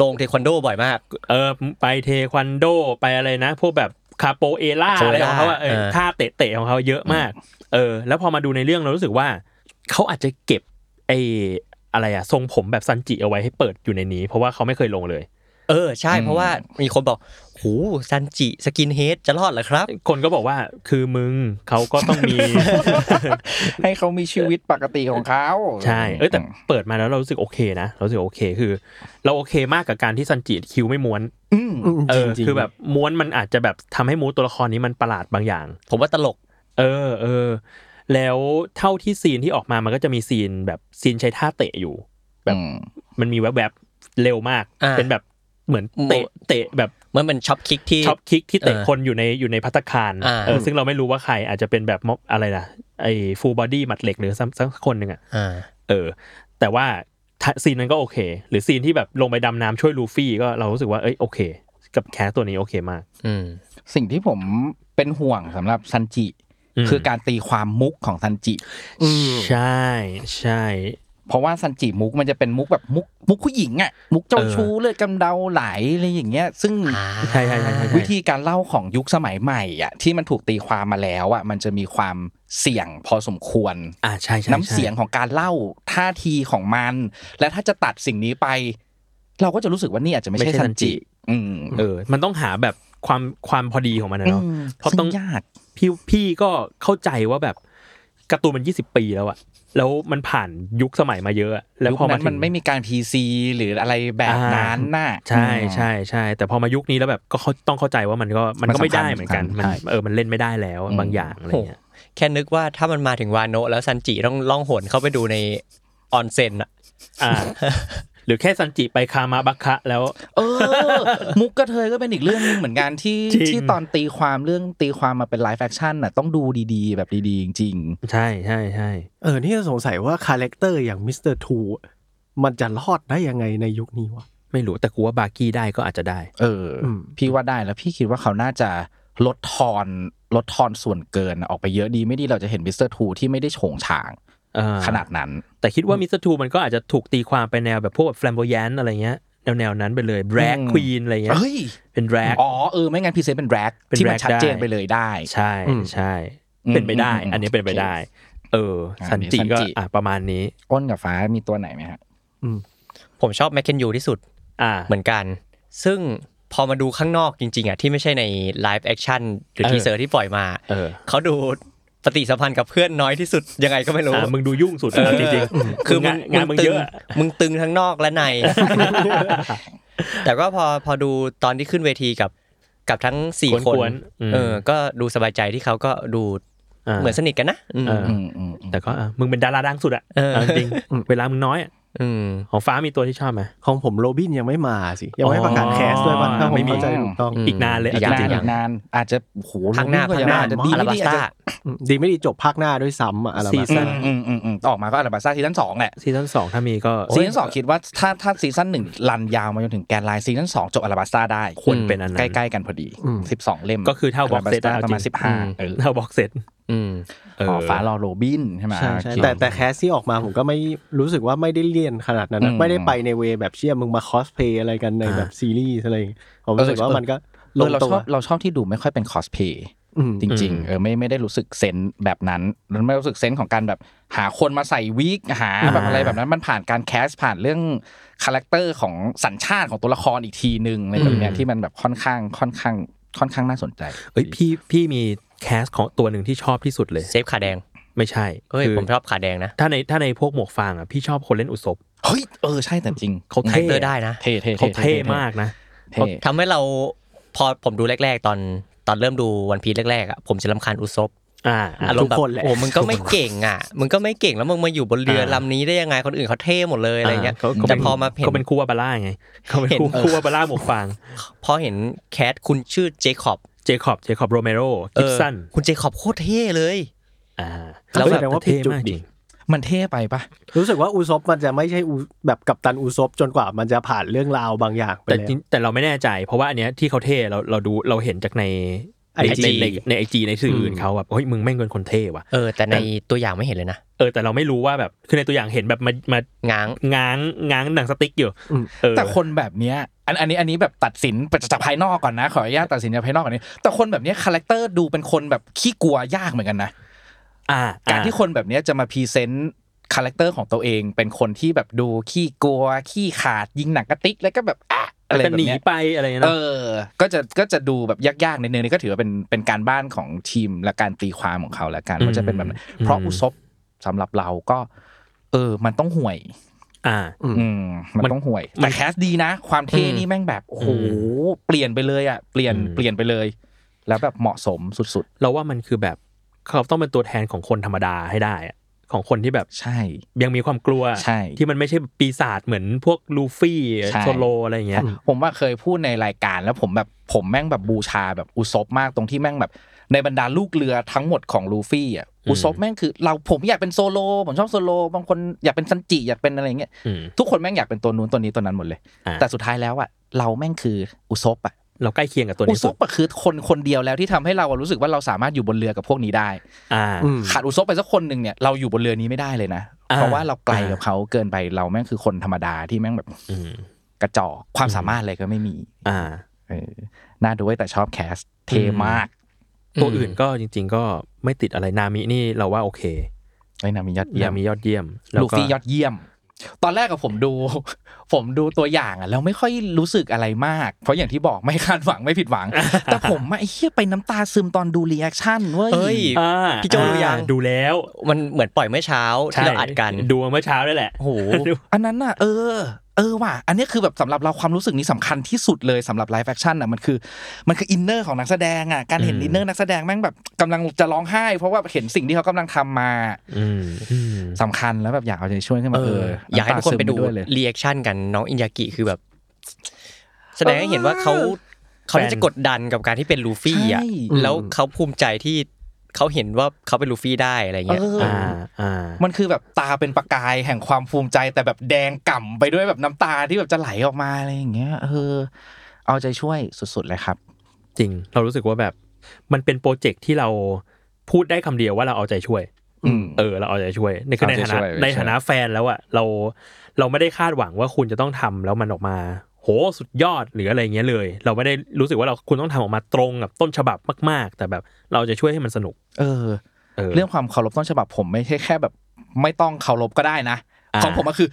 [SPEAKER 2] ลงเทควันโดบ่อยมาก
[SPEAKER 5] เออไปเทควันโดไปอะไรนะ พวกแบบคาโปเอล่า
[SPEAKER 2] คา
[SPEAKER 5] อะ
[SPEAKER 2] โปเอ
[SPEAKER 5] ไรข
[SPEAKER 2] ล่า
[SPEAKER 5] องเขาอะเออ
[SPEAKER 2] เออ
[SPEAKER 5] ท่าเตะๆของเขาเยอะมาก เออ แล้วพอมาดูในเรื่องเรารู้สึกว่าเขาอาจจะเก็บไอ้อะไรอะทรงผมแบบซันจิเอาไว้ให้เปิดอยู่ในนี้ เพราะว่าเขาไม่เคยลงเลย
[SPEAKER 2] เออใช่
[SPEAKER 4] อืม
[SPEAKER 2] เพราะว่ามีคนบอกหูซันจิสกินเฮดจะรอดเหรอครับ
[SPEAKER 5] คนก็บอกว่าคือมึงเขาก็ต้องมี
[SPEAKER 4] ให้เขามีชีวิตปกติของเขา
[SPEAKER 5] ใช่เอ้ยแต่เปิดมาแล้วเรารู้สึกโอเคนะเรารู้สึกโอเคคือ เราโอเคมากกับการที่ซันจิคิวไม่ม้วน
[SPEAKER 4] อืม
[SPEAKER 5] เออ
[SPEAKER 3] จริงๆ
[SPEAKER 5] คือแบบม้วนมันอาจจะแบบทำให้มูดตัวละครนี้มันประหลาดบางอย่าง
[SPEAKER 2] ผมว่าตลก
[SPEAKER 5] เออเออ แล้วเท่าที่ซีนที่ออกมามันก็จะมีซีนแบบซีนใช้ท่าเตะอยู่ แบบ
[SPEAKER 4] อืม
[SPEAKER 5] มันมีแวบๆเร็วมาก
[SPEAKER 2] อ่า
[SPEAKER 5] เป็นแบบเหมือนเตะ
[SPEAKER 2] โม
[SPEAKER 5] เตะแบบ
[SPEAKER 2] เหมันเป็นช็อปคิกที่
[SPEAKER 5] ช็อปคิกที่เตะ
[SPEAKER 2] เออ
[SPEAKER 5] คนอยู่ในอยู่ในพัตตาคาร
[SPEAKER 2] อ่า
[SPEAKER 5] เออซึ่งเราไม่รู้ว่าใครอาจจะเป็นแบบม็อบอะไรนะไอ้ฟูลบอดี้หมัดเหล็กหรือสักสักคนหนึ่งอ่ะ
[SPEAKER 2] อ่า
[SPEAKER 5] เออ แต่ว่าถ้าซีนนั้นก็โอเค หรือซีนที่แบบลงไปดำน้ำช่วยลูฟี่ก็เรารู้สึกว่าเอ้ยโอเค กับแคสตัวนี้โอเคมาก
[SPEAKER 2] อืม
[SPEAKER 4] สิ่งที่ผมเป็นห่วงสำหรับซันจิ
[SPEAKER 5] อืม
[SPEAKER 4] คือการตีความมุกของซันจิ
[SPEAKER 5] ใช่ใช่
[SPEAKER 4] เพราะว่าซันจิมุกมันจะเป็นมุกแบบมุกมุกผู้หญิงอะมุกเจ้าชู้เลือดกำเดาไหลอะไรอย่างเงี้ย ซึ่ง
[SPEAKER 2] อ่า
[SPEAKER 5] ใช่ใช่ใช่ใช่
[SPEAKER 4] วิธีการเล่าของยุคสมัยใหม่อะที่มันถูกตีความมาแล้วอะมันจะมีความเสี่ยงพอสมควร
[SPEAKER 5] อ่าใช่ใช่ใช่
[SPEAKER 4] น้ำเสียงของการเล่าท่าทีของมัน และถ้าจะตัดสิ่งนี้ไป เราก็จะรู้สึกว่านี่อาจจะไม่
[SPEAKER 5] ไม่
[SPEAKER 4] ใช่
[SPEAKER 5] ใช่
[SPEAKER 4] ซัน
[SPEAKER 5] ซันจิ
[SPEAKER 4] จิ อืม
[SPEAKER 5] เออ มันต้องหาแบบความความพอดีของมันนะเนาะ
[SPEAKER 4] อืม
[SPEAKER 5] เพราะ
[SPEAKER 4] ซึ่
[SPEAKER 5] ต้อง
[SPEAKER 4] ยาก
[SPEAKER 5] พี่พี่ก็เข้าใจว่าแบบการ์ตูนมัน 20 ปีแล้วอะแล้วมันผ่านยุคสมัยมาเยอะอะแล้ว
[SPEAKER 4] ยุค
[SPEAKER 5] พอมา
[SPEAKER 4] นั้น
[SPEAKER 5] ถึ
[SPEAKER 4] มัน
[SPEAKER 5] ง
[SPEAKER 4] ไม่มีการ PC หรืออะไรแบบนั้นน่ะ
[SPEAKER 5] ใช่ใช่ใช่ แต่พอมายุคนี้แล้วแบบก็เข้าต้องเข้าใจว่ามันก็มันก็
[SPEAKER 4] มันสำคัญ
[SPEAKER 5] ไม่ได้เหมือนกัน
[SPEAKER 4] สำคัญ
[SPEAKER 5] มัน
[SPEAKER 4] ใช่
[SPEAKER 5] เออมันเล่นไม่ได้แล้ว
[SPEAKER 4] อืม
[SPEAKER 5] บางอย่างอะไรเงี้ย
[SPEAKER 2] แค่นึกว่าถ้ามันมาถึงวานโนะแล้วซันจิต้องล่องหนเข้าไปดูในออนเซ็นอะ
[SPEAKER 5] อ่า หรือแค่ซันจิไปคามาบักคะแล้ว
[SPEAKER 4] เออ มุกกระเทยก็เป็นอีกเรื่องหนึงเหมือนกันที่
[SPEAKER 5] จริง
[SPEAKER 4] ที่ตอนตีความเรื่องตีความมาเป็นไลฟ์แฟคชั่นน่ะต้องดูดีๆ แบบดีๆ จริง
[SPEAKER 5] ใช่ใช่ใช่
[SPEAKER 3] เออนี่ก็สงสัยว่าคาแรคเตอร์อย่างมิสเตอร์ทูมันจะรอดได้ยังไงในยุคนี้วะ
[SPEAKER 5] ไม่รู้แต่กูว่าบาร์กี้ได้ก็อาจจะได้
[SPEAKER 4] ๆ เอออ
[SPEAKER 3] ม
[SPEAKER 4] พี่ว่าได้แล้วพี่คิดว่าเขาน่าจะลดทอนลดทอนส่วนเกินออกไปเยอะดีไม่ดีเราจะเห็นมิสเตอร์ทูที่ไม่ได้โฉงฉาง
[SPEAKER 5] เออ
[SPEAKER 4] ขนาดนั้น
[SPEAKER 5] แต่คิดว่ามิสเตอร์ทูมันก็อาจจะถูกตีความไปแนวแบบพวกแบบแฟลมโบยันอะไรเงี้ยแนวแนวๆนั้นไปเลยแร็ก
[SPEAKER 4] อืม
[SPEAKER 5] ควีนอะไรเงี้ย
[SPEAKER 4] เฮ้ย
[SPEAKER 5] เป็นแร็ก
[SPEAKER 4] อ๋อเออไม่งั้นพรีเซนต์เป็นแร็ก
[SPEAKER 5] เป็น
[SPEAKER 4] ที่มัน
[SPEAKER 5] rag
[SPEAKER 4] ชัดเจน
[SPEAKER 5] ได้
[SPEAKER 4] ไปเลยได้
[SPEAKER 5] ใช่
[SPEAKER 3] อืม
[SPEAKER 5] ใช่
[SPEAKER 4] อืม
[SPEAKER 5] เป็นไปได้
[SPEAKER 4] อืม
[SPEAKER 5] อันนี้เป็นไปได้ เออ
[SPEAKER 4] อ่ะ
[SPEAKER 5] สันจิ
[SPEAKER 4] อันนี้
[SPEAKER 5] ก็
[SPEAKER 4] สันจิ
[SPEAKER 5] อ่ะประมาณนี้
[SPEAKER 4] อ้นกับฟ้ามีตัวไหนไหมฮะ
[SPEAKER 2] ผมชอบแมคเคนยูที่สุด
[SPEAKER 5] อ่า
[SPEAKER 2] เหมือนกัน ซึ่งพอมาดูข้างนอกจริงๆอ่ะที่ไม่ใช่ในไลฟ์แอคชั่นหรือทีเซอร์ที่ปล่อยมา
[SPEAKER 5] เออ
[SPEAKER 2] เขาดูปฏิสัมพันธ์กับเพื่อนน้อยที่สุดยังไงก็ไม่รู้
[SPEAKER 5] อ่ะมึงดูยุ่งสุด
[SPEAKER 2] เออ
[SPEAKER 5] อ่ะจริงๆ
[SPEAKER 2] คือมึง
[SPEAKER 5] งานมึง
[SPEAKER 2] ตึ
[SPEAKER 5] เย
[SPEAKER 2] ง
[SPEAKER 5] อะ
[SPEAKER 2] มึงตึงทั้งนอก
[SPEAKER 5] (laughs)
[SPEAKER 2] และใน แต่ก็พอพอดูตอนที่ขึ้นเวทีกับกับทั้งสี่
[SPEAKER 5] ก
[SPEAKER 2] คน
[SPEAKER 5] วนๆม
[SPEAKER 2] เออ ก็ดูสบายใจที่เขาก็ดู
[SPEAKER 5] า
[SPEAKER 2] เหมือนสนิทกันนะอืม
[SPEAKER 5] เออ
[SPEAKER 4] อืมอืมอืม
[SPEAKER 5] แต่ก็อ่ะมึงเป็นดาราดังสุดอ่ะ
[SPEAKER 2] เออ
[SPEAKER 5] เอาจริงๆเวลามึงน้อยอ่ะ
[SPEAKER 2] อืม
[SPEAKER 5] ของฟ้ามีตัวที่ชอบไหม
[SPEAKER 3] ของผมโรบินยังไม่มาสิ ยังไม่ประกาศแคสด้วยมั้งถ้าผม
[SPEAKER 5] ไม่มี
[SPEAKER 3] เข้าใจถูกต้อง
[SPEAKER 2] อืม
[SPEAKER 5] อีกนานเลย
[SPEAKER 4] อีก
[SPEAKER 5] เอา
[SPEAKER 4] นาน
[SPEAKER 5] จริงๆ
[SPEAKER 4] อี
[SPEAKER 5] อ่ะ
[SPEAKER 4] กนานอาจจะโอ้โห
[SPEAKER 2] พังหน้า
[SPEAKER 4] ลู
[SPEAKER 2] พั
[SPEAKER 4] ก
[SPEAKER 2] ง
[SPEAKER 4] ก็
[SPEAKER 2] หน้า
[SPEAKER 4] อาจจะดี
[SPEAKER 2] อาราบั
[SPEAKER 4] ไม่ดี
[SPEAKER 2] ส
[SPEAKER 4] อาจ
[SPEAKER 2] ต้า
[SPEAKER 4] จะ
[SPEAKER 3] อืมดีไม่ดีจบภาคหน้าด้วยซ้ำอะอะไร
[SPEAKER 5] ซี
[SPEAKER 3] แบบ
[SPEAKER 5] ซั่น
[SPEAKER 4] อืมอืมอืมออกมาก็อาราบาซ่าซีซั่นสองแหละ
[SPEAKER 5] ซีซั่นสองถ้ามีก็
[SPEAKER 4] ซีซั่นสองคิดว่าถ้าถ้าซีซั่นหนึ่งรันยาวมาจนถึงแกนไลน์ซีซั่นสองจบอาราบาซ่าได้
[SPEAKER 5] ควรเป็นอันนั้น
[SPEAKER 4] ใกล้ๆกันพอดีสิบสองเล่ม
[SPEAKER 5] ก็คือเท่าบ็อกเซต
[SPEAKER 4] าราบาซ่าประมา
[SPEAKER 5] เอจ
[SPEAKER 4] ณ
[SPEAKER 5] ง
[SPEAKER 4] สิบห้า
[SPEAKER 5] อืม
[SPEAKER 4] เออ
[SPEAKER 5] เท่าบ็อกเซต
[SPEAKER 2] อืม
[SPEAKER 5] เออ
[SPEAKER 4] อ๋อฟ้ารอโรบินใช่ไหม
[SPEAKER 3] ใช่ใช่
[SPEAKER 4] โอเค
[SPEAKER 3] แต่แต่แคสที่ออกมาผมก็ไม่รู้สึกว่าไม่ได้เลี่ยนขนาดนั้นนะ
[SPEAKER 4] อืม
[SPEAKER 3] ไม่ได้ไปในเวแบบเชี่ยมึงมาคอสเพย์อะไรกันในแบบซีรีส์อะไรอย่างเงี้ยผมรู้สึก
[SPEAKER 4] เออ
[SPEAKER 3] ว่ามันก็ล
[SPEAKER 4] เอง อเรา
[SPEAKER 3] ตั
[SPEAKER 4] ช
[SPEAKER 3] ว
[SPEAKER 4] อบเราชอบที่ดูไม่ค่อยเป็นคอสเพย์
[SPEAKER 3] อืม
[SPEAKER 4] จริงๆ เออไม่ไม่ได้รู้สึกเซนส์แบบนั้นแล้วไม่รู้สึกเซนส์ของการแบบหาคนมาใส่วิกหาแบบอะไรแบบนั้นมันผ่านการแคสผ่านเรื่องคาแรคเตอร์ของสัญชาติของตัวละครอีกทีหนึ่งอะไรแบบเนี้ยที่มันแบบค่อนข้างค่อนข้างค่อนข้างน่าสนใจ
[SPEAKER 5] เอ้ยพี่พี่มีแคสของตัวหนึ่งที่ชอบที่สุดเลย
[SPEAKER 2] เซฟขาแดง
[SPEAKER 5] ไม่ใช่
[SPEAKER 2] เอ้ย
[SPEAKER 5] คือ
[SPEAKER 2] ผมชอบขาแดงนะ
[SPEAKER 5] ถ้าในถ้าในพวกหมวกฟางอ่ะพี่ชอบคนเล่นอุศบ
[SPEAKER 4] เฮ้ยเออใช่แต่จริง
[SPEAKER 5] เขา
[SPEAKER 2] ไท
[SPEAKER 5] ท่
[SPEAKER 2] เตอร์ได้นะ
[SPEAKER 4] เท่เท่
[SPEAKER 5] เขาเท่มากนะ
[SPEAKER 4] เท่
[SPEAKER 2] ทำให้เราพอผมดูแรก ๆ ตอนตอนเริ่มดูวันพีซแรกๆอะผมจะลำคาญอุซบ
[SPEAKER 5] อ่า
[SPEAKER 2] อารมณ์
[SPEAKER 3] ทุ
[SPEAKER 2] แบบ
[SPEAKER 3] กคนแหละ
[SPEAKER 2] โอ้มึงก็ไม่เก่งอ่ะมึงก็ไม่เก่งแล้วมึงมาอยู่บนเรืออา ลำนี้ได้ยังไงคนอื่นเขาเท่หมดเลยอะไรเงี้ย
[SPEAKER 3] เขาเขา
[SPEAKER 2] แต่
[SPEAKER 3] เป็น
[SPEAKER 2] พอมาเห็น
[SPEAKER 5] เขาเป็นคู่วาบาร่าไงเขาเป็นคู่
[SPEAKER 2] เห็น
[SPEAKER 5] คู่วาบาร่าหมวกฟาง
[SPEAKER 2] พอเห็นแคทคุณชื่อเจคอบ
[SPEAKER 5] เจคอบเจคอบโรเมโรกิฟสัน
[SPEAKER 2] คุณเจคอบโคตรเท่เลย
[SPEAKER 5] อ่า
[SPEAKER 2] แล้ว
[SPEAKER 5] เฮ้ย
[SPEAKER 3] แสดงว่าผิดจุด
[SPEAKER 5] เท่มกจริ
[SPEAKER 3] ดิ
[SPEAKER 5] ง
[SPEAKER 4] มันเท่ไปปะ
[SPEAKER 3] รู้สึกว่าอูซบมันจะไม่ใช่อูแบบกัปตันอูซบจนกว่ามันจะผ่านเรื่องราวบางอย่างไป
[SPEAKER 5] แต่
[SPEAKER 3] แล้ว
[SPEAKER 5] จริงแต่เราไม่แน่ใจ เพราะว่าอันเนี้ยที่เขาเท่เราเราดูเราเห็นจากใน
[SPEAKER 3] IG
[SPEAKER 5] ในในในไอจีในสื่ออื่น
[SPEAKER 3] อืม
[SPEAKER 5] เขาแบบเฮ้ยมึงแม่งเป็นคนเท่ว่ะ
[SPEAKER 2] เออ แต่ในตัวอย่างไม่เห็นเลยนะ
[SPEAKER 5] เออแต่เราไม่รู้ว่าแบบคือในตัวอย่างเห็นแบบมามา
[SPEAKER 2] ง้าง
[SPEAKER 5] ง้างง้างหนังสติ๊กอยู่
[SPEAKER 3] อืม
[SPEAKER 5] เออ
[SPEAKER 4] แต่คนแบบเนี้ยอันอันนี้อันนี้แบบตัดสินจากภายนอกก่อนนะขออนุญาตตัดสินจากภายนอกก่อนนี้แต่คนแบบเนี้ยคาแรคเตอร์ดูเป็นคนแบบขี้กลัวยากเหมือนกันนะ
[SPEAKER 5] อ่า
[SPEAKER 4] การที่คนแบบเนี้ยจะมาพรีเซนต์คาแรคเตอร์ของตัวเอง เป็นคนที่แบบดูขี้กลัวขี้ขาดยิงหนังกระติกแล้วก็แบบอะอะไร
[SPEAKER 5] จะ
[SPEAKER 4] แบบ
[SPEAKER 5] หนี
[SPEAKER 4] เนี้ย
[SPEAKER 5] ไปอะไรเงี้ย
[SPEAKER 4] เอ
[SPEAKER 5] เนาะ
[SPEAKER 4] อ ก็จะก็จะดูแบบยากๆในดนึงนี่ก็ถือว่าเป็นเป็นการบ้านของทีมและการตีความของเขาและกันว่าจะเป็นแบบไหนเพราะอุซบสำหรับเราก็ เออ มันต้องห่วย
[SPEAKER 5] อ่า
[SPEAKER 4] อืมมัน
[SPEAKER 5] มัน
[SPEAKER 4] ต้องห่วย
[SPEAKER 5] มั
[SPEAKER 4] แต่
[SPEAKER 5] น
[SPEAKER 4] แคสดีนะ ความเท่
[SPEAKER 2] อืม
[SPEAKER 4] นี่แม่งแบบโอ้โห
[SPEAKER 5] อื
[SPEAKER 4] เปลี่ยนไปเลยอ่ะเปลี่ยน
[SPEAKER 5] อืม
[SPEAKER 4] เปลี่ยนไปเลย แล้วแบบเหมาะสมสุด
[SPEAKER 5] เราว่ามันคือแบบเขาต้องเป็นตัวแทนของคนธรรมดาให้ได้อะของคนที่แบบ
[SPEAKER 4] ๆ ใช่
[SPEAKER 5] ยังมีความกลัว
[SPEAKER 4] ใช่
[SPEAKER 5] ที่มันไม่ใช่ปีศาจเหมือนพวกลูฟี่
[SPEAKER 4] ใช่
[SPEAKER 5] โซโลอะไรเงี้ย
[SPEAKER 4] ผมว่าเคยพูดในรายการแล้วผมแบบผมแม่งแบบบูชาแบบอุซบมากตรงที่แม่งแบบ ในบรรดาลูกเรือทั้งหมดของลูฟี่อ่ะ
[SPEAKER 5] อืม
[SPEAKER 4] อุซบแม่งคือ เราผมอยากเป็นโซโลผมชอบโซโลบางคนอยากเป็นซันจิอยากเป็นอะไรเงี้ย
[SPEAKER 5] อืม
[SPEAKER 4] ทุกคนแม่งอยากเป็นตัวนู้นตัวนี้ตัวนั้นหมดเลย
[SPEAKER 5] อ่า
[SPEAKER 4] แต่สุดท้ายแล้วอ่ะเราแม่งคืออุซบอ่ะ
[SPEAKER 5] เราใกล้เคียงกับตัว
[SPEAKER 4] อุ
[SPEAKER 5] นี้
[SPEAKER 4] ซ
[SPEAKER 5] สุด
[SPEAKER 4] บอ่ะคือคนคนเดียวแล้วที่ทำให้เราอะรู้สึกว่าเราสามารถอยู่บนเรือกับพวกนี้ได้
[SPEAKER 5] อ่า
[SPEAKER 3] อืม
[SPEAKER 4] ขาดอุซบไปสักคนหนึ่งเนี่ยเราอยู่บนเรือนี้ไม่ได้เลยนะ
[SPEAKER 5] อ่า
[SPEAKER 4] เพราะว่าเราไกลกับเขาเกินไปเราแม่งคือคนธรรมดาที่แม่งแบบ
[SPEAKER 5] อืม
[SPEAKER 4] กระจอกความสามารถอะไรก็ไม่มี
[SPEAKER 5] อ่า
[SPEAKER 4] เออน่าดูไว้ยแต่ชอบแคส เทมาก
[SPEAKER 5] ตัวอื่นก็จริง ๆ ก็ไม่ติดอะไรนามินี่เราว่าโอเค
[SPEAKER 4] ไอ้ยนามิยอดเยี่ย
[SPEAKER 5] ยามมียอดเยี่ยมแวก็
[SPEAKER 4] ลูฟี่ยอดเยี่ยม ตอนแรกกับผมดู (laughs) ผมดูตัวอย่างอะแล้วไม่ค่อยรู้สึกอะไรมาก เพราะอย่างที่บอกไม่คาดหวังไม่ผิดหวัง แต่ผมอะไอ้เหี้ยไปน้ำตาซึมตอนดูรีแอคชั่นเว้ย
[SPEAKER 2] เอ้ย
[SPEAKER 5] อ่า
[SPEAKER 2] พี่โจ้ดูยัง
[SPEAKER 5] ดูแล้ว
[SPEAKER 2] มันเหมือนปล่อยเมื่อเช้าที่เราอัดกัน
[SPEAKER 5] ใช่ดูมาเมื่อเช้าด้วยแหละ
[SPEAKER 2] โอ้โห
[SPEAKER 4] อันนั้นน่ะเออ เออว่ะอันเนี้ยคือแบบสำหรับเราความรู้สึกนี้สำคัญที่สุดเลยสำหรับไลฟ์แฟคชั่นอ่ะมันคือมันคืออินเนอร์ของนักแสดงอ่ะการเห็น
[SPEAKER 5] อืม
[SPEAKER 4] อินเนอร์นักแสดงแม่งแบบกำลังจะร้องไห้ เพราะว่าเห็นสิ่งที่เขากำลังทำมา
[SPEAKER 5] อืมอืม
[SPEAKER 4] สำคัญแล้วแบบอยากเอาใจช่วยขึ้นมาเออ
[SPEAKER 2] อยากให้ทุกคนไปดู
[SPEAKER 4] ำตาซึมด้วยเลย
[SPEAKER 2] รีแอคชั่นกันน้องอินยากิคือแบบ แสดงให้เห็นว่าเขาเขาน่าจะกดดันกับการที่เป็นลูฟี่อ่ะ
[SPEAKER 4] ใช่
[SPEAKER 2] แล้วเขาภูมิใจที่เขาเห็นว่าเขาเป็นลูฟี่ได้อะไร
[SPEAKER 4] เอ
[SPEAKER 2] เงี้ย
[SPEAKER 4] อ
[SPEAKER 5] อ่าอ่า
[SPEAKER 4] มันคือแบบตาเป็นประกายแห่งความภูมิใจแต่แบบแดงก่ำไปด้วยแบบน้ำตาที่แบบจะไหลออกมาอะไรอย่างเงี้ยเออ เอาใจช่วยสุดๆเลยครับ
[SPEAKER 5] จริง เรารู้สึกว่าแบบ มันเป็นโปรเจกต์ที่เราพูดได้คำเดียวว่าเราเอาใจช่วย
[SPEAKER 4] อืม
[SPEAKER 5] เออเราเอาใจช่วยในคือใน
[SPEAKER 4] เอาใจ
[SPEAKER 5] ฐา
[SPEAKER 4] ช่
[SPEAKER 5] นะ
[SPEAKER 4] วย
[SPEAKER 5] ในฐานะแฟนแล้วอะเราเราไม่ได้คาดหวังว่าคุณจะต้องทำแล้วมันออกมา โหสุดยอดหรืออะไรเงี้ยเลย เราไม่ได้รู้สึกว่าเราคุณต้องทำออกมาตรงกับต้นฉบับมาก ๆ แต่แบบเราจะช่วยให้มันสนุก
[SPEAKER 4] เออ
[SPEAKER 5] เออ
[SPEAKER 4] เรื่องความเคารพต้นฉบับผมไม่ใช่แค่แบบ ไม่ต้องเคารพก็ได้นะ
[SPEAKER 5] อ่า
[SPEAKER 4] ของผมก็คือ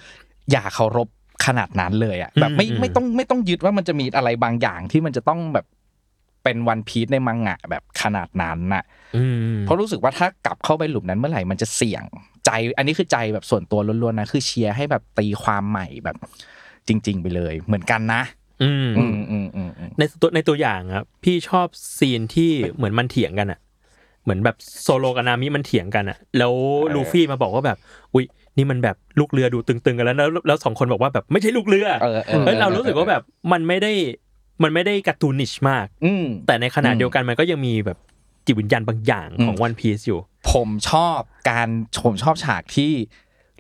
[SPEAKER 4] อย่าเคารพขนาดนั้นเลยอ่ะแบบไม่
[SPEAKER 5] อืม
[SPEAKER 4] ไม่ต้องไม่ต้องยึดว่ามันจะมีอะไรบางอย่างที่มันจะต้องแบบเป็นวันพีซในมังงะแบบขนาดนั้นน่ะ
[SPEAKER 5] อืม
[SPEAKER 4] เพราะรู้สึกว่าถ้ากลับเข้าไปหลุมนั้นเมื่อไหร่มันจะเสี่ยง ใจ อันนี้คือใจแบบส่วนตัวล้วนๆนะคือเชียร์ให้แบบตีความใหม่แบบจริง ๆ ไปเลยเหมือนกันนะ
[SPEAKER 5] อืม
[SPEAKER 4] อืมอืมอืมอืม
[SPEAKER 5] ในตัวในตัวอย่างครับพี่ชอบซีนที่เหมือนมันเถียงกันอะเหมือนแบบโซโลกับนามิมันเถียงกันอะแล้วลูฟี่มาบอกว่าแบบ อุ้ยนี่มันแบบลูกเรือดูตึงๆกันแล้วแล้วแล้วสองคนบอกว่าแบบไม่ใช่ลูกเรือ
[SPEAKER 4] เออเออ
[SPEAKER 5] เฮ้ยเรา
[SPEAKER 4] เออ
[SPEAKER 5] รู้สึกว่า
[SPEAKER 4] เออ
[SPEAKER 5] แบบมันไม่ได้มันไม่ได้การ์ตูนิชมาก
[SPEAKER 4] อืม
[SPEAKER 5] แต่ในขณะ
[SPEAKER 4] อืม
[SPEAKER 5] เดียวกันมันก็ยังมีแบบจิตวิญญาณบางอย่างของ
[SPEAKER 4] อืม
[SPEAKER 5] วันพีซอยู่
[SPEAKER 4] ผมชอบการผมชอบฉากที่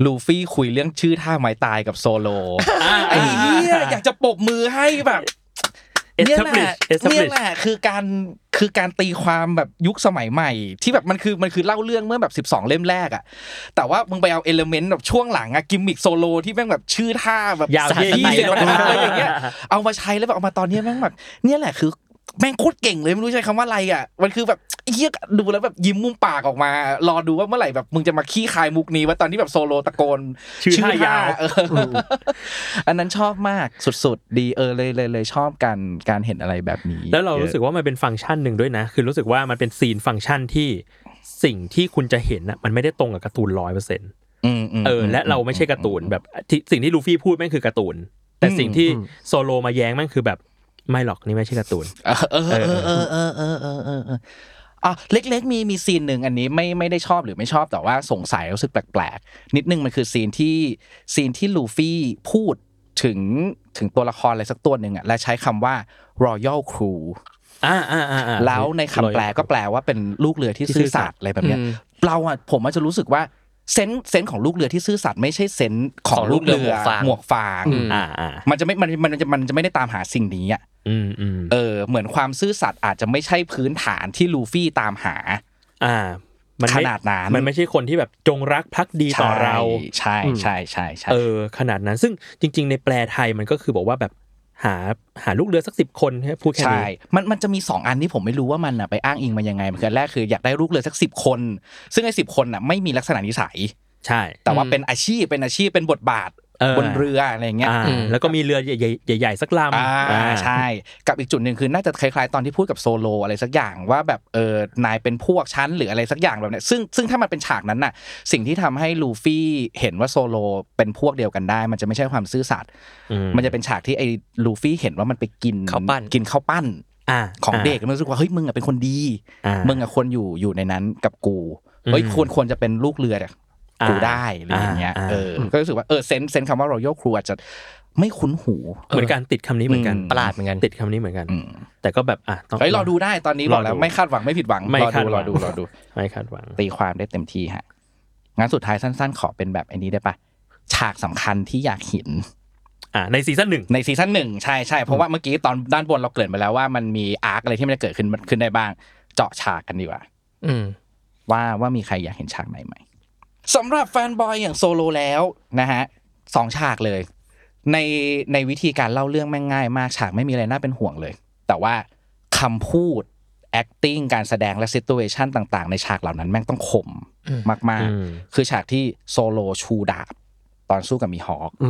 [SPEAKER 4] ลูฟี่คุยเรื่องชื่อท่าไม้ตายกับโซโลไอ้เหี้ยอยากจะปรบมือให้แบบเนี่ยแหละ
[SPEAKER 5] Establish Establish
[SPEAKER 4] เนี่ยแหละคือการคือการตีความแบบยุคสมัยใหม่ ที่แบบมันคือมันคือเล่าเรื่องเมื่อแบบ 12 เล่มแรกอะแต่ว่ามึงไปเอาเอลเมนต์แบบช่วงหลังอะกิมมิคโซโลที่แม่งแบบชื่อท่าแบบ
[SPEAKER 5] ยาว
[SPEAKER 4] ส
[SPEAKER 5] เหี้ย
[SPEAKER 4] ยี่สิบ
[SPEAKER 5] ยาว
[SPEAKER 4] ท่าอะไรอย่างเงี้ย เอามาใช้แล้วแบบเอามาตอนเนี้ยแม่งแบบเนี่ยแหละคือแม่งโคตรเก่งเลยไม่รู้ใช้คำว่าอะไรอ่ะมันคือแบบเยียดูแล้วแบบยิ้มมุมปากออกมา รอดูว่าเมื่อไหร่แบบมึงจะมาขี้คายมุกนี้ว่าตอนที่แบบโซโลตะโกน
[SPEAKER 5] ชื่อท่ายาว
[SPEAKER 4] เออออันนั้นชอบมากสุดๆ ดีเออเลยเลยเลยชอบการการเห็นอะไรแบบนี้
[SPEAKER 5] แล้วเรารู้สึกว่ามันเป็นฟังก์ชันหนึ่งด้วยนะ คือรู้สึกว่ามันเป็นซีนฟังก์ชันที่สิ่งที่คุณจะเห็นน่ะมันไม่ได้ตรงกับการ์ตูนร้อยเปอร์เซ็นต์
[SPEAKER 4] มม
[SPEAKER 5] เออและเราไม่ใช่การ์ตูนแบบที่สิ่งที่ลูฟี่พูดแม่งคือการ์ตูน แต่สิ่งที่
[SPEAKER 3] อืม
[SPEAKER 5] โซโลมาแย้งแม่งคือแบบไม่หรอกนี่ไม่ใช่การ์ตูน
[SPEAKER 4] เออเออเออเออเออเออเออเออ อ่ะเล็ก ๆ มีมีซีนหนึ่งอันนี้ไม่ไม่ได้ชอบหรือไม่ชอบแต่ว่าสงสัยรู้สึกแปลกๆนิดนึงมันคือซีนที่ซีนที่ลูฟี่พูดถึงถึงตัวละครอะไรสักตัวหนึ่งอ่ะและใช้คำว่า royal crew
[SPEAKER 5] อ่าอ่าอ่าอ่า
[SPEAKER 4] แล้วในคำแปลก็แปลว่าเป็นลูกเรือที่ซื่อสัตย์อะไรแบบเนี้ย
[SPEAKER 2] อืม
[SPEAKER 4] เราอ่ะผมอาจจะรู้สึกว่าเซนส์เซนส์ของลูกเรือที่ซื่อสัตย์ไม่ใช่เซนส์ขอ
[SPEAKER 2] ข
[SPEAKER 4] ง
[SPEAKER 2] องลู
[SPEAKER 4] ลูก
[SPEAKER 2] กเรื
[SPEAKER 4] เรือ อห
[SPEAKER 2] หม
[SPEAKER 4] มว
[SPEAKER 2] ว
[SPEAKER 4] ก
[SPEAKER 2] ก
[SPEAKER 4] ฟาง
[SPEAKER 2] อืม
[SPEAKER 5] อ่าอ่า
[SPEAKER 4] มันจะไม่มันมันจะมันจะไม่ได้ตามหาสิ่งนี้อ่ะ
[SPEAKER 5] อืมอืม
[SPEAKER 4] เออเหมือนความซื่อสัตย์อาจจะไม่ใช่พื้นฐานที่ลูฟี่ตามหา
[SPEAKER 5] อ่า มั
[SPEAKER 4] ข
[SPEAKER 5] ไม่
[SPEAKER 4] นาดนั้น
[SPEAKER 5] มันไม่ใช่คนที่แบบจงรักภักดีต่อเรา
[SPEAKER 4] ใช่ใช่ใช่ใช่
[SPEAKER 5] เอ
[SPEAKER 4] ใช่
[SPEAKER 5] อขนาดนั้นซึ่งจริง ๆ ในแปลไทยมันก็คือบอกว่าแบบหาหาลูกเรือสักสิบคนแค่พูดแค่
[SPEAKER 4] ใช่
[SPEAKER 5] นี้
[SPEAKER 4] มันมันจะมี 2 อันที่ผมไม่รู้ว่ามันอ่ะไปอ้างอิงมายังไงมันคือแรกคืออยากได้ลูกเรือสักสิบคน ซึ่งไอ้สิบคนอ่ะไม่มีลักษณะนิสัย
[SPEAKER 5] ใช่
[SPEAKER 4] แต่ว่าเป็นอาชีพเป็นอาชีพเป็นบทบาทบนเรืออะไรอย่างเงี้ย
[SPEAKER 5] อ่า
[SPEAKER 2] อืม
[SPEAKER 5] แล้วก็มีเรือใหญ่ๆใหญ่ๆสักลำ
[SPEAKER 4] อ่า
[SPEAKER 5] อ่า
[SPEAKER 4] ใช่ กับอีกจุดหนึ่งคือน่าจะคล้ายๆตอนที่พูดกับโซโลอะไรสักอย่างว่าแบบเออนายเป็นพวกชั้นหรืออะไรสักอย่างแบบเนี้ยซึ่งซึ่งถ้ามันเป็นฉากนั้นน่ะ สิ่งที่ทำให้ลูฟี่เห็นว่าโซโลเป็นพวกเดียวกันได้ มันจะไม่ใช่ความซื่อสัตย์
[SPEAKER 5] อื
[SPEAKER 4] มันจะเป็นฉากที่ไอ้ลูฟี่เห็นว่ามันไปกิน
[SPEAKER 2] ข้าวปั้น
[SPEAKER 4] กินข้าวปั้น
[SPEAKER 5] อ่า
[SPEAKER 4] ของเด็กแล้วมันรู้สึกว่าเฮ้ยมึงอะเป็นคนดี
[SPEAKER 5] อ่า
[SPEAKER 4] มึงอะควรอยู่อยู่ในนั้นกับกูเฮ้ย
[SPEAKER 5] อืม
[SPEAKER 4] ควรควรจะเป็นลูกเรือเนี่ย
[SPEAKER 5] อ่า
[SPEAKER 4] กูได้อะไรอย่างเงี้ย
[SPEAKER 5] อ่า
[SPEAKER 4] เออก็รู้สึกว่าเออเซนส์เซนส์คำว่า royal crew อาจจะไม่คุ้นหู
[SPEAKER 5] เหมือนกันติดคำนี้เหมือนกัน
[SPEAKER 4] อืม
[SPEAKER 2] ประหลาดเหมือนกัน
[SPEAKER 5] ติดคำนี้เหมือนกัน
[SPEAKER 4] อืม
[SPEAKER 5] แต่ก็แบบอ่ะต้อง
[SPEAKER 4] เฮ้ยรอดูได้ตอนนี้บอกแล้
[SPEAKER 5] ร
[SPEAKER 4] ว
[SPEAKER 5] อดู
[SPEAKER 4] ไม่คาดหวังไม่ผิดหวัง
[SPEAKER 5] ไม่
[SPEAKER 4] รอ
[SPEAKER 5] คา
[SPEAKER 4] ดู
[SPEAKER 5] ดห
[SPEAKER 4] ร
[SPEAKER 5] วั
[SPEAKER 4] อง ดูรอดู
[SPEAKER 5] ไม่คาดหวัง
[SPEAKER 4] (laughs) ตีความได้เต็มที่ฮะงานสุดท้ายสั้น ๆ ขอเป็นแบบไอ้นี้ได้ปะฉากสำคัญที่อยากเห็น
[SPEAKER 5] อ่าในซีซั่นหนึ่ง
[SPEAKER 4] ในซีซั่นหนึ่งใช่ใช่เพราะว่าเมื่อกี้ตอนด้านบนเราเกริ่นไปแล้วว่ามันมีอาร์คอะไรที่มันจะเกิดขึ้นขึ้นได้บ้าง เจาะฉากกันดีกว่า
[SPEAKER 2] อืม
[SPEAKER 4] ว่าว่ามีใครอยากเห็นฉากไหนไหมสำหรับแฟนบอยอย่างโซโลแล้วนะฮะสองฉากเลย ในในวิธีการเล่าเรื่องแม่งง่ายมากฉากไม่มีอะไรน่าเป็นห่วงเลย แต่ว่าคำพูด acting การแสดงและ situation ต่างๆ ในฉากเหล่านั้นแม่งต้องคม
[SPEAKER 2] อืม
[SPEAKER 4] มาก
[SPEAKER 5] อืม
[SPEAKER 4] ๆ คือฉากที่โซโลชูดาบตอนสู้กับมีฮอค
[SPEAKER 3] อื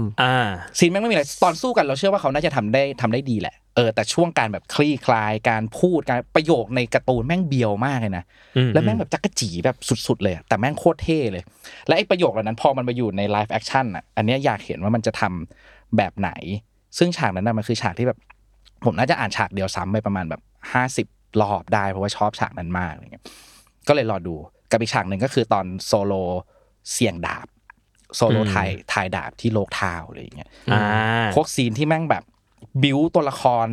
[SPEAKER 3] ม
[SPEAKER 5] อ่า
[SPEAKER 4] ซีนแม่งไม่มีอะไรตอนสู้กันเราเชื่อว่าเขาน่าจะทำได้ทำได้ดีแหละเออแต่ช่วงการแบบคลี่คลายการพูดการประโยคในการ์ตูนแม่งเบียวมากเลยนะ
[SPEAKER 5] อืม
[SPEAKER 4] แล้วแม่งแบบจักรจีแบบสุดๆเลยอะแต่แม่งโคตรเท่เลย และไอ้ประโยคเหล่านั้นพอมันมาอยู่ในไลฟ์แอคชั่นอ่ะอันเนี้ยอยากเห็นว่ามันจะทำแบบไหน ซึ่งฉากนั้นนะมันคือฉากที่แบบ ผมน่าจะอ่านฉากเดียวซ้ำไปประมาณแบบห้าสิบ50รอบได้เพราะว่าชอบฉากนั้นมากอะไรเงี้ยก็เลยรอดูกับอีกฉากหนึ่งก็คือตอนโซโลเสี่ยงดาบโซโลไทยไทยดาบที่โลกทาวน์อะไรอย่างเงี้ย
[SPEAKER 5] อ่า
[SPEAKER 4] พวกซีนที่แม่งแบบบิวตัวละคร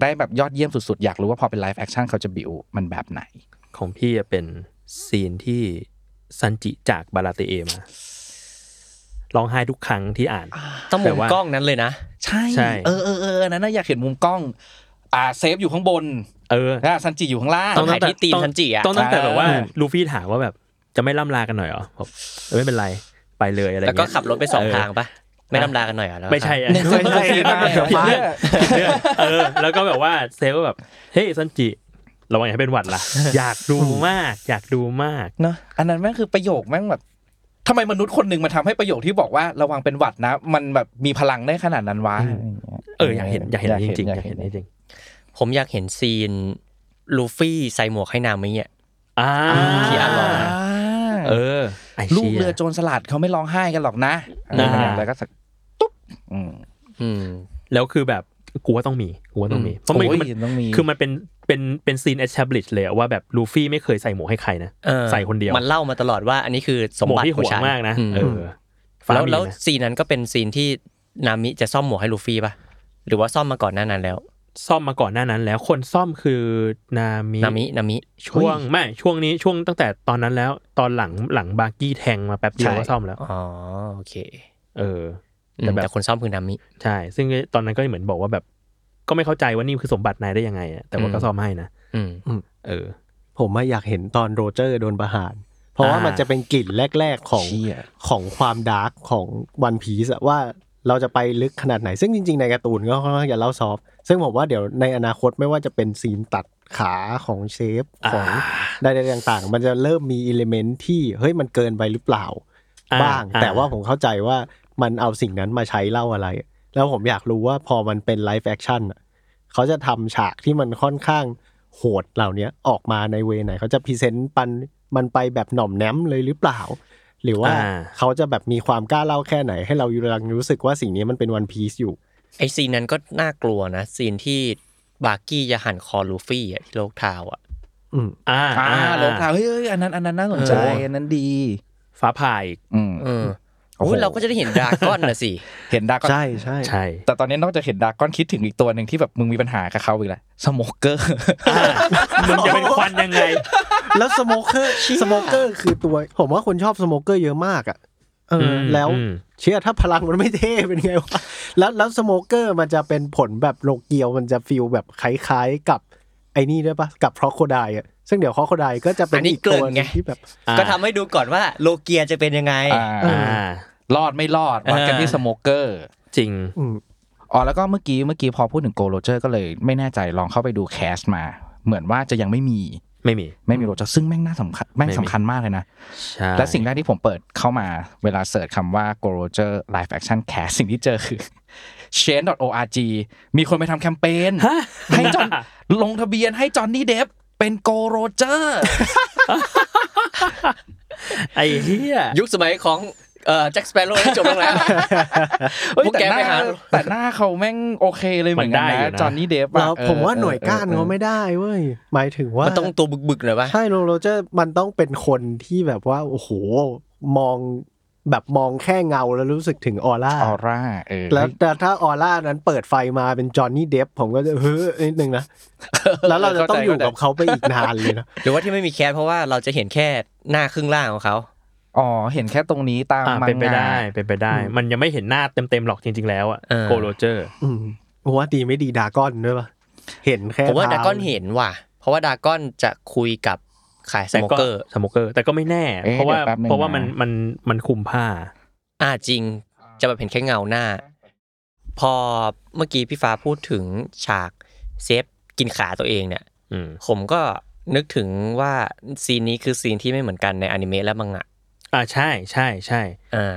[SPEAKER 4] ได้แบบยอดเยี่ยมสุดๆ อยากรู้ว่าพอเป็นไลฟ์แอคชั่นเขาจะบิวมันแบบไหน
[SPEAKER 5] ของพี่อะเป็นซีนที่ซันจิจากบาลาเตเอมาร้องไห้ทุกครั้งที่อ่าน
[SPEAKER 2] ต้องมุ
[SPEAKER 5] แต่
[SPEAKER 2] ม
[SPEAKER 5] ว่า
[SPEAKER 2] กล้องนั้นเลยนะ
[SPEAKER 4] ใช่
[SPEAKER 5] ใช่
[SPEAKER 4] เออเออเอออันนั้นนะอยากเห็นมุมกล้อง อ่าเซฟอยู่ข้างบน
[SPEAKER 5] เออ
[SPEAKER 4] นะซันจิอยู่ข้างล่าง
[SPEAKER 2] ต้องถ่ายที่ตีม
[SPEAKER 5] ต้อง
[SPEAKER 2] ทันจิอ่ะ
[SPEAKER 5] ต้องตั้งแต่แบบว่า
[SPEAKER 4] อ่า
[SPEAKER 5] ลูฟี่ถามว่าแบบจะไม่ล่ำลากันหน่อยเหรอบอกเออไม่เป็นไรไปเลยอะไร
[SPEAKER 2] แล้วก็
[SPEAKER 5] เงี้ย
[SPEAKER 2] ขับรถไปสอง
[SPEAKER 5] เ
[SPEAKER 2] ทางปะไม่ลำลากันหน่อยเหรอแล้วก็
[SPEAKER 5] ไม่ใช่อะ
[SPEAKER 4] หนึ่ง
[SPEAKER 5] ไม่
[SPEAKER 4] ซัน
[SPEAKER 5] ใช่
[SPEAKER 4] จิมาเดี๋ยว
[SPEAKER 5] ผิด
[SPEAKER 4] มา
[SPEAKER 5] เรื่องเออ แล้วก็แบบว่าเซลลก็แบบเฮ้ยซันจิระวังอย่าให้เป็นหวัดล่ะ อยากดูมาก อยากดูมาก
[SPEAKER 4] เนอะอันนั้นแม่งคือประโยคแม่งแบบทำไมมนุษย์คนหนึ่งมันทำให้ประโยคที่บอกว่าระวังเป็นหวัดนะ มันแบบมีพลังได้ขนาดนั้นวะะไรย่างงี้
[SPEAKER 5] เอออยากเห็นอยากเห็นจริงๆอยากเห็นจริง
[SPEAKER 2] ผมอยากเห็นซีนลูฟี่ใส่หมวกให้นามิอ่ะ
[SPEAKER 5] ๆอ่า
[SPEAKER 2] ที่อารมณ์
[SPEAKER 4] อ่า
[SPEAKER 5] เออไชี่ย
[SPEAKER 4] ลูกเรือโจรสลัดเขาไม่ร้องไห้กันหรอกนะอะไรอย่างเงี้ย
[SPEAKER 5] อ่า
[SPEAKER 4] แล้วก็สักตุ๊บอืม
[SPEAKER 2] อืม
[SPEAKER 5] แล้วคือแบบกูว่าต้องมีกูว่าต้องมีเพราะมัน
[SPEAKER 4] โอ้ย
[SPEAKER 5] มัน
[SPEAKER 4] ต้องมี
[SPEAKER 5] คือมันเป็นเป็นเป็นซีน establish เลยอะว่าแบบลูฟี่ไม่เคยใส่หมวกให้ใครนะ
[SPEAKER 2] เออ
[SPEAKER 5] ใส่คนเดียว
[SPEAKER 2] มันเล่ามาตลอดว่าอันนี้คือสม
[SPEAKER 5] หมวก
[SPEAKER 2] บัติ
[SPEAKER 5] ที่
[SPEAKER 2] ขอ
[SPEAKER 5] ห่ว
[SPEAKER 2] ง
[SPEAKER 5] ง
[SPEAKER 2] ฉัน
[SPEAKER 5] มากนะ
[SPEAKER 2] อืม
[SPEAKER 5] เออฟ้า
[SPEAKER 2] แล้ว
[SPEAKER 5] มี
[SPEAKER 2] แล้ว
[SPEAKER 5] นะ
[SPEAKER 2] ซีนนั้นก็เป็นซีนที่นามิจะซ่อมหมวกให้ลูฟี่ปะหรือว่าซ่อมมาก่อนหน้านั้นแล้ว
[SPEAKER 5] ซ่อมมาก่อนหน้านั้น แล้วคนซ่อมคือนามิ
[SPEAKER 2] นามินามิ
[SPEAKER 5] ช่วงไม่ช่วงนี้ช่วงตั้งแต่ตอนนั้นแล้วตอนหลังหลังบาร์กี้แทงมาแป๊บเดียวก็ซ่อมแล้ว
[SPEAKER 2] อ๋อโอเค
[SPEAKER 5] เออ
[SPEAKER 2] อืม
[SPEAKER 5] แต่แบบ
[SPEAKER 2] แต่คนซ่อมคือนามิ
[SPEAKER 5] ใช่ ซึ่งตอนนั้นก็เหมือนบอกว่าแบบ ก็ไม่เข้าใจว่านี่คือสมบัตินายได้ยังไงอะแต่ว่าก็
[SPEAKER 2] อืม
[SPEAKER 5] ซ่อมให้นะ
[SPEAKER 2] อืม
[SPEAKER 5] เออ
[SPEAKER 3] ผมอะอยากเห็นตอนโรเจอร์โดนประหาร เพราะว่ามันจะเป็นกลิ่นแรก ๆ ของ
[SPEAKER 4] เชี่ย
[SPEAKER 3] ของความดาร์กของวันพีซว่าเราจะไปลึกขนาดไหน ซึ่งจริง ๆ ในการ์ตูนก็ค่อนข้างจะเล่าซอฟต์ซึ่งผมว่าเดี๋ยวในอนาคตไม่ว่าจะเป็นซีนตัดขาของเชฟของใดๆต่างๆ มันจะเริ่มมีอิเลเมนที่เฮ้ยมันเกินไปหรือเปล่า
[SPEAKER 5] อ่า
[SPEAKER 3] บ้าง
[SPEAKER 5] อ่า
[SPEAKER 3] แต่ว่าผมเข้าใจว่ามันเอาสิ่งนั้นมาใช้เล่าอะไร แล้วผมอยากรู้ว่าพอมันเป็นไลฟ์แอคชั่นอะเขาจะทำฉากที่มันค่อนข้างโหดเหล่านี้ออกมาในเวไหน เขาจะพรีเซนต์ปันมันไปแบบหน่อมแนมเลยหรือเปล่า หรือว่า
[SPEAKER 5] อ่า
[SPEAKER 3] เขาจะแบบมีความกล้าเล่าแค่ไหน ให้เราอยู่รังรู้สึกว่าสิ่งนี้มันเป็นวันพีซอยู่
[SPEAKER 2] ไอซีนนั้นก็น่ากลัวนะ ซีนที่บาร์กี้จะหั่นคอลูฟี่อะที่โลกทาวน์อะ
[SPEAKER 3] อืม
[SPEAKER 5] อ่า
[SPEAKER 4] อ่า
[SPEAKER 5] อ่า
[SPEAKER 4] หลงทางเฮ้ยเฮ้ยอันนั้นอันนั้นน่าสนใจอันนั้นดี
[SPEAKER 5] ฟ้าผ่าอีก
[SPEAKER 4] อืม
[SPEAKER 2] เออ
[SPEAKER 4] โอ้โห
[SPEAKER 2] โอ้ยเราก็จะได้เห็นดราก้อนน่ะสิ
[SPEAKER 4] เห็นดาก้อน
[SPEAKER 3] ใช่ใช่
[SPEAKER 5] ใช่
[SPEAKER 4] แต่ตอนนี้นอกจากเห็นดาก้อนคิดถึงอีกตัวหนึ่งที่แบบมึงมีปัญหากับเขาอีกแล้วสโมเกอร์
[SPEAKER 5] มึงจะเป็นควันยังไง
[SPEAKER 3] แล้วสโมเกอร์สโมเกอร์คือตัว ผมว่าคนชอบสโมเกอร์เยอะมากอ่ะเอออ
[SPEAKER 5] ม
[SPEAKER 3] แล้ว
[SPEAKER 5] อืม
[SPEAKER 3] เชื่อถ้าพลังมันไม่เท่ (laughs) เป็นไงวะแล้วแล้วสโมเกอร์มันจะเป็นผลแบบโลเกียวมันจะฟิลแบบคล้ายๆกับไอ้นี่ด้วยปะกับพรอโคไดอ่ะซึ่งเดี๋ยวพรอโคไดก็จะเป็
[SPEAKER 2] อั
[SPEAKER 3] น
[SPEAKER 2] นนี้
[SPEAKER 3] อีกตัวห
[SPEAKER 2] เกริ่นไง
[SPEAKER 3] นึ่งที่แบบ
[SPEAKER 5] อ่า
[SPEAKER 2] ก็ทำให้ดูก่อนว่าโลเกียจะเป็นยังไง
[SPEAKER 4] อ่า
[SPEAKER 3] เอ
[SPEAKER 5] อ่า
[SPEAKER 4] รอดไม่รอดวัดกันที่
[SPEAKER 2] เออ
[SPEAKER 4] สโมเกอร์
[SPEAKER 5] จริง
[SPEAKER 3] อืม
[SPEAKER 4] อ๋อแล้วก็เมื่อกี้เมื่อกี้พอพูดถึงโกโรเจอร์ก็เลยไม่แน่ใจลองเข้าไปดูแคสต์มา เหมือนว่าจะยังไม่มี
[SPEAKER 5] ไม่มี
[SPEAKER 4] ไม่มีโรเจอร์ซึ่งแม่งน่าสำคัญแม่ง
[SPEAKER 5] ไม่มี
[SPEAKER 4] สำคัญมากเลยนะ
[SPEAKER 5] ใช่
[SPEAKER 4] และสิ่งแรกที่ผมเปิดเข้ามาเวลาเสิร์ชคำว่า g o r o g e r live action cast สิ่งที่เจอคือ chain org มีคนไปทำแคมเปญให้จอนลงทะเบียนให้จอนนี่เดฟเป็น g o r o g e r
[SPEAKER 5] (laughs) ไอ้เหี้ย
[SPEAKER 2] ยุคสมัยของเอ่อแจ็คสเปโร่ที่จบลงแล้ว
[SPEAKER 4] เฮ้ย
[SPEAKER 2] พวก
[SPEAKER 4] แต่
[SPEAKER 2] แก
[SPEAKER 4] ห
[SPEAKER 2] ไป
[SPEAKER 4] น้า
[SPEAKER 2] หา
[SPEAKER 4] แต่หน้าเขาแม่งโอเคเลยเหมือนกัน
[SPEAKER 5] มันได้อยู่
[SPEAKER 4] นะ
[SPEAKER 5] นะ
[SPEAKER 4] จอนนี่เดฟ
[SPEAKER 3] เราผมว่าหน่วยก้านเขาไม่ได้เว้ยหมายถึงว่า
[SPEAKER 2] มันต้องตัวบึกๆหน่อยปะ
[SPEAKER 3] ใช่โรโรเจอร์มันต้องเป็นคนที่แบบว่าโอ้โหมองแบบมองแค่เงาแล้วรู้สึกถึงออร่า
[SPEAKER 4] ออร่าเออ
[SPEAKER 3] แล้วแต่ถ้าออร่านั้นเปิดไฟมาเป็นจอห์นนี่เดฟผมก็จะเฮ้ยนิดนึงนะ แล้วเราจะต้องอยู่กับเขาไปอีกนานเลยนะ
[SPEAKER 2] หรือว่าที่ไม่มีแคสเพราะว่าเราจะเห็นแค่หน้าครึ่งล่างของเขา
[SPEAKER 4] อ๋อเห็นแค่ตรงนี้ตาม
[SPEAKER 5] อ่า
[SPEAKER 4] มัง
[SPEAKER 5] เป็นไป
[SPEAKER 4] งะ
[SPEAKER 5] ได้เป็นไปได้ มันยังไม่เห็นหน้าเต็มๆหรอกจริง ๆ แล้วอะ
[SPEAKER 2] เออ
[SPEAKER 5] โกโรเจอร์
[SPEAKER 3] อืมผมว่าดีไม่ดีดราก้อนด้วยป่ะ เห็นแค่
[SPEAKER 2] ผมว่า
[SPEAKER 3] เท้
[SPEAKER 2] ดราก้อนเห็นว่ะ เพราะว่าดราก้อนจะคุยกับขายส
[SPEAKER 5] แต่
[SPEAKER 2] โม
[SPEAKER 5] ก็
[SPEAKER 2] เกอร์
[SPEAKER 5] สโมเกอร์ แต่ก็ไม่แน่
[SPEAKER 4] อ๊
[SPEAKER 5] เพราะว่า
[SPEAKER 4] ดี๋ยแป๊บนึง
[SPEAKER 5] เพราะว่ามันมันมันคุมผ้า
[SPEAKER 2] อ่าจริงจะแบบเห็นแค่เงาหน้า พอเมื่อกี้พี่ฟ้าพูดถึงฉากเซฟกินขาตัวเองเนี่ย
[SPEAKER 5] อืม
[SPEAKER 2] ผมก็นึกถึงว่าซีนนี้คือซีนที่ไม่เหมือนกันในอนิเมะและมังงะ
[SPEAKER 5] อ่าใช่ใช่ใช่
[SPEAKER 2] อ่า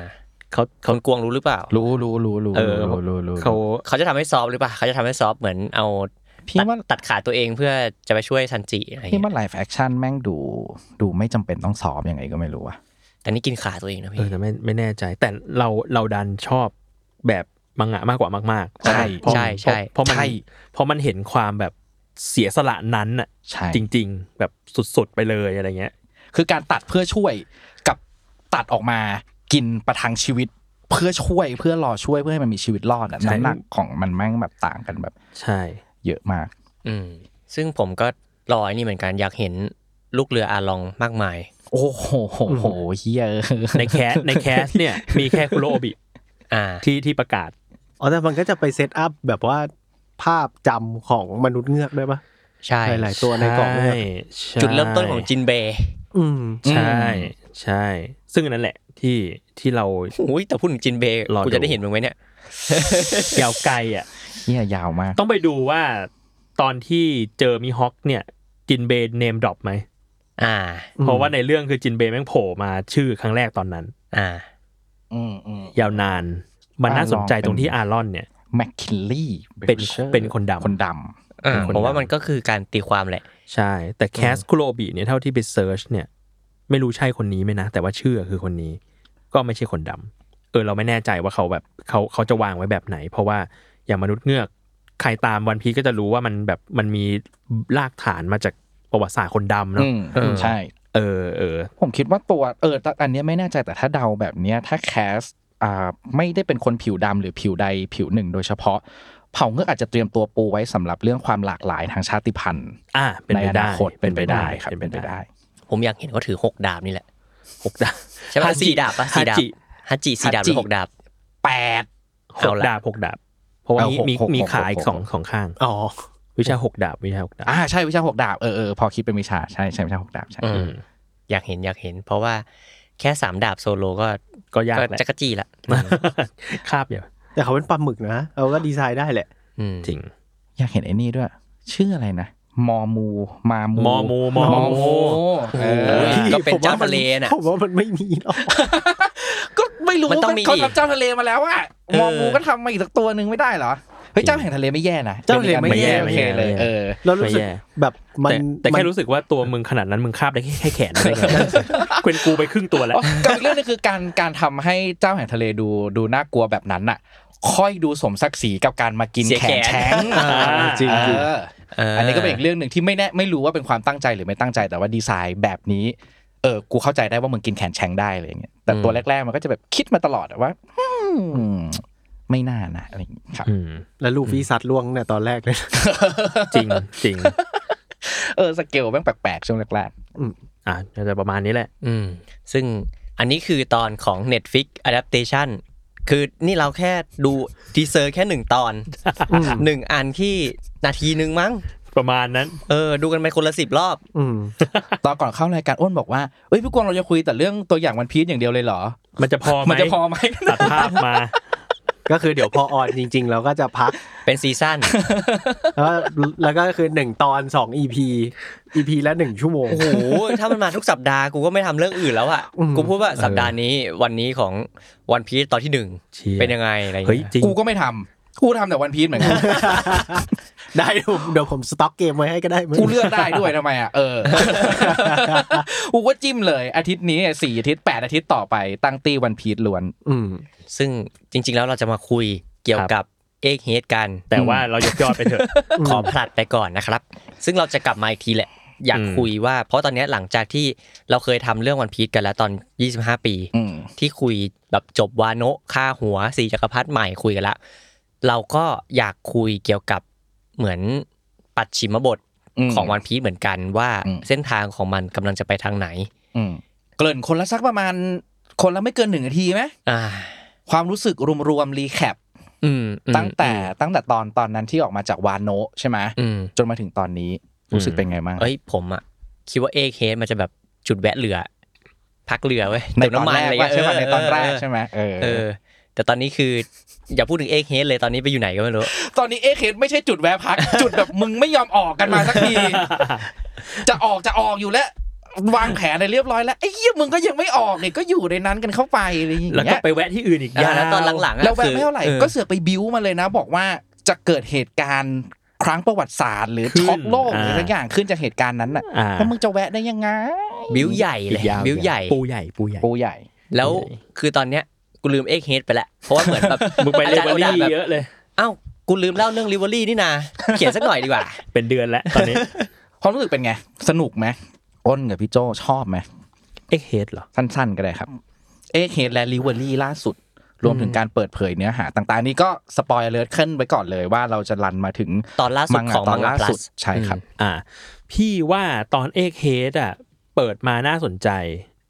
[SPEAKER 5] เขา
[SPEAKER 2] ค
[SPEAKER 5] เขา
[SPEAKER 2] นกวงรู้หรือเปล่า
[SPEAKER 4] รู้รู้รู้รู้
[SPEAKER 5] เออ
[SPEAKER 4] รู้รู้รู้
[SPEAKER 5] เขา
[SPEAKER 2] เขาจะทำให้ซอฟต์หรือเปล่าเขาจะทำให้ซอฟต์เหมือนเอา
[SPEAKER 4] พี่ว่า
[SPEAKER 2] ตัดตัดขาตัวเองเพื่อจะไปช่วยซันจิอะไร
[SPEAKER 4] ที่
[SPEAKER 2] เงี้ย
[SPEAKER 4] มันไลฟ์แอคชั่นแม่งดูดูไม่จำเป็นต้องซ้อมยังไงก็ไม่รู้อะ
[SPEAKER 2] แต่นี่กินขาตัวเองนะ
[SPEAKER 5] เอ
[SPEAKER 2] พี่
[SPEAKER 5] อแต่ไม่ไม่แน่ใจ แต่เราเราดันชอบแบบมังงะมากกว่ามากๆ
[SPEAKER 2] ใช่
[SPEAKER 5] เพราะ
[SPEAKER 2] ใช่ใช่
[SPEAKER 5] เพราะเพราะมันเพราะมันเห็นความแบบเสียสละนั้นอะ
[SPEAKER 4] ใช่
[SPEAKER 5] จริง ๆ แบบสุดๆไปเลยอะไรเงี้ย
[SPEAKER 4] คือการตัดเพื่อช่วยกับตัดออกมากินประทังชีวิตเพื่อช่วยเพื่อรอช่วยเพื่อให้มันมีชีวิตรอดอะ
[SPEAKER 5] ใช่
[SPEAKER 4] น้ำหนักของมันแม่งแบบต่างกันแบบ
[SPEAKER 5] ใช่
[SPEAKER 4] เยอะมาก
[SPEAKER 2] อืมซึ่งผมก็รอไอ้นี่เหมือนกันอยากเห็นลูกเรืออาลองมากมาย
[SPEAKER 4] โอ้โหโหโหเฮีย
[SPEAKER 5] ในแคสในแคสเนี่ยมีแค่คุโรโอบิ
[SPEAKER 2] อ่า
[SPEAKER 5] ที่ที่ประกาศ
[SPEAKER 3] อ๋อแต่มันก็จะไปเซตอัพแบบว่าภาพจำของมนุษย์เงือกด้วยป่ะ
[SPEAKER 2] ใช่
[SPEAKER 3] หลายๆตัวในกล่องเงือก
[SPEAKER 5] ใช่
[SPEAKER 2] จุดเริ่มต้นของจินเบย์ (laughs)
[SPEAKER 3] อืม
[SPEAKER 5] ใช่ใช่ ซึ่งอันนั้นแหละที่ที่เรา
[SPEAKER 2] อุ้ยแต่พูดถึงจินเบย์
[SPEAKER 5] รอดู
[SPEAKER 2] กูจะได้เห็นมึงไหมเนี่ย
[SPEAKER 5] ยาวไกลอ่ะ
[SPEAKER 4] เฮียยาวมาก
[SPEAKER 5] ต้องไปดูว่าตอนที่เจอมิฮอคเนี่ย จินเบย์เนมดรอปไหม
[SPEAKER 2] อ่า
[SPEAKER 3] อืม
[SPEAKER 5] เพราะว่าในเรื่องคือจินเบย์แม่งโผล่มาชื่อครั้งแรกตอนนั้น
[SPEAKER 2] อ่า
[SPEAKER 4] อืมอืม
[SPEAKER 5] ยาวนาน มันน่า
[SPEAKER 4] อ่า
[SPEAKER 5] สนใจ
[SPEAKER 4] ลองเป็น
[SPEAKER 5] ตรงที่อารอนเนี่ย
[SPEAKER 4] แมคคินลี่
[SPEAKER 5] เป็นเป็นคนดำ
[SPEAKER 4] คนด
[SPEAKER 5] เป็
[SPEAKER 2] อ่า
[SPEAKER 5] นคน
[SPEAKER 2] ผมว่า
[SPEAKER 5] ดัง
[SPEAKER 2] มันก็คือการตีความแหละ
[SPEAKER 5] ใช่ แต่แคสคุโรบิเนี่ยเท่าที่ไปเซิร์ชเนี่ย ไม่รู้ใช่คนนี้ไหมนะ แต่ว่าชื่อคือคนนี้ ก็ไม่ใช่คนดำเออ เราไม่แน่ใจว่าเขาแบบเขาเขาจะวางไว้แบบไหน เพราะว่าอย่างมนุษย์เงือกใครตามวันพีก็จะรู้ว่ามันแบบมันมีรากฐานมาจากประวัติศาสตร์คนดำ
[SPEAKER 4] ำ
[SPEAKER 5] เนาะ
[SPEAKER 4] อืม
[SPEAKER 2] เออ
[SPEAKER 4] ใช่
[SPEAKER 5] เออเออ
[SPEAKER 4] ผมคิดว่าตัวเออแต่อันเนี้ยไม่แน่ใจแต่ถ้าเดาแบบเนี้ยถ้าแคสอ่าไม่ได้เป็นคนผิวดำหรือผิวใดผิวหนึ่งโดยเฉพาะ เผ่าเงือกอาจจะเตรียมตัวปูไว้สำหรับเรื่องความหลากหลายทางชาติพันธุ์
[SPEAKER 5] อ่ะเป็น
[SPEAKER 4] ใน
[SPEAKER 5] ไป
[SPEAKER 4] อนา
[SPEAKER 5] ได้
[SPEAKER 4] คตเป็นไปได้ครับ
[SPEAKER 5] เป็นไปได้
[SPEAKER 2] ผมอยากเห็นเขาถือหกดาบนี่แหละ
[SPEAKER 5] หกดาบ
[SPEAKER 2] ใช่ปะ
[SPEAKER 5] ฮาจิ
[SPEAKER 2] สี่ดาบปะสี่ดาบ
[SPEAKER 5] ฮาจิ
[SPEAKER 2] ฮัจิสี่ดาบหรือหกดาบ
[SPEAKER 4] แปด
[SPEAKER 5] หก
[SPEAKER 2] เอาละ
[SPEAKER 5] ดาบหกดาบ เพราะว่า
[SPEAKER 4] เอา
[SPEAKER 5] มี
[SPEAKER 4] หก
[SPEAKER 5] มี
[SPEAKER 4] หก
[SPEAKER 5] มี
[SPEAKER 4] หก
[SPEAKER 5] ขา
[SPEAKER 4] หก
[SPEAKER 5] อีก
[SPEAKER 4] หก
[SPEAKER 5] สองสองข้าง
[SPEAKER 3] อ๋อ
[SPEAKER 5] วิชาหกดาบวิชาหกดาบ
[SPEAKER 4] อ่าใช่วิชาหกดาบเออเออพอคิดเป็นวิชาใช่ใช่วิชาหกดาบใช่
[SPEAKER 2] อืมอยากเห็นอยากเห็น เพราะว่าแค่สามดาบโซโลก็
[SPEAKER 5] ก็ยาก
[SPEAKER 2] ก็
[SPEAKER 5] แหละ
[SPEAKER 2] จักรจี้ละ
[SPEAKER 5] คาบอย่าง
[SPEAKER 3] แต่เขาเป็นปลาหมึกนะเราก็ดีไซน์ได้แหละ
[SPEAKER 2] อืม
[SPEAKER 5] จริง
[SPEAKER 4] อยากเห็นไอ้นี่ด้วย ชื่ออะไรนะมอมูมามู
[SPEAKER 5] มอมูมอมู
[SPEAKER 4] เอ
[SPEAKER 2] โอ้
[SPEAKER 4] อย
[SPEAKER 2] ก็เป็นเจ้าทะเลน่ะ
[SPEAKER 3] ผมว่ามันไม่มีหรอก
[SPEAKER 4] ก็ไม่รู้
[SPEAKER 2] มันต้องมี
[SPEAKER 4] เขา
[SPEAKER 2] ดิ
[SPEAKER 4] ทำเจ้าทะเลมาแล้วอะมอมูก็ทำมาอีกสักตัวหนึ่งไม่ได้เหรอเฮ้ยเจ้าแห่งทะเลไม่แย่นะ
[SPEAKER 3] เจ้าทะเลไม่แย่
[SPEAKER 4] โอเคเลยเออ
[SPEAKER 3] แล้วรู้สึก
[SPEAKER 5] ไม่แย่
[SPEAKER 3] แบบมัน
[SPEAKER 5] แต่แต่
[SPEAKER 3] มั
[SPEAKER 5] แค่
[SPEAKER 3] น
[SPEAKER 5] รู้สึกว่าตัวมึงขนาดนั้นมึงคาบได้แค่แค่แขน (laughs) ได้ไง เควนกูไปครึ่งตัวแล้ว
[SPEAKER 4] อ๋อกับอีกเรื่องหนึงคือการการทำให้เจ้าแห่งทะเลดูดูน่ากลัวแบบนั้นน่ะ ค่อยดูสมศักดิ์ศรีกับการมากิน
[SPEAKER 2] เสียแข
[SPEAKER 4] แขน
[SPEAKER 2] น
[SPEAKER 4] แท้ง
[SPEAKER 3] จริงๆ
[SPEAKER 4] เออ
[SPEAKER 2] เอออั
[SPEAKER 4] อันนี้ก็เป็นอีกเรื่องหนึ่งที่ไม่แน่ไม่รู้ว่าเป็นความตั้งใจหรือไม่ตั้งใจแต่ว่าดีไซน์แบบนี้เออกูเข้าใจได้ว่ามึงกินแขนแชงได้อะไรอย่างเงี้ยแต่ตัวแรกๆมันก็จะแบบคิดมาตลอดอะว่าอืมไม่น่านะอะไรอย่างเงี้ยครับ
[SPEAKER 5] อืม
[SPEAKER 3] แล้วลูฟี่ซัดล่วงเนี่ยตอนแรกเลย
[SPEAKER 5] จริงจริง
[SPEAKER 4] เออสเกลแม่งแปลกๆช่วงแรก
[SPEAKER 5] อ่ะน่าจะประมาณนี้แหละ
[SPEAKER 2] อืมซึ่งอันนี้คือตอนของ Netflix Adaptation คือนี่เราแค่ดูทีเซอร์แค่หนึ่งตอนหนึ่งอันที่นาทีหนึ่งมั้ง
[SPEAKER 5] ประมาณนั้น
[SPEAKER 2] เออ ดูกันไปคนละสิบรอบ
[SPEAKER 3] อืม
[SPEAKER 4] ๆ ตอนก่อนเข้ารายการอ้นบอกว่าเอ้ยพี่กวางเราจะคุยแต่เรื่องตัวอย่างวันพีซอย่างเดียวเลยเหรอ
[SPEAKER 5] มันจะพอไหม
[SPEAKER 4] มันจะพอไหม
[SPEAKER 5] ตัดภาพมา
[SPEAKER 3] ก็คือเดี๋ยวพอออนจริง ๆ เราก็จะพัก
[SPEAKER 2] เป็นซีซั่น
[SPEAKER 3] แล้วแล้วก็คือหนึ่งตอนสองอีพีอีพีละหนึ่งชั่วโมง
[SPEAKER 2] โอ้โห ถ้ามันมาทุกสัปดาห์ กูก็ไม่ทำเรื่องอื่นแล้วอะ
[SPEAKER 3] อืม
[SPEAKER 2] กูพูดว่าสัปดาห์นี้วันนี้ของวันพี e ตอนที่หนึ่ง
[SPEAKER 5] เชี่ย
[SPEAKER 2] เป็นยังไงอะไรอย่าง
[SPEAKER 5] เฮ้ย
[SPEAKER 2] เงี้ย
[SPEAKER 5] จริง
[SPEAKER 4] กูก็ไม่ทำกูทำแต่วันพีซ
[SPEAKER 2] (laughs)
[SPEAKER 4] เหมือนกัน
[SPEAKER 3] ได้เดี๋ยวเดี๋ยวผมสต็อกเกมไว้ให้ก็ได้มึง
[SPEAKER 4] กูเลือกได้ด้วยทำไมอ่ะเอ (laughs) อ กูก็จิ้มเลย อาทิตย์นี้สี่อาทิตย์แปดอาทิตย์ต่อไปตั้งตี้วันพีซล้วน
[SPEAKER 3] อืม
[SPEAKER 2] ซึ่งจริง ๆ แล้วเราจะมาคุยเกี่ยวกับเอกเฮดกัน
[SPEAKER 5] แต่ว่าเรายกยอดไปเถอะ
[SPEAKER 2] ขอผลัดไปก่อนนะครับ ซึ่งเราจะกลับมาอีกทีแหละ อยาก
[SPEAKER 5] อืม
[SPEAKER 2] คุยว่า เพราะตอนเนี้ยหลังจากที่เราเคยทำเรื่องวันพีชกันแล้วตอน 25 ปี
[SPEAKER 4] อืม
[SPEAKER 2] ที่คุยแบบจบวาโนะค่าหัวสีจักรพรรดิใหม่คุยกันละ เราก็อยากคุยเกี่ยวกับเหมือนปัดชิมบท
[SPEAKER 4] อืม
[SPEAKER 2] ของวันพีชเหมือนกันว่า
[SPEAKER 4] อืม
[SPEAKER 2] เส้นทางของมันกำลังจะไปทางไหน
[SPEAKER 4] อืมเกริ่นคนละสักประมาณ คนละไม่เกินหนึ่งนาทีไหม
[SPEAKER 2] อ่า
[SPEAKER 4] ความรู้สึกรวมๆรีแคป
[SPEAKER 2] อืมอืม
[SPEAKER 4] ตั้งแต่ตั้งแต่ตอนตอนนั้นที่ออกมาจากวานโนะใช่ไหม
[SPEAKER 2] อืม
[SPEAKER 4] จนมาถึงตอนนี้รู้สึกเป็นไงบ้าง
[SPEAKER 2] เอ้ยผมอ่ะคิดว่าเอเคมันจะแบบจุดแวะเรือ พักเรือไว้
[SPEAKER 4] ใน
[SPEAKER 2] เติม
[SPEAKER 4] ตอน
[SPEAKER 2] น้ำมั
[SPEAKER 4] แร
[SPEAKER 2] น
[SPEAKER 4] ก
[SPEAKER 2] อะไร
[SPEAKER 4] ว่า
[SPEAKER 2] เงี้ย
[SPEAKER 4] ใช่ไหม
[SPEAKER 2] เ
[SPEAKER 4] ในตอนแรกใช่ไหมเออ
[SPEAKER 2] เออ แต่ตอนนี้คือ อย่าพูดถึงเอกเฮดเลยตอนนี้ไปอยู่ไหนก็ไม่รู้
[SPEAKER 4] ตอนนี้เอเคไม่ใช่จุดแวะพัก จุดแบบมึงไม่ยอมออกกันมาสักที จะออกจะออกอยู่แล้ว วางแผนอะไรเรียบร้อยแล้วไอ้เหี้ยมึงก็ยังไม่ออกเนี่ยก็อยู่ในนั้นกันเข้าไปอะไรอย่าง
[SPEAKER 5] แล้วก็
[SPEAKER 4] เงี้ย
[SPEAKER 5] ไปแวะที่อื่นอี
[SPEAKER 2] อ่าย
[SPEAKER 5] กาว
[SPEAKER 2] แล้วตอนหลังๆอะ
[SPEAKER 4] แล้วแวะไม่เท่าไหร่
[SPEAKER 2] คือ
[SPEAKER 4] ก็เสือกไปบิ้วมาเลยนะ บอกว่าจะเกิดเหตุการณ์ครั้งประวัติศาสตร์ หรือช็อกโลกหรืออะไรอย่างขึ้นจากเหตุการณ์นั้นน่ะ
[SPEAKER 5] อ่า
[SPEAKER 4] แล้วมึงจะแวะได้ยังไง
[SPEAKER 2] บิ้วใหญ่เลย
[SPEAKER 5] อีกยาว
[SPEAKER 2] บิ้วใหญ่
[SPEAKER 5] ปูใหญ่ปูใหญ่
[SPEAKER 4] ปูใหญ่
[SPEAKER 2] แล้วคือตอนเนี้ยกูลืมเอกเฮดไปละเพราะว่าเหมือน
[SPEAKER 4] (laughs)
[SPEAKER 2] แบบ
[SPEAKER 5] มึงไป
[SPEAKER 2] อา
[SPEAKER 5] เร
[SPEAKER 2] จาร
[SPEAKER 5] เวอ
[SPEAKER 2] ย์โอดา
[SPEAKER 5] รี่
[SPEAKER 2] แบบ
[SPEAKER 5] เยอะเลย
[SPEAKER 2] เอ้ากูลืมเล่าเรื่องริเวอรี่นี่นาเขียนสักหน่อยดีกว่า
[SPEAKER 5] เป็นเดือนแล้วตอนนี้
[SPEAKER 4] ความรู้สึกเป็นไง สนุกไหมอ้นกับพี่โจชอบไหม
[SPEAKER 5] เอ็กเฮดเหรอ
[SPEAKER 4] สั้นๆ ก็ได้ครับ เอเฮดและริเวอรี่ล่าสุด รวมถึงการเปิดเผยเนื้อหาต่างๆ นี่ก็สปอยเลอร์ขึ้นไว้ก่อนเลยว่าเราจะรันมาถึง
[SPEAKER 2] ตอนล่าสุดของ
[SPEAKER 4] ต
[SPEAKER 2] มั
[SPEAKER 4] อน
[SPEAKER 2] งงะ
[SPEAKER 4] ล่า
[SPEAKER 2] พลั
[SPEAKER 4] สุด
[SPEAKER 2] ส
[SPEAKER 4] ใช่ครับ
[SPEAKER 5] อ่า พี่ว่าตอนเอ็กเฮดอ่ะ เปิดมาน่าสนใจ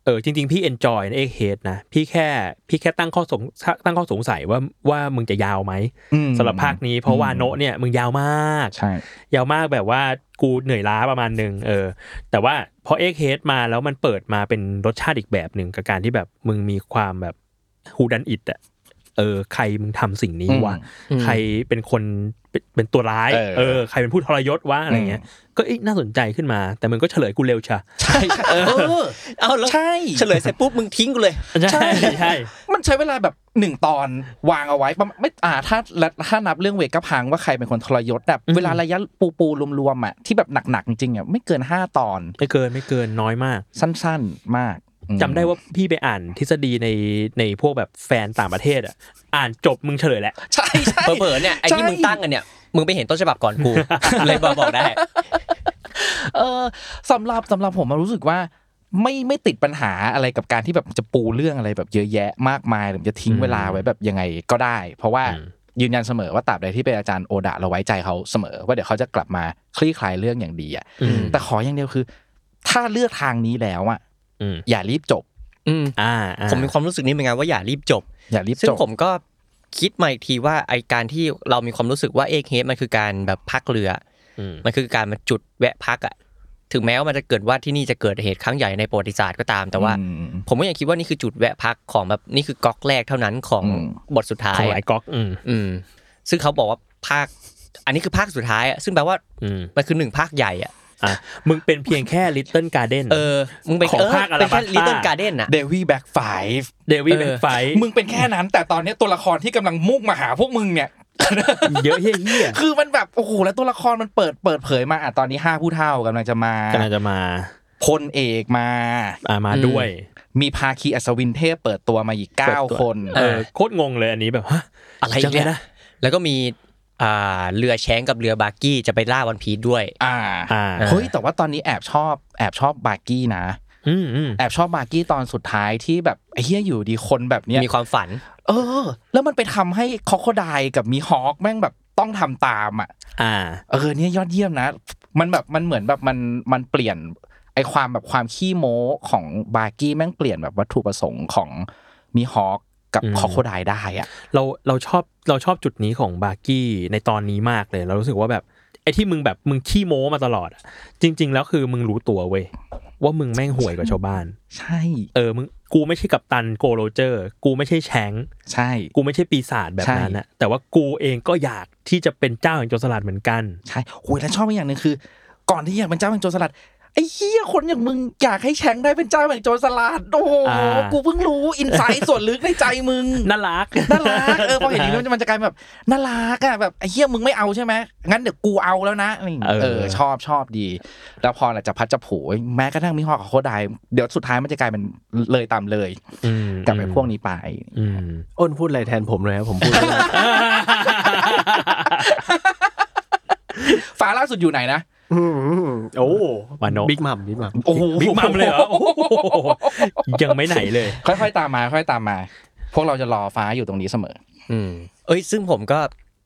[SPEAKER 5] เออจริง ๆ พี่เอนจอยเอ็กเฮดนะ พี่แค่พี่แค่ตั้งข้อสงตั้งข้อสงสัยว่าว่ามึงจะยาวไหม
[SPEAKER 4] อืม
[SPEAKER 5] สำหรับภาคนี้เพราะว่าโนะเนี่ยมึงยาวมาก
[SPEAKER 4] ใช่
[SPEAKER 5] ยาวมากแบบว่ากูเหนื่อยล้าประมาณหนึ่งเออ แต่ว่าพอเอ็กเฮดมาแล้วมันเปิดมาเป็นรสชาติอีกแบบหนึ่งกับการที่แบบมึงมีความแบบฮูดันอิดอะเออ ใครมึงทำสิ่งนี้วะ
[SPEAKER 4] อืม
[SPEAKER 2] อืม
[SPEAKER 5] ใครเป็นคนเป็นเป็นตัวร้าย
[SPEAKER 4] เออ
[SPEAKER 5] ใครเป็นผู้ทรยศวะอะไรเงี้ย ก็เอ๊ะน่าสนใจขึ้นมา แต่มึงก็เฉลยกูเร็วชะ
[SPEAKER 4] ใช่ใช่
[SPEAKER 2] เออ เอาแล้ว
[SPEAKER 4] ใช่
[SPEAKER 2] เฉลยเสร็จปุ๊บมึงทิ้งกูเลย
[SPEAKER 5] ใช่ (laughs) ใช่
[SPEAKER 4] มันใช้เวลาแบบหนึ่งตอนวางเอาไว้ประมาณไม่อ่าถ้าและถ้านับเรื่องเวกพังว่าใครเป็นคนทรยศแบบ
[SPEAKER 5] อืม
[SPEAKER 4] เวลาระยะปูปูๆรวมๆอ่ะที่แบบหนักๆจริงๆอ่ะไม่เกินห้าตอน
[SPEAKER 5] ไม่เกินไม่เกินน้อยมาก
[SPEAKER 4] สั้นๆมากอืม
[SPEAKER 5] จำได้ว่าพี่ไปอ่านทฤษฎีในในพวกแบบแฟนต่างประเทศอ่ะอ่านจบมึงเฉลยแล้ว
[SPEAKER 4] ใช่ใช่
[SPEAKER 2] เผลอๆเนี่ยไอ้ที่มึงตั้งกันเนี่ยมึงไปเห็นต้นฉบับก่อนกู เลยบอก
[SPEAKER 4] (laughs)
[SPEAKER 2] บอกได้
[SPEAKER 4] เออสำหรับสำหรับผมอะรู้สึกว่า ไม่ไม่ติดปัญหาอะไรกับการที่แบบจะปูเรื่องอะไรแบบเยอะแยะมากมายหรือจะทิ้ง
[SPEAKER 5] อืม
[SPEAKER 4] เวลาไว้แบบยังไงก็ได้ เพราะว่า
[SPEAKER 5] อืม
[SPEAKER 4] ยืนยันเสมอว่าตราบใดที่เป็นอาจารย์โอดะเราไว้ใจเขาเสมอ ว่าเดี๋ยวเขาจะกลับมาคลี่คลายเรื่องอย่างดีอ่ะ
[SPEAKER 5] อืม
[SPEAKER 4] แต่ขออย่างเดียวคือ ถ้าเลือกทางนี้แล้วอ่ะ
[SPEAKER 5] อืม
[SPEAKER 4] อย่ารีบจบ
[SPEAKER 2] อืม
[SPEAKER 5] อ่าอ่า
[SPEAKER 2] ผมมีความรู้สึกนี้เหมือนกันว่าอย่ารีบจบ
[SPEAKER 4] อย่ารีบ
[SPEAKER 2] ซึ่ง
[SPEAKER 4] จบ
[SPEAKER 2] ผมก็คิดมาอีกทีว่าไอการที่เรามีความรู้สึกว่าเอกเฮดมันคือการแบบพักเรือ
[SPEAKER 5] อืม
[SPEAKER 2] มันคือการมาจุดแวะพักอะถึงแม้ว่ามันจะเกิดว่าที่นี่จะเกิดเหตุครั้งใหญ่ในประวัติศาสตร์ก็ตามแต่ว่า
[SPEAKER 4] อืม
[SPEAKER 2] ผมก็ยังคิดว่านี่คือจุดแวะพักของแบบนี่คือก๊อกแรกเท่านั้นของ
[SPEAKER 4] อืม
[SPEAKER 2] บทสุดท้า
[SPEAKER 5] ข
[SPEAKER 2] ย
[SPEAKER 5] องหลา
[SPEAKER 2] อะ
[SPEAKER 5] ยก๊อกอืม
[SPEAKER 2] อืม ซึ่งเขาบอกว่าภาค อันนี้คือภาคสุดท้ายอะซึ่งแปลว่า
[SPEAKER 5] อืม
[SPEAKER 2] มันคือหนึ่งภาคใหญ่อะ
[SPEAKER 5] อ่ะมึงเป็นเพียงแค่ลิตเติ้ลการ์เด้น
[SPEAKER 2] เออมึงเป็น
[SPEAKER 5] ของ
[SPEAKER 2] เออ
[SPEAKER 5] ภาค
[SPEAKER 2] เป็นแค่
[SPEAKER 5] Alabasta
[SPEAKER 2] ลิตเติ้ลการ์เด้นอะ
[SPEAKER 4] เดวี่แบ็กไฟฟ์
[SPEAKER 5] เดวิด
[SPEAKER 2] เออ
[SPEAKER 5] เป็นไฟ
[SPEAKER 4] (laughs) มึงเป็นแค่นั้น แต่ตอนนี้ตัวละครที่กำลังมุ่งมาหาพวกมึงเนี่ย
[SPEAKER 5] เยอะเยี่ย
[SPEAKER 4] คือมันแบบโอ้โหแล้วตัวละครมันเปิดเปิดเผยมาอ่ะตอนนี้ห้าผู้เท่ากำลังจะมา
[SPEAKER 5] กำลังจะมา
[SPEAKER 4] พลเอกมา
[SPEAKER 5] อ่ามา
[SPEAKER 2] อืม
[SPEAKER 5] ด้วย
[SPEAKER 4] มีภาคีอัศวินเทพเปิดตัวมาอีก
[SPEAKER 5] เปิดตัว
[SPEAKER 4] 9 คน
[SPEAKER 5] เออโคตรงงเลยอันนี้แบบฮะ
[SPEAKER 2] อะไรอี
[SPEAKER 5] จั
[SPEAKER 2] ก
[SPEAKER 5] ง
[SPEAKER 2] เนี่ย
[SPEAKER 5] นะ
[SPEAKER 2] แล้วก็มี อ่าเรือแช้งกับเรือบาร์กี้จะไปล่าวันพีชด้วย
[SPEAKER 4] อ่า
[SPEAKER 5] อ่า
[SPEAKER 4] เฮ้ยแต่ว่าตอนนี้แอบชอบแอบชอบบาร์กี้นะ
[SPEAKER 5] อืมอืม
[SPEAKER 4] แอบชอบบาร์กี้ตอนสุดท้ายที่แบบไอ้เฮียอยู่ดีคนแบบเนี้ย
[SPEAKER 2] มีความฝัน
[SPEAKER 4] เออ แล้วมันไปทำให้คอโคไดกับมีฮอคแม่งแบบต้องทำตามอ่ะ
[SPEAKER 5] อ่า
[SPEAKER 4] เออเนี่ยยอดเยี่ยมนะ มันแบบมันเหมือนแบบมันมันเปลี่ยนไอความแบบความขี้โม้ของบาร์กี้แม่งเปลี่ยนแบบวัตถุประสงค์ของมีฮอคกับ
[SPEAKER 5] อืม
[SPEAKER 4] คอโคไดได้อ่ะ
[SPEAKER 5] เราเราชอบเราชอบจุดนี้ของบาร์กี้ในตอนนี้มากเลย เรารู้สึกว่าแบบไอ้ที่มึงแบบมึงขี้โม้มาตลอดอะจริง ๆ แล้วคือมึงรู้ตัวเว้ยว่ามึงแม่งห่วยกว่าชาวบ้าน
[SPEAKER 4] ใช่
[SPEAKER 5] เออมึงกูไม่ใช่กัปตันโกโรเจอร์ กูไม่ใช่แชงค์
[SPEAKER 4] ใช่
[SPEAKER 5] กูไม่ใช่ปีศาจแบบนั้นอะแต่ว่ากูเองก็อยากที่จะเป็นเจ้าแห่งโจรสลัดเหมือนกัน
[SPEAKER 4] ใช่โอ้ยแล้วชอบอีกอย่างหนึ่งคือ ก่อนที่อยากเป็นเจ้าแห่งโจรสลัด ไอ้เฮียคนอย่างมึงอยากให้แชงได้เป็นเจ้าแห่งโจรสลัด โอ้โห
[SPEAKER 5] อ่า
[SPEAKER 4] กูเพิ่งรู้อินไซต์ส่วนลึกในใจมึ
[SPEAKER 5] (laughs)
[SPEAKER 4] ง
[SPEAKER 5] น่ารัก
[SPEAKER 4] น่ารัก เออ พอเห็นอย่างนี้มันจะมันจะกลายเป็นแบบน่ารักอะแบบไอ้เฮียมึงไม่เอาใช่ไหมงั้นเดี๋ยวกูเอาแล้วนะอะไรอย่างเงี้ย
[SPEAKER 5] เออ
[SPEAKER 4] เออ ชอบชอบดี แล้วพอหลังจากพัดจะผูแม้กระทั่งมิฮอกกับโคดายเดี๋ยวสุดท้ายมันจะกลายเป็นเลยตามเลย
[SPEAKER 5] อืม
[SPEAKER 4] กลับไปพวกนี้ไป
[SPEAKER 5] อืม
[SPEAKER 3] อ้นพูดอะไรแทนผมเลยครับ
[SPEAKER 4] (laughs)
[SPEAKER 3] ผมพูดไม่ได้
[SPEAKER 4] ฝาล่าสุดอยู่ไหนนะ
[SPEAKER 3] อืมโอ้
[SPEAKER 5] วานก
[SPEAKER 3] บิ๊กมัมบิ๊กมัม
[SPEAKER 4] โอ้โห
[SPEAKER 5] บิ๊กมัมเลยเหรอโอ้โหยังไม่ไหนเลย
[SPEAKER 4] (laughs) ค่อยๆตามมาค่อยๆตามมา พวกเราจะรอฟ้าอยู่ตรงนี้เสมอ
[SPEAKER 2] อืมเอ้ยซึ่งผมก็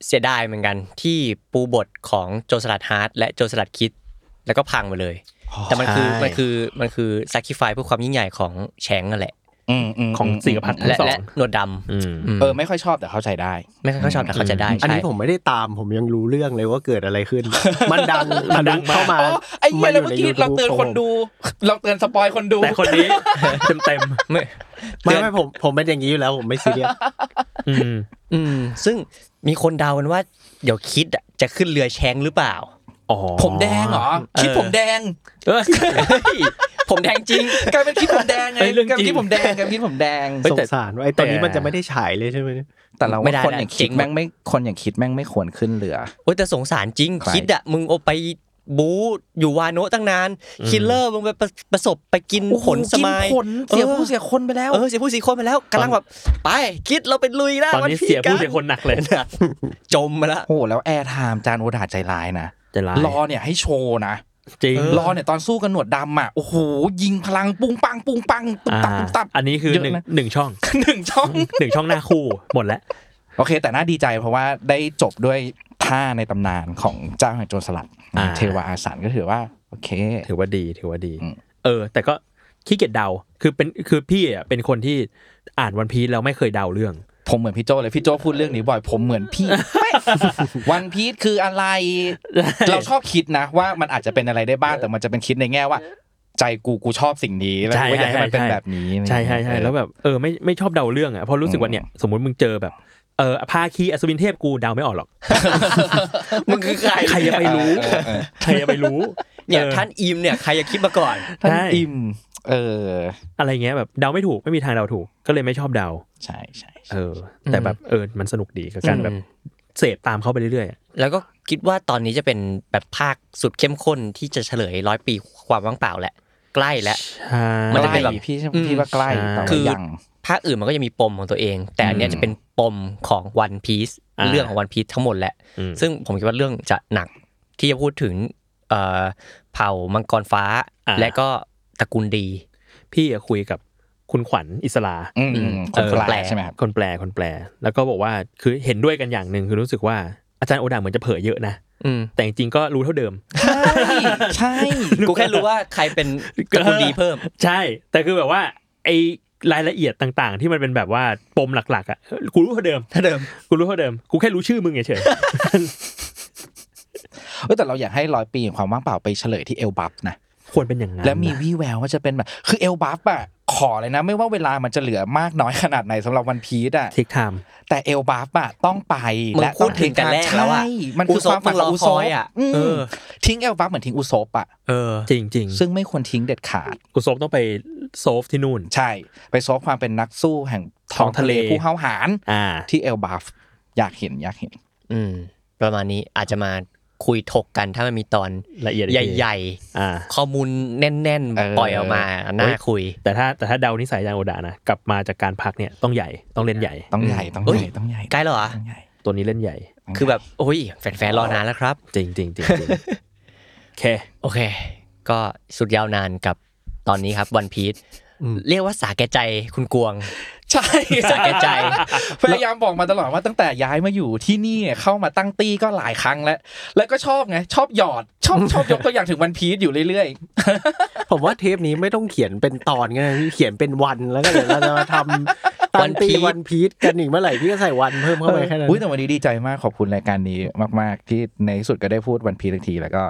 [SPEAKER 2] เสียดายเหมือนกันที่ปูบทของโจรสลัดฮาร์ดและโจรสลัดคิด แล้วก็พังไปเลย แต่มันคือ
[SPEAKER 5] ใช่
[SPEAKER 2] มันคือมันคือสักคิฟายเพื่อความยิ่งใหญ่ของแชงนั่นแหละ
[SPEAKER 4] อืมม
[SPEAKER 5] ของ
[SPEAKER 4] ม
[SPEAKER 5] สี่กพัดทั้
[SPEAKER 2] และ
[SPEAKER 5] งสอ
[SPEAKER 2] และ
[SPEAKER 5] ง
[SPEAKER 2] หนวดด
[SPEAKER 5] อืม
[SPEAKER 2] ำอืม
[SPEAKER 4] เออไม่ค่อยชอบแต่เข้าใจได้
[SPEAKER 2] ไม่ค่อยชอบแต่เขาใจะได้
[SPEAKER 3] อัน
[SPEAKER 2] ใช่
[SPEAKER 3] นี้ผมไม่ได้ตามผมยังรู้เรื่องเลยว่าเกิดอะไร
[SPEAKER 4] (laughs)
[SPEAKER 3] ขึ้น มันดัง
[SPEAKER 5] มันดังมาก
[SPEAKER 3] เข้ามา
[SPEAKER 4] อ๋อไอ้เหี้ย
[SPEAKER 3] มั
[SPEAKER 4] แล้ว
[SPEAKER 3] ยู่
[SPEAKER 4] เมื่อ
[SPEAKER 3] ใน
[SPEAKER 4] กี้
[SPEAKER 3] YouTube
[SPEAKER 4] เราเตือนคนดู เราเตือนสปอยคนดู
[SPEAKER 5] แต่คนนี้ เต็มเต็ม
[SPEAKER 2] ไม่
[SPEAKER 3] ไม่ไม่ผมผมเป็นอย่างนี้อยู่แล้วผมไม่ซีเรียส
[SPEAKER 5] ๆอืม
[SPEAKER 2] อืมซึ่งมีคนเดากันว่าเดี๋ยวคิดอะจะขึ้นเรือแชงหรือเปล่า
[SPEAKER 5] อ๋อ
[SPEAKER 4] ผมแดงเหรอ คิดผมแดง
[SPEAKER 5] เอ้ย
[SPEAKER 2] (laughs) ผมแดงจริง
[SPEAKER 4] กลายเป็นคิดผมแดงไง
[SPEAKER 5] เอ้ยเรื่อง
[SPEAKER 4] กลาย
[SPEAKER 5] จริง
[SPEAKER 4] เป็นคิดผมแดงกลายเป็นคิดผมแดง
[SPEAKER 5] เฮ้ย
[SPEAKER 3] ส
[SPEAKER 5] แต่
[SPEAKER 3] งสารว่าไอ้ตอนนี้มันจะไม่ได้ฉายเลยใช่ไหมเนี่ย
[SPEAKER 4] แต่เรา
[SPEAKER 2] ไม่
[SPEAKER 4] ว่า
[SPEAKER 2] ได้
[SPEAKER 4] คนอย่าง
[SPEAKER 2] นะ
[SPEAKER 4] คิ
[SPEAKER 2] เจ๋
[SPEAKER 4] ด
[SPEAKER 2] ง
[SPEAKER 4] แม่งไม่คนอย่างคิดแม่งไม่ควรขึ้นเรือ
[SPEAKER 2] โอ้ยแต่สงสารจริง
[SPEAKER 4] ใคร
[SPEAKER 2] คิดอะมึงเอาไปบูอยู่วาโนะตั้งนาน คิลเลอร์มึงไปประประสบไปกินผลสมาย
[SPEAKER 4] ผล
[SPEAKER 2] เสี
[SPEAKER 4] เสีย
[SPEAKER 2] ยผู้
[SPEAKER 4] ผู้
[SPEAKER 2] เสี
[SPEAKER 4] เสีย
[SPEAKER 2] ย
[SPEAKER 4] ค
[SPEAKER 2] คน น
[SPEAKER 4] ไป
[SPEAKER 2] ไป
[SPEAKER 4] แล้
[SPEAKER 2] แล้ว ว เออเสียผู้เสียคนไปแล้วกำลังแบบ ไป คิดเราเป็นลุยแล้ว
[SPEAKER 5] ตอนนี้เสียผู้เสียคนหนักเลย
[SPEAKER 2] (laughs) จมมาแล้ว
[SPEAKER 4] โอ้โหแล้วแอร์ไทม์จานโอดาใจร้ายนะ
[SPEAKER 5] จะร้าย
[SPEAKER 4] รอเนี่ยให้โชว์นะ
[SPEAKER 5] จริง
[SPEAKER 4] รอเนี่ยตอนสู้กันหนวดดำอ่ะ โอ้โห ยิงพลังปุ้งปังปุ้งปังตุ๊บตับตุ๊บตับ
[SPEAKER 5] อ่าอันนี้คือ
[SPEAKER 4] เยอะ
[SPEAKER 5] หนึ่ง
[SPEAKER 4] นะ
[SPEAKER 5] หนึ่งช่อง
[SPEAKER 4] หนึ่งช่อง
[SPEAKER 5] หนึ่งช่องหน้าคู่หมดแล้ว
[SPEAKER 4] โอเค แต่น่าดีใจเพราะว่าได้จบด้วยท่าในตำนานของเจ้าแห่งโจรสลัด
[SPEAKER 5] อ่า
[SPEAKER 4] เทวาอาสันก็ถือว่า โอเค
[SPEAKER 5] ถือว่าดีถือว่าดี
[SPEAKER 4] อืม
[SPEAKER 5] เออ แต่ก็ขี้เกียจเดาคือเป็นคือพี่อะเป็นคนที่อ่านวันพีซแล้วไม่เคยเดาเรื่อง
[SPEAKER 4] ผมเหมือนพี่โจเลยพี่โจพูดเรื่องนี้บ่อยผมเหมือน (laughs) พี่ วันพีชคือ (laughs) อะไร เราชอบคิดนะ ว่ามันอาจจะเป็นอะไรได้บ้างแต่มันจะเป็นคิดในแง่ว่า ใจกูกูชอบสิ่งนี้แล้วกูก็อยากให้มันเป็นแบบนี้
[SPEAKER 5] ใช่ใช่ใช่แล้ว
[SPEAKER 4] เออ
[SPEAKER 5] แบบเออไม่ไม่ชอบเดาเรื่องอ่ะเพราะรู้สึกว่าเนี่ยสมมติมึงเจอแบบเออภาคีอัศวินเทพกูเดาไม่ออกหรอก
[SPEAKER 2] มึงคือใคร
[SPEAKER 5] ใครจะไปรู้
[SPEAKER 4] เออเออ
[SPEAKER 5] ใครจะไปรู้
[SPEAKER 2] เนี่ย
[SPEAKER 5] ออ
[SPEAKER 2] ท่านอิมเนี่ยใครจะคิดมาก่อน
[SPEAKER 4] ท่าน
[SPEAKER 5] ใช่
[SPEAKER 4] อิมเออ
[SPEAKER 5] อะไรเงี้ยแบบเดาไม่ถูกไม่มีทางเดาถูกก็เลยไม่ชอบเดา
[SPEAKER 4] ใช่ใช่
[SPEAKER 5] เออ แต่แบบเออมันสนุกดีกับการแบบ
[SPEAKER 2] อืม
[SPEAKER 5] เสพตามเขาไปเรื่อยๆอะ
[SPEAKER 2] แล้วก็คิดว่าตอนนี้จะเป็นแบบภาคสุดเข้มข้นที่จะเฉลยร้อยปีความว่างเปล่าแหละ ใกล้แล้ว
[SPEAKER 5] ใช่
[SPEAKER 2] มัน
[SPEAKER 4] ใก
[SPEAKER 2] จะเป็
[SPEAKER 4] ล้
[SPEAKER 2] นแบบ
[SPEAKER 4] พี่ใช่ไหม
[SPEAKER 2] อืม
[SPEAKER 4] พี่ว่าใกล้แต่
[SPEAKER 2] คื
[SPEAKER 4] ว่า
[SPEAKER 2] อ
[SPEAKER 4] ยัง
[SPEAKER 2] ภาคอื่นมันก็จะมีปมของตัวเอง แต่อันเนี้ย
[SPEAKER 4] อืม
[SPEAKER 2] จะเป็นปมของวันพีซเรื่องของวันพีซทั้งหมดแหละ
[SPEAKER 5] อืม
[SPEAKER 2] ซึ่งผมคิดว่าเรื่องจะหนักที่จะพูดถึงเอ่อเผ่ามังกรฟ้า
[SPEAKER 5] า
[SPEAKER 2] และก็ตระกูลดี
[SPEAKER 5] พี่อะคุยกับคุณขวัญอิสลา
[SPEAKER 4] อืมอืมคน
[SPEAKER 5] เออ
[SPEAKER 4] แปลใช่ไหมครับ
[SPEAKER 5] คนแปลคนแปล แล้วก็บอกว่าคือเห็นด้วยกันอย่างหนึ่งคือรู้สึกว่าอาจารย์โอดาเหมือนจะเผยเยอะนะ
[SPEAKER 2] อืม
[SPEAKER 5] แต่จริงๆก็รู้เท่าเดิม
[SPEAKER 4] ใช่ใช่
[SPEAKER 2] กูแค่รู้ว่าใครเป็นตระกูลดีเพิ่ม
[SPEAKER 5] ใช่ แต่คือแบบว่าไอรายละเอียดต่างๆ ที่มันเป็นแบบว่าปมหลักๆอ่ะกูรู้เท่าเดิม
[SPEAKER 2] เท่าเดิม
[SPEAKER 5] กูรู้เท่าเดิมกูแค่รู้ชื่อมึงเฉย
[SPEAKER 4] เออแต่เราอยากให้ร้อยปีของความว่างเปล่าไปเฉลยที่เอลบัฟนะ
[SPEAKER 5] ๆ ควรเป็นอย่างนั้น
[SPEAKER 4] แล้วมีวี่แววว่าจะเป็นแบบ คือเอลบัฟอะขอเลยนะ ไม่ว่าเวลามันจะเหลือมากน้อยขนาดไหนสำหรับวันพีซอะ
[SPEAKER 5] เทคไทม
[SPEAKER 4] แต่เอลบัฟอะต้องไป
[SPEAKER 2] มึง
[SPEAKER 4] และ
[SPEAKER 2] พูดถึงแต่แรกแล้วอะ
[SPEAKER 4] ใช่มันคือความฝันของอุโซปอะ
[SPEAKER 2] อุโซปมึงรอคอยอะ
[SPEAKER 4] อืม
[SPEAKER 2] เออ
[SPEAKER 4] ทิ้งเอลบัฟเหมือนทิ้งอุโซปอะ
[SPEAKER 2] เออ
[SPEAKER 5] จริงจริง
[SPEAKER 4] ซึ่งไม่ควรทิ้งเด็ดขาด
[SPEAKER 5] อุซบต้องไปโซฟที่นู่น
[SPEAKER 4] ใช่ ไปซอฟความเป็นนักสู้แห่งท้องทะเล
[SPEAKER 5] ท้องทะเล
[SPEAKER 4] ผู้เฮาหาร
[SPEAKER 5] อ่า
[SPEAKER 4] ที่เอลบัฟอยากเห็นอยากเห็น
[SPEAKER 2] อืม ประมาณนี้อาจจะมาคุยถกกันถ้ามันมีตอน
[SPEAKER 5] ละเอียดอีก
[SPEAKER 2] ใ
[SPEAKER 5] ที
[SPEAKER 2] หญ่
[SPEAKER 5] อ่า
[SPEAKER 2] ๆ ข้อมูลแน่น
[SPEAKER 4] เออ
[SPEAKER 2] ๆ ปล่อยออกมาน่าคุย
[SPEAKER 5] แต่ถ้าแต่ถ้าเดานิสัยอาจารย์โอดานะกลับมาจากการพักเนี่ยต้องใหญ่ต้องเล่นใหญ่
[SPEAKER 4] ต้องใหญ่
[SPEAKER 2] อืม
[SPEAKER 4] ต้อง
[SPEAKER 2] เอ้
[SPEAKER 4] ให
[SPEAKER 2] ย
[SPEAKER 4] ญ่ต้องใหญ่
[SPEAKER 2] ใกล้แล้วเหรอ
[SPEAKER 4] ต้องใหญ่
[SPEAKER 5] โต ตัวนี้เล่นใหญ่
[SPEAKER 2] คือแบบโอ้ยแฟนๆรอนานแล้วครับ
[SPEAKER 5] จริงจริงจริงจริง โอเค
[SPEAKER 2] โอเค ก็สุดยาวนานกับตอนนี้ครับวันพีช
[SPEAKER 3] อืม
[SPEAKER 2] เรียกว่าสาแก่ใจคุณกวง
[SPEAKER 4] ใช่
[SPEAKER 2] สาแก่ใจ
[SPEAKER 4] (laughs) พยายามบอกมาตลอดว่าตั้งแต่ย้ายมาอยู่ที่นี่เนี่ยเข้ามาตั้งตี้ก็หลายครั้งแล้ว แล้วก็ชอบไงชอบหยอดชอบ (laughs) ชอบยกตัวอย่างถึงวันพีชอยู่เรื่อย
[SPEAKER 3] ผมว่าเทปนี้ไม่ต้องเขียนเป็นตอนก็ได้พี่เขียนเป็นวันแล้วก็เดี๋ยวเราจะมาทำตันตี
[SPEAKER 2] One Piece
[SPEAKER 3] วันพีชกันอีกเมื่อไหร่พี่ก็ใส่วันเพิ่ม
[SPEAKER 4] ๆ
[SPEAKER 3] เข้าไปแค่นั้น
[SPEAKER 4] อุ๊ยแต่วันนี้ดีใจมากขอบคุณรายการนี้มาก ๆ ที่ในที่สุดก็ได้พูดวันพีชทันทีแล้วก็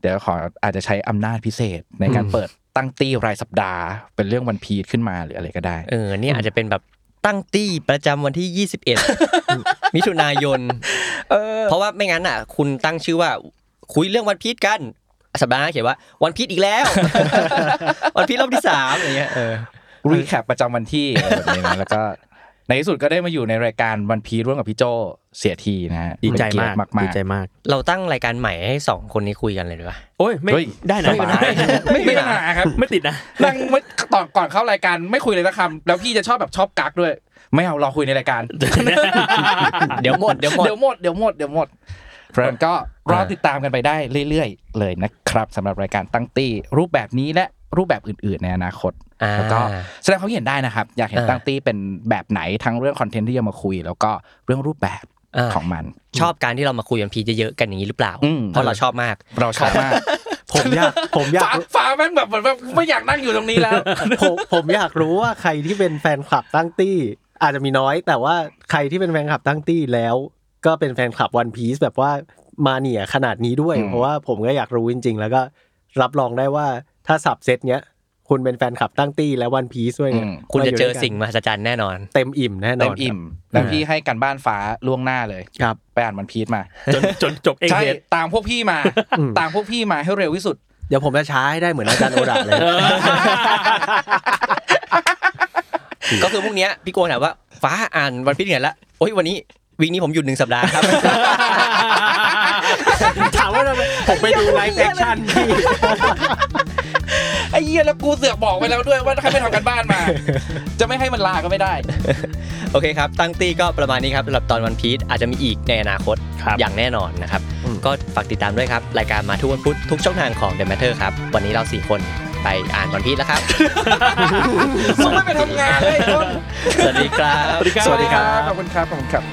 [SPEAKER 4] เดี๋ยวขออาจจะใช้อำนาจพิเศษในการเปิดตั้งตี้รายสัปดาห์ เป็นเรื่องวันพีชขึ้นมาหรืออะไรก็ได้
[SPEAKER 2] เออเนี่ยอาจจะเป็นแบบตั้งตี้ประจำวันที่ 21 มิถุนายน เพราะว่าไม่งั้นอ่ะ คุณตั้งชื่อว่าคุยเรื่องวันพีชกัน สัปดาห์หน้าเขียนว่าวันพีชอีกแล้ว (laughs) วันพีชรอบที่สามอย่างเงี้ยเออ
[SPEAKER 4] รีแคปประจำวันที่อะไรแบบนี้นะ แล้วก็ในที่สุดก็ได้มาอยู่ในรายการวันพีร่วมกับพี่โจเสียทีนะ (laughs) ฮะ
[SPEAKER 5] ดีใจ
[SPEAKER 4] เป็นเยร
[SPEAKER 5] มา
[SPEAKER 4] ติ
[SPEAKER 5] ก
[SPEAKER 4] มา
[SPEAKER 5] ดี
[SPEAKER 4] กๆ
[SPEAKER 5] ใจมาก
[SPEAKER 2] เราตั้งรายการใหม่ให้สองคนนี้คุยกันเลยดีกว่า
[SPEAKER 5] โอ้ยไม่
[SPEAKER 4] เฮ้ย
[SPEAKER 5] ได้นะ
[SPEAKER 4] ไม่เป็นไรไม่มีปัญหาครับ
[SPEAKER 5] ไม่ติดนะ (laughs)
[SPEAKER 4] นั่งไม่ตอนก่อนเข้ารายการไม่คุยเลยสักคำแล้วพี่จะชอบแบบชอบกักด้วย ไม่เอารอคุยในรายการ
[SPEAKER 2] เดี๋ยวหมดเดี๋ยวหมด
[SPEAKER 4] เดี๋ยวหมดเดี๋ยวหมดเดี๋ยวหมดเพราะฉะนั้นก็รอติดตามกันไปได้เรื่อยๆ เลยนะครับสำหรับรายการตั้งตี้รูปแบบนี้และรูปแบบอื่นๆ ในอนาคต
[SPEAKER 2] อ่า
[SPEAKER 4] แล้วก็แสดงความเห็นได้นะครับ อยากเห็น
[SPEAKER 2] อ่า
[SPEAKER 4] ตั้งตี้เป็นแบบไหนทั้งเรื่องคอนเทนต์ที่จะมาคุย แล้วก็เรื่องรูปแบบ
[SPEAKER 2] อ่า
[SPEAKER 4] ของมัน
[SPEAKER 2] ชอบการที่เรามาคุยวันพีชเยอะๆกันอย่างนี้หรือเปล่า
[SPEAKER 4] อืม
[SPEAKER 2] เพราะเราชอบมาก
[SPEAKER 4] เราชอบมาก
[SPEAKER 3] ผมอยากผมอยาก
[SPEAKER 4] ฝาฝาแม่งแบบเหมือนแบบไม่อยากนั่งอยู่ตรงนี้แล้ว
[SPEAKER 3] ผมผมอยากรู้ว่าใครที่เป็นแฟนคลับตั้งตี้ อาจจะมีน้อย แต่ว่าใครที่เป็นแฟนคลับตั้งตี้แล้ว ก็เป็นแฟนคลับวันพีซแบบว่ามาเหนียขนาดนี้ด้วย
[SPEAKER 4] อืม
[SPEAKER 3] เพราะว่าผมก็อยากรู้จริง ๆ แล้วก็รับรองได้ว่าถ้าสับเซตเนี้ยคุณเป็นแฟนคลับตั้งตี้และวันพีซด้วยเนี่ย
[SPEAKER 2] คุณจะเจอ
[SPEAKER 3] รายู่ด้วยกัน
[SPEAKER 2] สิ่งมหัศจรรย์แน่นอน
[SPEAKER 3] เต็มอิ่มแน่นอน
[SPEAKER 4] เต็มอิ่มแล้วพี่ให้การบ้านฟ้าล่วงหน้าเลย
[SPEAKER 3] ครับ
[SPEAKER 4] ไปอ่านมันพีทมา
[SPEAKER 5] จนจนจบเอง
[SPEAKER 4] ใช่
[SPEAKER 5] เท (laughs) ป
[SPEAKER 4] ตามพวกพี่มา
[SPEAKER 3] อืม
[SPEAKER 4] ตามพวกพี่มาให้เร็วที่สุด
[SPEAKER 3] เดี๋ยวผมจะช้าให้ได้เหมือนอาจารย์โอดาเลย (laughs)
[SPEAKER 2] ก็คือพรุ่งเนี้ยพี่โกนถามว่าฟ้าอ่านวันพีชเหนื่อยละโอ้ยวันนี้วีคนี้ผมหยุดหนึ่งสัปดาห์ครับ
[SPEAKER 3] ถามว่าทำไมผมไปดูไลฟ์แอคชั่นพี่
[SPEAKER 4] ไอ้เหี้ยแล้วกูเสือกบอกไปแล้วด้วยว่าให้ไปทำกันบ้านมา จะไม่ให้มันลาก็ไม่ได้
[SPEAKER 2] โอเคครับ ตั้งตี้ก็ประมาณนี้ครับสำหรับตอนวันพีชอาจจะมีอีกในอนาคต
[SPEAKER 5] ครับ
[SPEAKER 2] อย่างแน่นอนนะครับ ก็ฝากติดตามด้วยครับ รายการมาทุกวันพุธทุกช่องทางของ The Matter ครับ วันนี้เราสี่คนไปอ่านวันพีชแล้วครับ
[SPEAKER 4] มึงไม่ไปทำงานเลยไอ้ต้น
[SPEAKER 2] (laughs) สวัสดีครับ
[SPEAKER 4] ขอบคุณครับขอบคุณครับ